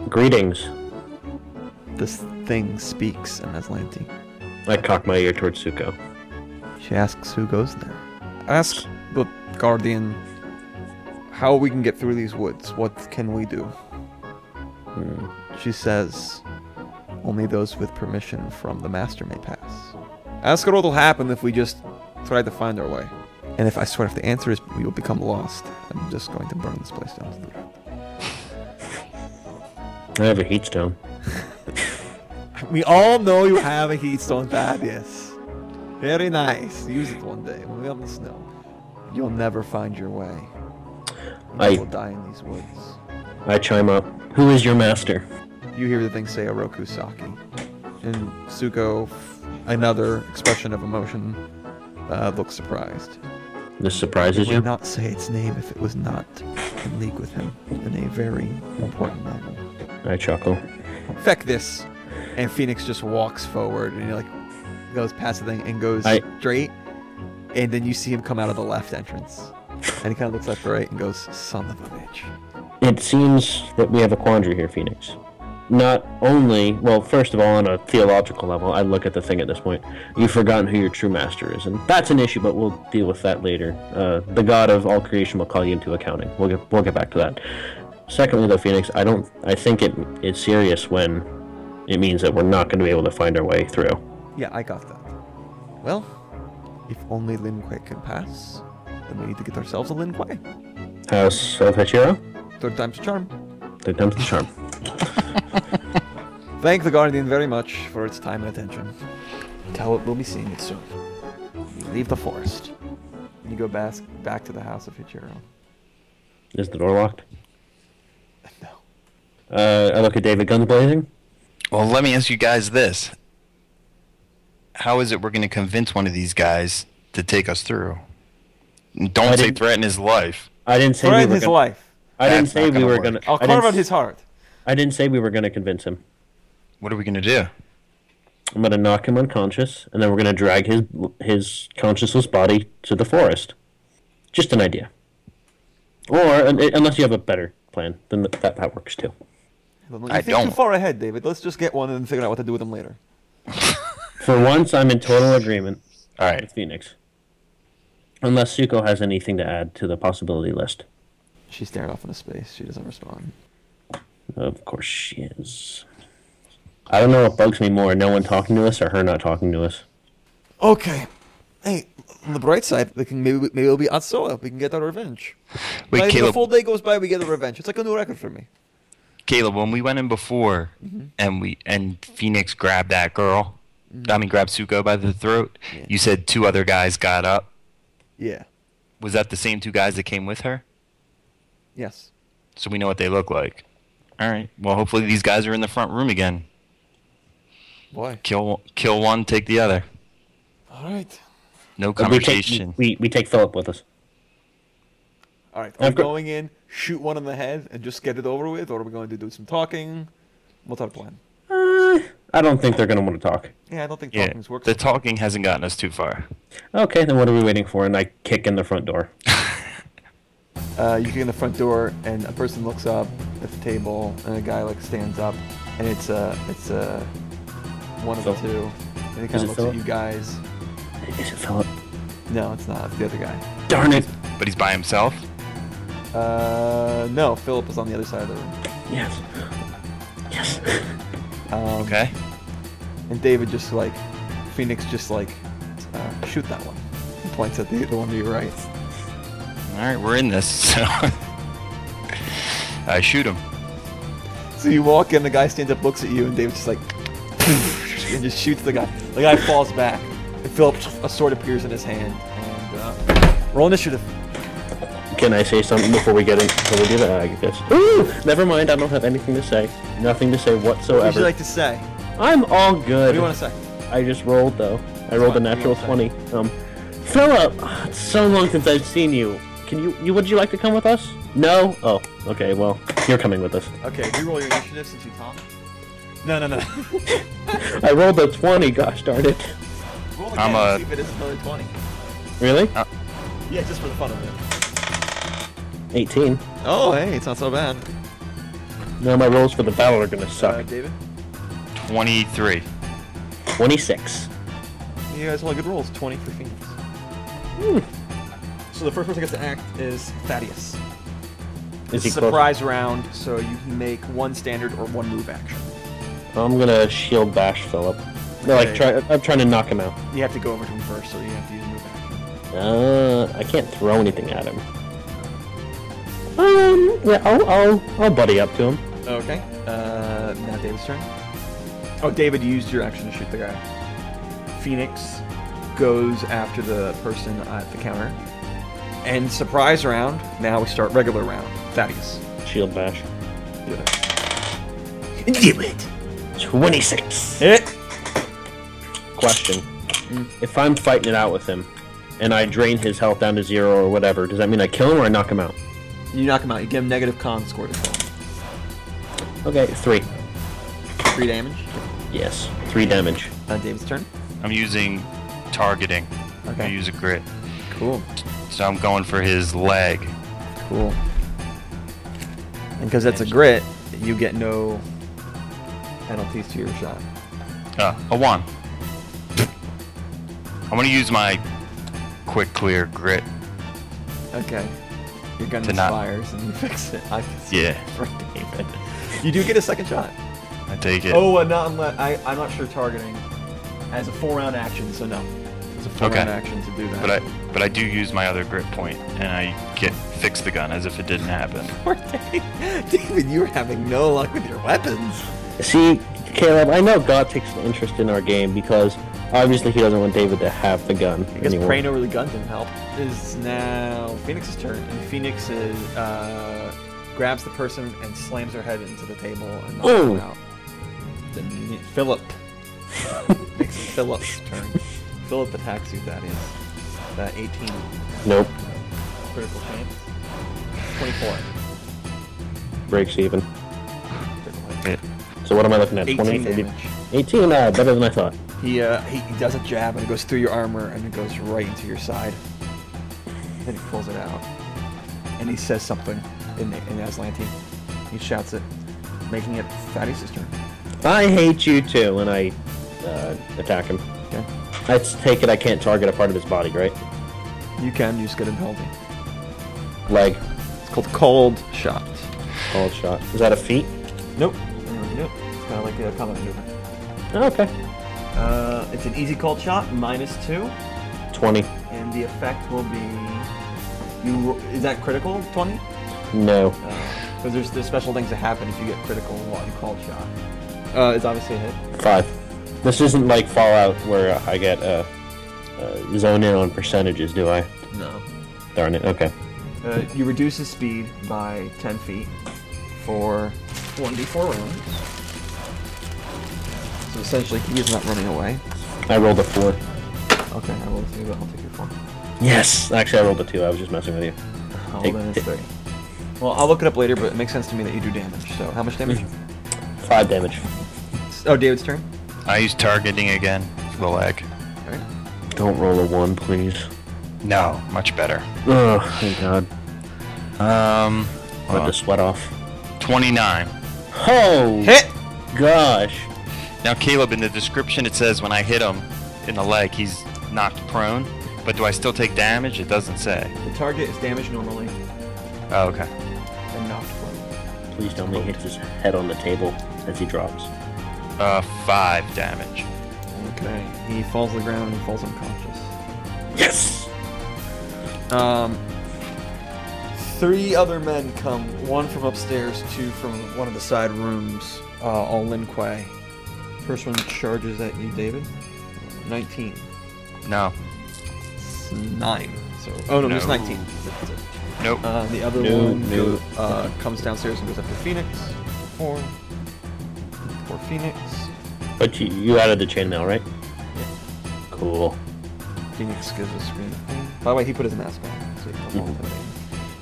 Speaker 3: Greetings.
Speaker 1: This thing speaks in Aslanti.
Speaker 3: I cock my ear towards Suko.
Speaker 1: She asks who goes there. Ask the guardian how we can get through these woods. What can we do?
Speaker 3: Hmm.
Speaker 1: She says, only those with permission from the master may pass. Ask her what will happen if we just try to find our way. And if I swear, if the answer is we will become lost, I'm just going to burn this place down to the ground.
Speaker 3: I have a heat stone.
Speaker 1: We all know you have a heatstone pad, yes. Very nice. Use it one day when we have the snow. You'll never find your way.
Speaker 3: I-
Speaker 1: You will die in these woods.
Speaker 3: I chime up. Who is your master?
Speaker 1: You hear the thing say Oroku Saki. And Suko, another expression of emotion, uh, looks surprised.
Speaker 3: This surprises
Speaker 1: It
Speaker 3: you.
Speaker 1: would not say its name if it was not in league with him in a very important moment.
Speaker 3: I chuckle.
Speaker 1: Feck this. And Phoenix just walks forward and he like goes past the thing and goes
Speaker 3: I-
Speaker 1: straight. And then you see him come out of the left entrance. And he kind of looks left to right and goes, son of a bitch.
Speaker 3: It seems that we have a quandary here, Phoenix. Not only, well, first of all, on a theological level, I look at the thing at this point. You've forgotten who your true master is, and that's an issue, but we'll deal with that later. Uh, the God of all creation will call you into accounting. We'll get we'll get back to that. Secondly, though, Phoenix, I don't, I think it it's serious when it means that we're not going to be able to find our way through.
Speaker 1: Yeah, I got that. Well, if only Lin Kuei can pass, then we need to get ourselves a Lin Kuei.
Speaker 3: House of Hachiro,
Speaker 1: Third time's a charm.
Speaker 3: third time's the charm.
Speaker 1: Thank the Guardian very much for its time and attention. Tell it we'll be seeing it soon. You leave the forest. You go back, back to the house of Hichiro.
Speaker 3: Is the door locked? No. Uh, I look at David guns blazing.
Speaker 2: Well, let me ask you guys this: How is it we're going to convince one of these guys to take us through? Don't say
Speaker 3: didn't-
Speaker 2: threaten his life.
Speaker 3: I didn't say we
Speaker 1: Threaten
Speaker 3: were
Speaker 1: his
Speaker 3: gonna-
Speaker 1: life.
Speaker 3: I didn't
Speaker 2: That's
Speaker 3: say
Speaker 2: not
Speaker 3: we
Speaker 2: gonna
Speaker 3: were
Speaker 2: work.
Speaker 3: gonna.
Speaker 1: I'll
Speaker 3: I didn't
Speaker 1: carve out
Speaker 3: s-
Speaker 1: his heart.
Speaker 3: I didn't say we were gonna convince him.
Speaker 2: What are we going to do?
Speaker 3: I'm gonna knock him unconscious, and then we're gonna drag his his consciousless body to the forest. Just an idea. Or un- eh, unless you have a better plan, then th- that that works too.
Speaker 1: You
Speaker 2: I
Speaker 1: think too
Speaker 2: don't.
Speaker 1: far ahead, David. Let's just get one and then figure out what to do with them later.
Speaker 3: For once, I'm in total agreement
Speaker 2: All right.
Speaker 3: with Phoenix. Unless Suko has anything to add to the possibility list.
Speaker 1: She's staring off into space. She doesn't respond.
Speaker 3: Of course she is. I don't know what bugs me more, no one talking to us or her not talking to us.
Speaker 1: Okay. Hey, on the bright side, we can, maybe maybe it'll be Atsoa. We can get our revenge.
Speaker 2: Wait,
Speaker 1: Not even a
Speaker 2: Caleb.
Speaker 1: full day goes by, we get a revenge. It's like a new record for me.
Speaker 2: Caleb, when we went in before, and we and Phoenix grabbed that girl, I mean grabbed Suko by the throat. You said two other guys got up.
Speaker 1: Yeah.
Speaker 2: Was that the same two guys that came with her?
Speaker 1: Yes.
Speaker 2: So we know what they look like. All right. Well, hopefully these guys are in the front room again.
Speaker 1: Why?
Speaker 2: Kill kill one, take the other.
Speaker 1: All right.
Speaker 2: No
Speaker 3: But we take-
Speaker 2: conversation.
Speaker 3: we, we take Philip with us.
Speaker 1: All right. Are
Speaker 3: I've
Speaker 1: we
Speaker 3: got-
Speaker 1: going in, shoot one in the head, and just get it over with, or are we going to do some talking? What's our plan?
Speaker 3: Uh, I don't think they're going to want to talk.
Speaker 1: Yeah, I don't think
Speaker 2: yeah,
Speaker 1: talking's working.
Speaker 2: the talking hasn't gotten us too far.
Speaker 3: Okay, then what are we waiting for? And I kick in the front door.
Speaker 1: Uh, you get in the front door, and a person looks up at the table, and a guy like stands up, and it's uh, it's uh, one of the
Speaker 3: Phil?
Speaker 1: two, and he kind
Speaker 3: it
Speaker 1: of looks
Speaker 3: Philip?
Speaker 1: at you guys.
Speaker 3: Is it Philip?
Speaker 1: No, it's not. It's the other guy.
Speaker 3: Darn it!
Speaker 2: But he's by himself.
Speaker 1: Uh, no, Philip is on the other side of the room,
Speaker 3: Yes. Yes.
Speaker 2: Okay.
Speaker 1: Um, and David just like, Phoenix just like, uh, shoot that one. He points at the, the one to your right.
Speaker 2: All right, we're in this. So I shoot him.
Speaker 1: So you walk in, the guy stands up, looks at you, and David's just like, and just shoots the guy. The guy falls back. And Philip, a sword appears in his hand, and uh, roll initiative.
Speaker 3: Can I say something before we get in? Before we do that, I guess. Ooh! Never mind. I don't have anything to say. Nothing to say
Speaker 1: What would
Speaker 3: whatsoever.
Speaker 1: you like to say?
Speaker 3: I'm all
Speaker 1: What
Speaker 3: good.
Speaker 1: do you want to say?
Speaker 3: I just rolled though. I rolled a
Speaker 1: fine.
Speaker 3: natural
Speaker 1: What do
Speaker 3: twenty. Um, Philip, it's so long since I've seen you. Can you? You would you like to come with us? No. Oh, okay. Well, you're coming with us.
Speaker 1: Okay, re-roll your initiative since you talked. No, no, no.
Speaker 3: I rolled a twenty. Gosh darn it.
Speaker 1: roll again.
Speaker 2: I'm a-
Speaker 1: See if it is another twenty.
Speaker 3: Really?
Speaker 1: Yeah, just for the fun of it.
Speaker 3: Eighteen.
Speaker 1: Oh, hey, it's not so bad.
Speaker 3: Now my rolls for the battle are gonna
Speaker 1: Uh,
Speaker 3: suck.
Speaker 1: David,
Speaker 2: Twenty-three.
Speaker 3: Twenty-six.
Speaker 1: you guys all good rolls. Twenty for Phoenix. So the first person that gets to act is Thaddeus. It's
Speaker 3: Is he
Speaker 1: a
Speaker 3: close?
Speaker 1: surprise round, so you can make one standard or one move action.
Speaker 3: I'm gonna shield bash Philip. No, like
Speaker 1: Okay.
Speaker 3: try. I'm trying to knock him out.
Speaker 1: You have to go over to him first, so you have to use move action.
Speaker 3: Uh, I can't throw anything at him. Um, yeah, I'll, I'll, I'll buddy up to him.
Speaker 1: Okay. Uh, now David's turn. Oh, David you used your action to shoot the guy. Phoenix goes after the person at the counter. And surprise round. Now we start regular round. Thaddeus.
Speaker 3: Shield bash.
Speaker 1: Do it.
Speaker 3: 26.
Speaker 1: Hit.
Speaker 3: Question. If I'm fighting it out with him and I drain his health down to zero or whatever, does that mean I kill him or I knock him out?
Speaker 1: You knock him out. You give him negative con score to kill.
Speaker 3: Okay, three.
Speaker 1: Three damage.
Speaker 3: Yes, three damage.
Speaker 1: Uh, David's turn.
Speaker 2: I'm using targeting.
Speaker 1: Okay.
Speaker 2: I use a grit.
Speaker 1: Cool.
Speaker 2: So I'm going for his leg.
Speaker 1: Cool. And because that's a grit, you get no penalties to your shot.
Speaker 2: Uh, a one. I'm gonna use my quick clear grit.
Speaker 1: Okay. Your gun
Speaker 2: To not-
Speaker 1: expires and you fix it. I can see
Speaker 2: Yeah.
Speaker 1: that for David. You do get a second shot.
Speaker 2: I take it.
Speaker 1: Oh, uh, not unless I, I'm not sure targeting as a four round action, so no. It's a four
Speaker 2: Okay.
Speaker 1: round action to do that.
Speaker 2: But I but I do use my other grit point and I get fix the gun as if it didn't happen.
Speaker 1: Poor David. David, you're having no luck with your weapons.
Speaker 3: See, Caleb, I know God takes an interest in our game because obviously he doesn't want David to have the gun
Speaker 1: I guess
Speaker 3: anymore.
Speaker 1: praying over the gun didn't help. Is now Phoenix's turn, and Phoenix is uh, grabs the person and slams her head into the table and knocks
Speaker 3: Ooh.
Speaker 1: her out. Then you- Philip makes it Philip's turn. Philip attacks you. That is that 18
Speaker 3: Nope,
Speaker 1: critical chance. 24.
Speaker 3: breaks even.
Speaker 1: critical hit.
Speaker 2: It,
Speaker 3: So what am I looking at? 20,
Speaker 1: 18
Speaker 3: 30?
Speaker 1: damage.
Speaker 3: 18, uh, better than I thought.
Speaker 1: He uh, he, he does a jab and it goes through your armor and it goes right into your side. Then he pulls it out and he says something in in Aslanti. He shouts it, making it Thaddeus' turn.
Speaker 3: I hate you too, and I uh, attack him.
Speaker 1: Okay,
Speaker 3: Let's take it I can't target a part of his body, right?
Speaker 1: you can use good and penalty.
Speaker 3: Leg,
Speaker 1: It's called cold shot.
Speaker 3: cold shot. Is that a feat?
Speaker 1: Nope. Nope. It's kind of like a combat maneuver.
Speaker 3: Oh, okay.
Speaker 1: Uh, it's an easy cold shot, minus two,
Speaker 3: 20.
Speaker 1: and the effect will be. You is that critical twenty?
Speaker 3: No.
Speaker 1: Because there's, there's special things that happen if you get critical while you cold shot. Uh, it's obviously a hit.
Speaker 3: Five. This isn't like Fallout where I get uh, uh, zone in on percentages, do I?
Speaker 1: No.
Speaker 3: Darn it. Okay.
Speaker 1: Uh, you reduce his speed by 10 feet for 1d4 rounds. So essentially, he is not running away.
Speaker 3: I rolled a four.
Speaker 1: Okay, I will see, but I'll take your 4.
Speaker 3: Yes. Actually, I rolled a two. I was just messing with you.
Speaker 1: I'll
Speaker 3: Take-
Speaker 1: then it's
Speaker 3: take-
Speaker 1: 3. Well, I'll look it up later, but it makes sense to me that you do damage. So, how much damage?
Speaker 3: Five damage.
Speaker 1: oh, David's turn.
Speaker 2: I use targeting again for the leg.
Speaker 1: Alright.
Speaker 3: Don't roll a one, please.
Speaker 2: No, much better.
Speaker 3: Oh, thank God.
Speaker 2: Um
Speaker 3: Let
Speaker 2: uh,
Speaker 3: the sweat off.
Speaker 2: 29.
Speaker 3: Oh.
Speaker 1: Hit!
Speaker 3: Gosh.
Speaker 2: Now Caleb in the description it says when I hit him in the leg he's knocked prone, but do I still take damage? It doesn't say.
Speaker 1: The target is damaged normally
Speaker 2: Oh, okay.
Speaker 1: and knocked prone.
Speaker 3: Please tell me he hits his head on the table as he drops.
Speaker 2: Uh 5 damage.
Speaker 1: Okay. He falls to the ground and falls unconscious.
Speaker 3: Yes.
Speaker 1: Um, three other men come, one from upstairs, two from one of the side rooms, uh, all Lin Kuei. First one charges at you, David. 19.
Speaker 2: No.
Speaker 1: It's 9. So, oh, no, just
Speaker 2: No.
Speaker 1: 19. That's it.
Speaker 2: Nope.
Speaker 1: Uh, the other
Speaker 3: No,
Speaker 1: one
Speaker 3: no.
Speaker 1: go- uh, comes downstairs and goes after Phoenix. Four. Poor Phoenix.
Speaker 3: But you, you added the chainmail, right?
Speaker 1: Yeah.
Speaker 3: Cool.
Speaker 1: Phoenix gives a scream. By the way, he put his mask on. So you can roll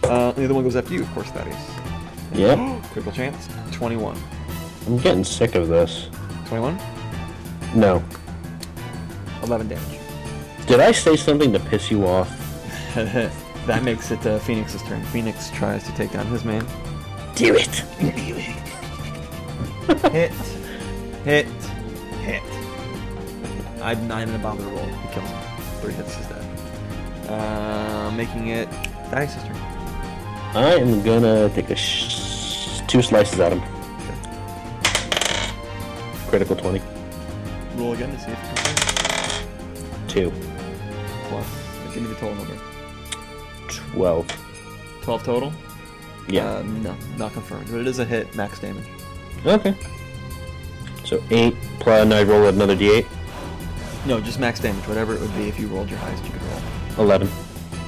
Speaker 1: that. uh, and the other one goes after you, of course, that is.
Speaker 3: Yeah.
Speaker 1: Critical chance. 21.
Speaker 3: I'm getting sick of this.
Speaker 1: 21?
Speaker 3: No.
Speaker 1: 11 damage.
Speaker 3: Did I say something to piss you off?
Speaker 1: that makes it uh, Phoenix's turn. Phoenix tries to take down his man.
Speaker 3: Do it.
Speaker 1: Hit. Hit. Hit. I'm not even about to roll. He kills him. Three hits is dead. Uh, making it Dice's turn.
Speaker 3: I am gonna take a sh- two slices at him. Critical twenty.
Speaker 1: Roll again to see if it comes
Speaker 3: Two.
Speaker 1: in. Plus Give me the total number.
Speaker 3: 12.
Speaker 1: 12 total?
Speaker 3: Yeah.
Speaker 1: Uh, no, not confirmed, but it is a hit, max damage.
Speaker 3: Okay. So 8, plus, and I roll another d8.
Speaker 1: No, just max damage, whatever it would be if you rolled your highest you could roll.
Speaker 3: 11.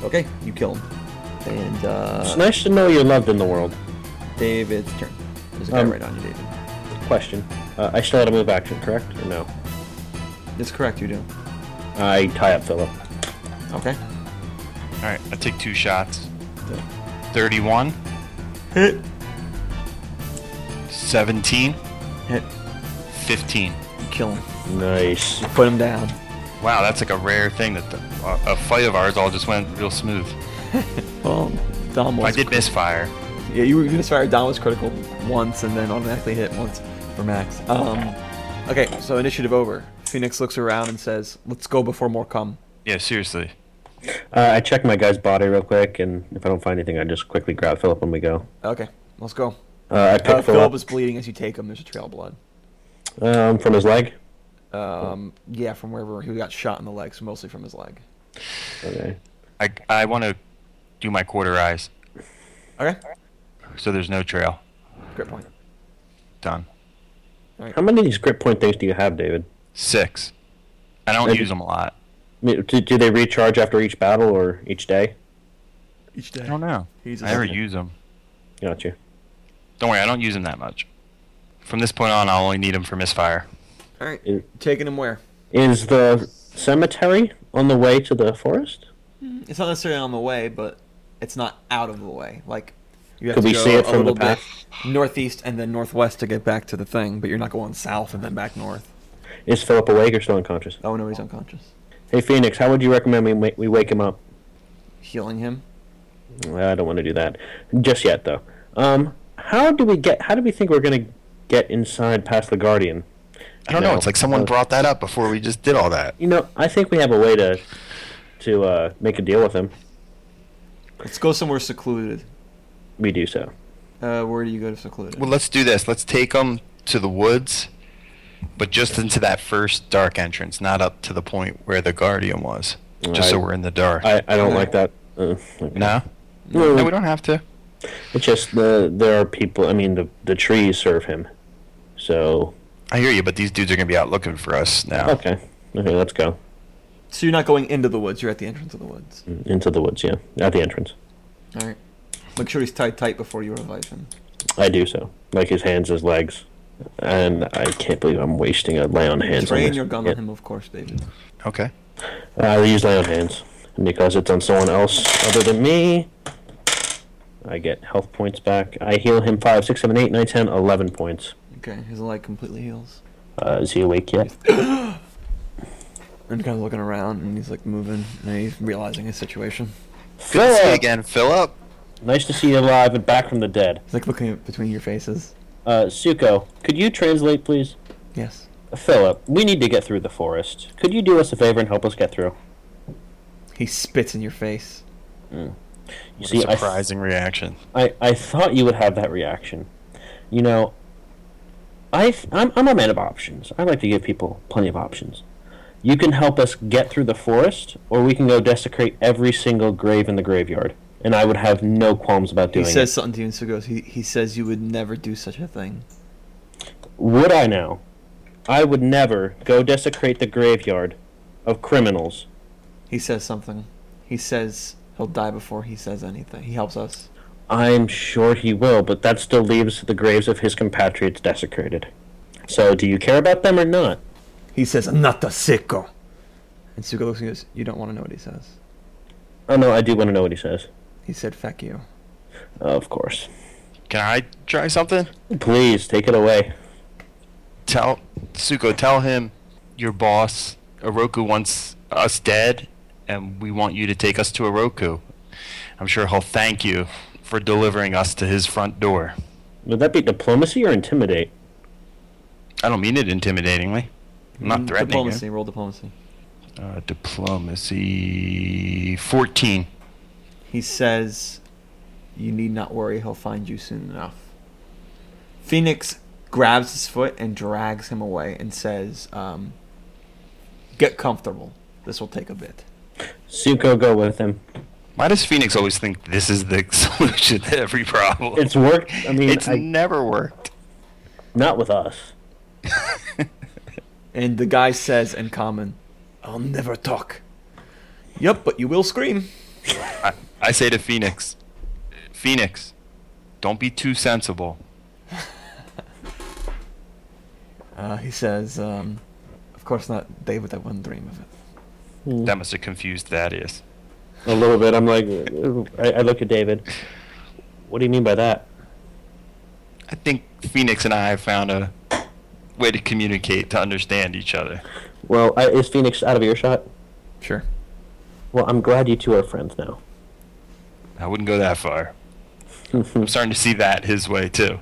Speaker 1: Okay, you kill him. And, uh.
Speaker 3: it's nice to know you're loved in the world.
Speaker 1: David's turn. There's a guy
Speaker 3: Um,
Speaker 1: right on you, David.
Speaker 3: Question. Uh, I still had a move action, correct? Or no?
Speaker 1: That's correct, you do.
Speaker 3: I tie up Philip.
Speaker 1: Okay.
Speaker 2: All right, I take two shots. 31.
Speaker 1: Hit.
Speaker 2: 17.
Speaker 1: Hit.
Speaker 2: 15.
Speaker 1: You kill him.
Speaker 3: Nice.
Speaker 1: Put him down.
Speaker 2: Wow, that's like a rare thing that the, a a fight of ours all just went real smooth.
Speaker 1: Well, Dom
Speaker 2: I
Speaker 1: was.
Speaker 2: did misfire.
Speaker 1: Yeah, you were going to fire Dom was critical once and then automatically hit once for max. Um, okay, so initiative over. Phoenix looks around and says, let's go before more come.
Speaker 2: Yeah, seriously.
Speaker 3: Uh, I check my guy's body real quick, and if I don't find anything, I just quickly grab Philip when we go.
Speaker 1: Okay, let's go.
Speaker 3: Uh, I pick
Speaker 1: Uh,
Speaker 3: Philip
Speaker 1: Philip is bleeding as you take him. There's a trail of blood.
Speaker 3: um, from his leg.
Speaker 1: Um, yeah, from wherever he got shot in the leg, so mostly from his leg.
Speaker 3: Okay.
Speaker 2: I, I want to do my quarter eyes
Speaker 1: Okay,
Speaker 2: so there's no trail.
Speaker 1: grip point.
Speaker 2: Done.
Speaker 3: How many of these grip point things do you have, David?
Speaker 2: Six. I don't
Speaker 3: Maybe-
Speaker 2: use them a lot.
Speaker 3: I mean, Do, do they recharge after each battle or each day?
Speaker 1: Each day.
Speaker 2: I don't know.
Speaker 1: He's a
Speaker 2: I never
Speaker 1: second.
Speaker 2: use them.
Speaker 3: Gotcha.
Speaker 2: Don't worry, I don't use them that much. From this point on, I'll only need them for misfire.
Speaker 1: All right,
Speaker 3: Is,
Speaker 1: taking him where?
Speaker 3: is the cemetery on the way to the forest?
Speaker 1: It's not necessarily on the way, but it's not out of the way. Like you have
Speaker 3: Could
Speaker 1: to
Speaker 3: we
Speaker 1: go
Speaker 3: see it
Speaker 1: a
Speaker 3: from the
Speaker 1: little bit northeast and then northwest to get back to the thing, but you're not going south and then back north.
Speaker 3: Is Philip awake or still unconscious?
Speaker 1: Oh no, he's unconscious.
Speaker 3: Hey, Phoenix, how would you recommend we, ma- we wake him up?
Speaker 1: Healing him.
Speaker 3: I don't want to do that just yet, though. Um, how do we get? How do we think we're gonna get inside past the Guardian?
Speaker 2: I don't know.
Speaker 3: No.
Speaker 2: It's like someone
Speaker 3: Uh,
Speaker 2: brought that up before we just did all that.
Speaker 3: You know, I think we have a way to to uh, make a deal with him.
Speaker 1: Let's go somewhere secluded.
Speaker 3: We do so.
Speaker 1: Uh, where do you go to secluded?
Speaker 2: Well, let's do this. Let's take them to the woods, but just into that first dark entrance, not up to the point where the guardian was. Just so
Speaker 3: I-
Speaker 2: we're in the dark.
Speaker 3: I, I don't like that. Uh, okay.
Speaker 2: no,
Speaker 3: No,
Speaker 2: no, we don't have to.
Speaker 3: It's just the there are people. I mean, the the trees serve him. So
Speaker 2: I hear you, but these dudes are gonna be out looking for us now.
Speaker 3: okay, okay, let's go
Speaker 1: so you're not going into the woods. You're at the entrance of the woods.
Speaker 3: into the woods. Yeah, at the entrance.
Speaker 1: All right. Make sure he's tied tight before you revive him.
Speaker 3: I do so. Like his hands, his legs, and I can't believe I'm wasting a lay on hands. on
Speaker 1: Train
Speaker 3: this.
Speaker 1: your gun
Speaker 3: Yeah.
Speaker 1: on him, of course, David.
Speaker 2: Okay.
Speaker 3: I use lay on hands and because it's on someone else other than me. I get health points back. I heal him five, six, seven, eight, nine, ten, eleven points.
Speaker 1: Okay, his leg completely heals.
Speaker 3: Uh, is he awake yet?
Speaker 1: And kind of looking around, and he's like moving, and he's realizing his situation.
Speaker 2: Good to see you
Speaker 3: Philip,
Speaker 2: again, Philip.
Speaker 3: nice to see you alive and back from the dead.
Speaker 1: He's like looking between your faces.
Speaker 3: Uh, Suko, could you translate, please?
Speaker 1: Yes.
Speaker 3: Philip, we need to get through the forest. Could you do us a favor and help us get through?
Speaker 1: He spits in your face.
Speaker 3: You
Speaker 2: What
Speaker 3: see,
Speaker 2: a
Speaker 3: I,
Speaker 2: surprising reaction.
Speaker 3: I, I thought you would have that reaction. You know, I, I'm, I'm a man of options. I like to give people plenty of options. You can help us get through the forest, or we can go desecrate every single grave in the graveyard. And I would have no qualms about
Speaker 1: He
Speaker 3: doing
Speaker 1: says something to you, and so goes. He he says you would never do such a thing.
Speaker 3: it. Would I now? I would never go desecrate the graveyard of criminals.
Speaker 1: He says something. He says he'll die before he says anything. He helps us.
Speaker 3: I'm sure he will, but that still leaves the graves of his compatriots desecrated. So, do you care about them or not?
Speaker 1: He says, "Anata sicko." And Suga looks and goes, "You don't want to know what he says."
Speaker 3: Oh no, I do want to know what he says.
Speaker 1: He said, "Feck you."
Speaker 3: Of course.
Speaker 2: Can I try something?
Speaker 3: Please take it away.
Speaker 2: Tell Suko, tell him your boss Oroku wants us dead, and we want you to take us to Oroku. I'm sure he'll thank you for delivering us to his front door.
Speaker 3: Would that be diplomacy or intimidate?
Speaker 2: I don't mean it intimidatingly. I'm
Speaker 3: Mm,
Speaker 2: not threatening
Speaker 1: Mm, Diplomacy.
Speaker 2: him.
Speaker 1: Roll diplomacy.
Speaker 2: Uh, diplomacy 14.
Speaker 1: He says, "You need not worry. He'll find you soon enough." Phoenix grabs his foot and drags him away and says, um, "Get comfortable. This will take a bit."
Speaker 3: Suko, go with him.
Speaker 2: Why does Phoenix always think this is the solution to every problem?
Speaker 3: It's worked. I mean,
Speaker 2: it's
Speaker 3: I-
Speaker 2: never worked.
Speaker 3: Not with us.
Speaker 1: And the guy says in common, I'll never talk. Yep, but you will scream.
Speaker 2: I, I say to Phoenix, Phoenix, don't be too sensible.
Speaker 1: Uh, he says, um, Of course not, David, I wouldn't dream of it.
Speaker 2: That must have confused Thaddeus.
Speaker 3: A little bit. I'm like, I, I look at David. What do you mean by that?
Speaker 2: I think Phoenix and I have found a way to communicate to understand each other.
Speaker 3: Well, I, is Phoenix out of earshot?
Speaker 1: Sure.
Speaker 3: Well, I'm glad you two are friends now.
Speaker 2: I wouldn't go that far. I'm starting to see that his way too.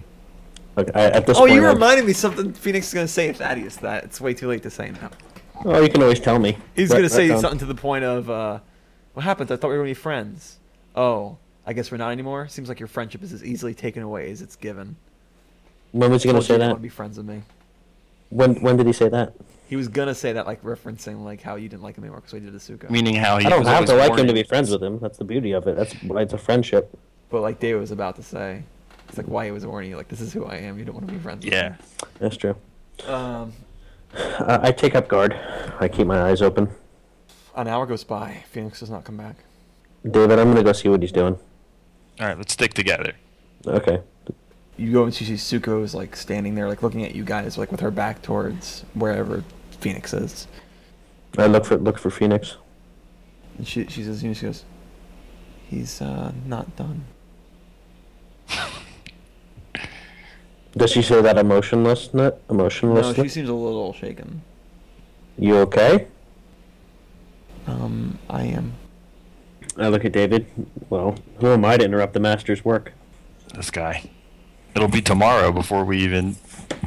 Speaker 3: Look, I, at this
Speaker 1: Oh,
Speaker 3: point,
Speaker 1: you
Speaker 3: I've-
Speaker 1: reminded me something Phoenix is going to say to Thaddeus that. It's way too late to say now.
Speaker 3: Oh, you can always tell me.
Speaker 1: He's
Speaker 3: Right-
Speaker 1: going to say
Speaker 3: right on.
Speaker 1: something to the point of, uh, What happened? I thought we were going to be friends. Oh, I guess we're not anymore? Seems like your friendship is as easily taken away as it's given.
Speaker 3: When was he going
Speaker 1: Told
Speaker 3: to say
Speaker 1: you you
Speaker 3: that?
Speaker 1: want to be friends with me.
Speaker 3: When when did he say that?
Speaker 1: He was going to say that, like, referencing, like, how you didn't like him anymore because we did a Suko.
Speaker 2: Meaning how he
Speaker 3: I don't
Speaker 2: was
Speaker 3: have
Speaker 2: always
Speaker 3: to like him
Speaker 2: warning-
Speaker 3: to be friends with him. That's the beauty of it. That's why it's a friendship.
Speaker 1: But like David was about to say, it's like why he was warning you, like this is who I am. You don't want to be friends.
Speaker 2: Yeah.
Speaker 3: That's true. Uh,
Speaker 1: With me. Um,
Speaker 3: I, I take up guard. I keep my eyes open.
Speaker 1: an hour goes by. Phoenix does not come back.
Speaker 3: David, I'm going to go see what he's doing.
Speaker 2: All right, let's stick together.
Speaker 3: Okay.
Speaker 1: You go and you see Suko is like standing there, like looking at you guys, like with her back towards wherever Phoenix is.
Speaker 3: I look for look for Phoenix.
Speaker 1: And she she says, you know, she goes, he's uh, not done.
Speaker 3: Does she say that emotionless? Emotionless.
Speaker 1: No, she seems a little shaken.
Speaker 3: you okay?
Speaker 1: Um, I am.
Speaker 3: I look at David. Well, who am I to interrupt the master's work?
Speaker 2: This guy. It'll be tomorrow before we even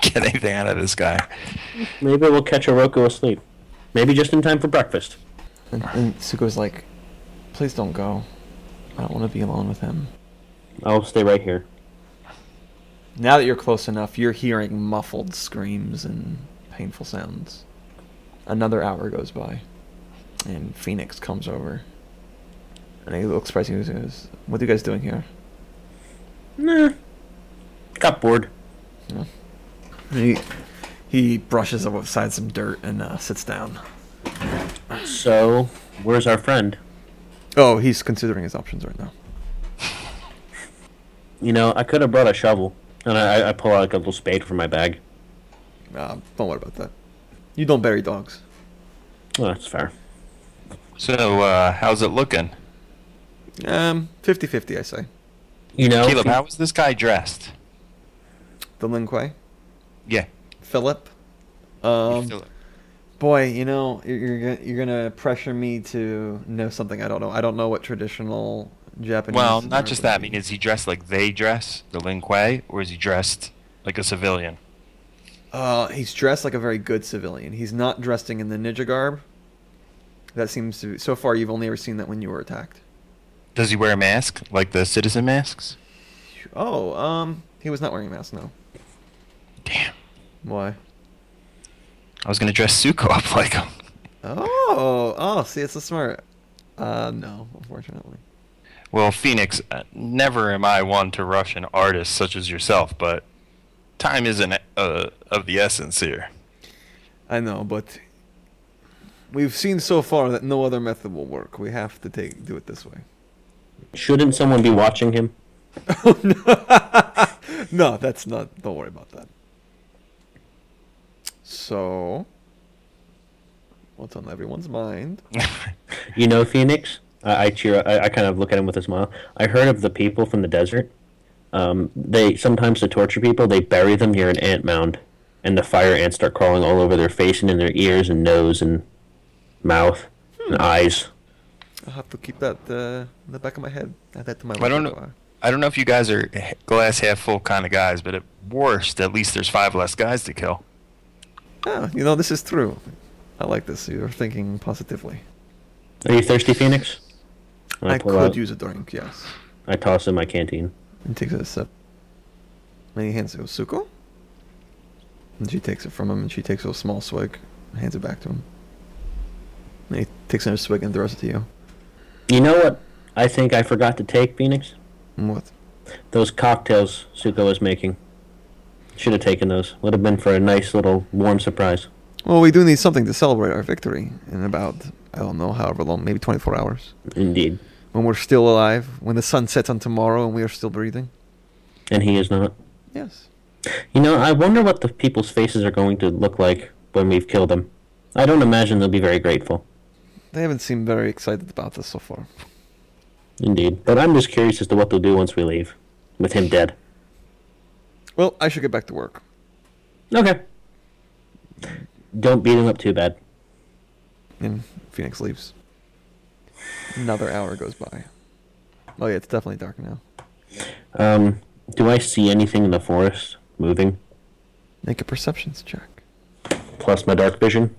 Speaker 2: get anything out of this guy.
Speaker 3: Maybe we'll catch Oroku asleep. Maybe just in time for breakfast.
Speaker 1: And, and Suko's like, please don't go. I don't want to be alone with him.
Speaker 3: I'll stay right here.
Speaker 1: Now that you're close enough, you're hearing muffled screams and painful sounds. Another hour goes by, and Phoenix comes over. And he looks surprised. He goes, What are you guys doing here?
Speaker 3: Nah. Got bored.
Speaker 1: And he, he brushes aside some dirt and uh, sits down.
Speaker 3: So, where's our friend?
Speaker 1: Oh, he's considering his options right now.
Speaker 3: You know, I could have brought a shovel, and I, I pull out like a little spade from my bag.
Speaker 1: Uh, don't worry about that. You don't bury dogs.
Speaker 3: Well, that's fair.
Speaker 2: So, uh, how's it looking?
Speaker 1: Um, 50 50, I say.
Speaker 3: You know,
Speaker 2: Caleb, how was this guy dressed?
Speaker 1: The Lin Kuei,
Speaker 2: Yeah.
Speaker 1: Philip. Um, Boy, you know, you're you're, go- you're gonna pressure me to know something I don't know. I don't know what traditional Japanese.
Speaker 2: well,
Speaker 1: and
Speaker 2: not just that. I
Speaker 1: Arabic-
Speaker 2: mean, is he dressed like they dress, the Lin Kuei, or is he dressed like a civilian?
Speaker 1: Uh, he's dressed like a very good civilian. He's not dressing in the ninja garb. That seems to. So far, you've only ever seen that when you were attacked.
Speaker 2: Does he wear a mask, like the citizen masks?
Speaker 1: Oh, um, he was not wearing a mask. No.
Speaker 2: Damn.
Speaker 1: Why?
Speaker 2: I was going to dress Suko up like him.
Speaker 1: Oh, oh, see, it's a smart. Uh, no, unfortunately.
Speaker 2: Well, Phoenix, uh, never am I one to rush an artist such as yourself, but time isn't uh, of the essence here.
Speaker 1: I know, but we've seen so far that no other method will work. We have to take do it this way.
Speaker 3: shouldn't someone be watching him?
Speaker 1: No, that's not. Don't worry about that. So, what's on everyone's mind?
Speaker 3: You know, Phoenix. I, I cheer. I, I kind of look at him with a smile. I heard of the people from the desert. Um, they sometimes to torture people, they bury them near an ant mound, and the fire ants start crawling all over their face and in their ears and nose and mouth
Speaker 1: Hmm.
Speaker 3: and eyes.
Speaker 1: I'll have to keep that uh, in the back of my head. Add that to my.
Speaker 2: I don't know.
Speaker 1: repertoire.
Speaker 2: I don't know if you guys are h- glass half full kind of guys, but at worst, at least there's five less guys to kill.
Speaker 1: Ah, you know this is true. I like this. You're thinking positively.
Speaker 3: Are you thirsty, Phoenix? And
Speaker 1: I,
Speaker 3: pull
Speaker 1: could
Speaker 3: out-
Speaker 1: use a drink, yes.
Speaker 3: I toss in my canteen.
Speaker 1: And takes a sip. And he hands it to Suko. And she takes it from him, and she takes a small swig, and hands it back to him. And he takes another swig and throws it to you.
Speaker 3: You know what? I think I forgot to take Phoenix.
Speaker 1: What?
Speaker 3: Those cocktails Suko was making. Should have taken those. Would have been for a nice little warm surprise.
Speaker 1: Well, we do need something to celebrate our victory in about, I don't know, however long, maybe 24 hours.
Speaker 3: Indeed.
Speaker 1: When we're still alive, when the sun sets on tomorrow and we are still breathing.
Speaker 3: And he is not.
Speaker 1: Yes.
Speaker 3: You know, I wonder what the people's faces are going to look like when we've killed them. I don't imagine they'll be very grateful.
Speaker 1: They haven't seemed very excited about this so far.
Speaker 3: Indeed. But I'm just curious as to what they'll do once we leave. With him dead.
Speaker 1: Well, I should get back to work.
Speaker 3: Okay. Don't beat him up too bad.
Speaker 1: And Phoenix leaves. Another hour goes by. Oh, yeah, it's definitely dark now.
Speaker 3: Um, do I see anything in the forest moving?
Speaker 1: Make a perceptions check.
Speaker 3: Plus my dark vision?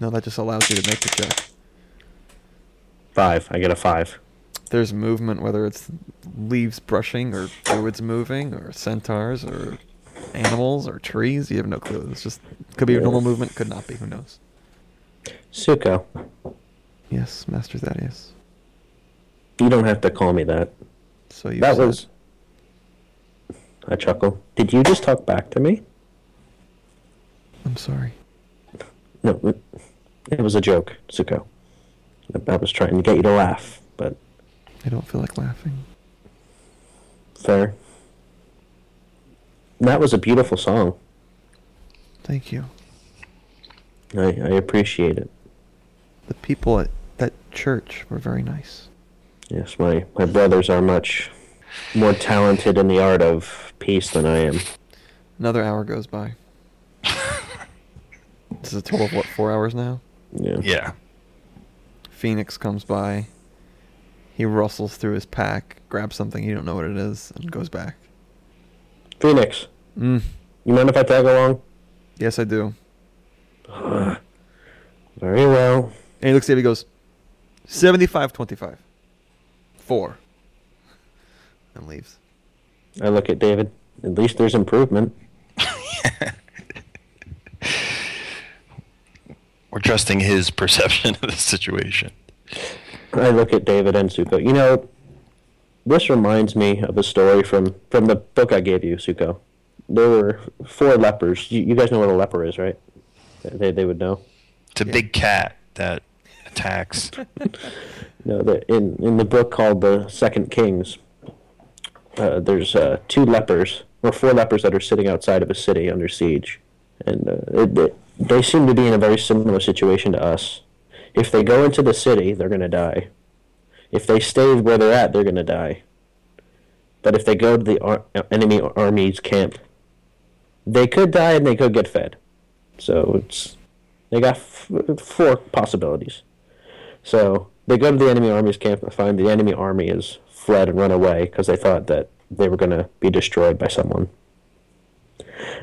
Speaker 1: No, that just allows you to make the check.
Speaker 3: Five. I get a five.
Speaker 1: There's movement, whether it's leaves brushing or druids moving or centaurs or animals or trees. You have no clue. It's just could be your normal movement, could not be. Who knows?
Speaker 3: Suko,
Speaker 1: Yes, Master Thaddeus.
Speaker 3: you don't have to call me that.
Speaker 1: So you
Speaker 3: that
Speaker 1: said-
Speaker 3: was. I chuckle. Did you just talk back to me?
Speaker 1: I'm sorry.
Speaker 3: No, it- it was a joke, Suko. I- I was trying to get you to laugh, but
Speaker 1: I don't feel like laughing.
Speaker 3: fair. That was a beautiful song.
Speaker 1: Thank you.
Speaker 3: I, I appreciate it.
Speaker 1: The people at that church were very nice.
Speaker 3: Yes, my, my brothers are much more talented in the art of peace than I am.
Speaker 1: Another hour goes by. this is a total of what, four hours now?
Speaker 3: Yeah.
Speaker 2: Yeah.
Speaker 1: Phoenix comes by. He rustles through his pack, grabs something you don't know what it is, and goes back.
Speaker 3: Phoenix,
Speaker 1: Mm.
Speaker 3: you mind if I tag along?
Speaker 1: Yes, I do.
Speaker 3: Very well.
Speaker 1: And he looks at me and goes, 75 25. Four. And leaves.
Speaker 3: I look at David. At least there's improvement.
Speaker 2: We're trusting his perception of the situation.
Speaker 3: I look at David and Suko. You know, this reminds me of a story from, from the book I gave you, Suko. There were four lepers. You, you guys know what a leper is, right? They, they would know.
Speaker 2: It's a big cat that attacks.
Speaker 3: No, the, in in the book called the Second Kings, uh, there's uh, two lepers or four lepers that are sitting outside of a city under siege, and uh, it, it- they seem to be in a very similar situation to us. If they go into the city, they're gonna die. If they stay where they're at, they're gonna die. But if they go to the ar- uh, enemy army's camp, they could die and they could get fed. So it's they got f- four possibilities. So they go to the enemy army's camp and find the enemy army has fled and run away because they thought that they were going to be destroyed by someone.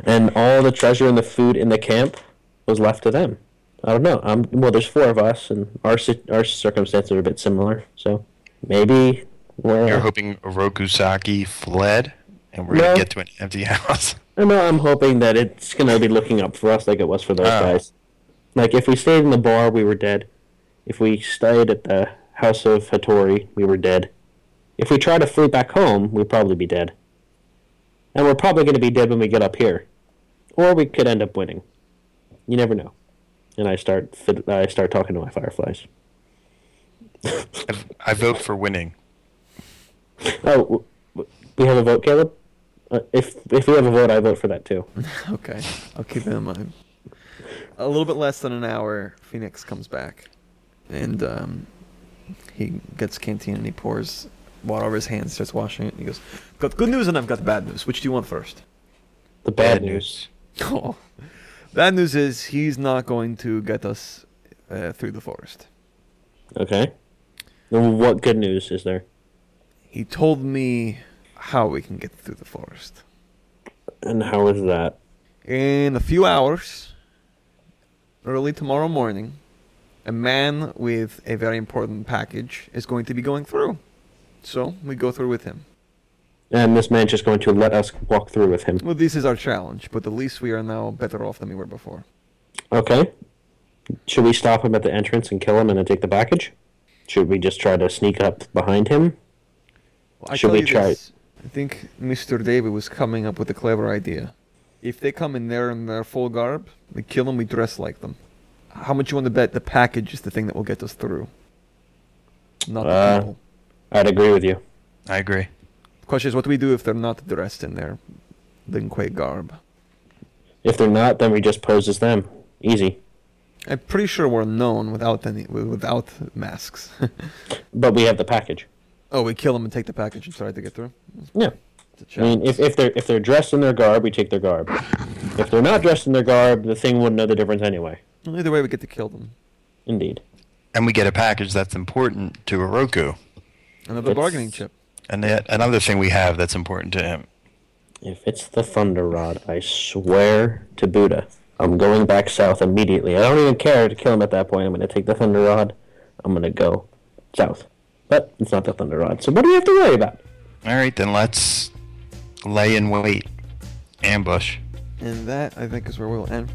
Speaker 3: And all the treasure and the food in the camp was left to them. I don't know. Um, well, there's four of us, and our ci- our circumstances are a bit similar. So maybe we're
Speaker 2: You're hoping Orokusaki fled, and we're
Speaker 3: No.
Speaker 2: gonna get to an empty house.
Speaker 3: I know I'm hoping that it's gonna be looking up for us like it was for those
Speaker 2: Oh.
Speaker 3: guys. Like if we stayed in the bar, we were dead. If we stayed at the house of Hattori, we were dead. If we try to flee back home, we'd probably be dead. And we're probably gonna be dead when we get up here, or we could end up winning. You never know. And I start fid- I start talking to my fireflies.
Speaker 2: I vote for winning.
Speaker 3: Oh, w- w- we have a vote, Caleb. Uh, if if we have a vote, I vote for that too.
Speaker 1: Okay. I'll keep it in mind. A little bit less than an hour, Phoenix comes back. And um, he gets canteen and he pours water over his hands, starts washing it. And he goes, Got good news and I've got bad news. Which do you want first?
Speaker 3: The bad, news.
Speaker 1: Oh. Bad news is he's not going to get us uh, through the forest.
Speaker 3: Okay. Then what good news is there?
Speaker 1: He told me how we can get through the forest.
Speaker 3: And how is that?
Speaker 1: In a few hours, early tomorrow morning, a man with a very important package is going to be going through. So we go through with him.
Speaker 3: And this man's just going to let us walk through with him.
Speaker 1: Well, this is our challenge, but at least we are now better off than we were before.
Speaker 3: Okay. Should we stop him at the entrance and kill him and then take the package? Should we just try to sneak up behind him?
Speaker 1: I
Speaker 3: Should
Speaker 1: tell
Speaker 3: we
Speaker 1: you
Speaker 3: try?
Speaker 1: this, I think Mr. David was coming up with a clever idea. If they come in there in their full garb, we kill them, we dress like them. How much you want to bet the package is the thing that will get us through? Not the
Speaker 3: Uh,
Speaker 1: people.
Speaker 3: I'd agree with you.
Speaker 2: I agree.
Speaker 1: Question is, what do we do if they're not dressed in their Linque garb?
Speaker 3: If they're not, then we just pose as them. Easy.
Speaker 1: I'm pretty sure we're known without any without masks.
Speaker 3: But we have the package.
Speaker 1: oh, we kill them and take the package and try to get through.
Speaker 3: Yeah.
Speaker 1: It's a
Speaker 3: I mean, if, if they're if they're dressed in their garb, we take their garb. If they're not dressed in their garb, the thing wouldn't know the difference anyway.
Speaker 1: Well, Either way, we get to kill them.
Speaker 3: Indeed.
Speaker 2: And we get a package that's important to Oroku.
Speaker 1: Another
Speaker 2: It's-
Speaker 1: bargaining chip.
Speaker 2: And yet another thing we have that's important to him.
Speaker 3: If it's the thunder rod, I swear to Buddha, I'm going back south immediately. I don't even care to kill him at that point. I'm going to take the thunder rod. I'm going to go south. But it's not the thunder rod. So what do we have to worry about?
Speaker 2: All right, then let's lay in wait, ambush.
Speaker 1: And that I think is where we'll end.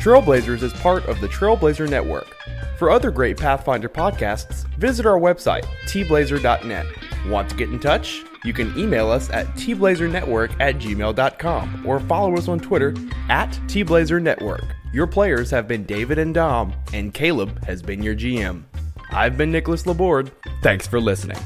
Speaker 12: Trailblazers is part of the Trailblazer Network. For other great Pathfinder podcasts, visit our website, tblazer.net. Want to get in touch? You can email us at tblazernetwork at gmail.com or follow us on Twitter at tblazernetwork. Your players have been David and Dom, and Caleb has been your GM. I've been Nicholas Laborde. Thanks for listening.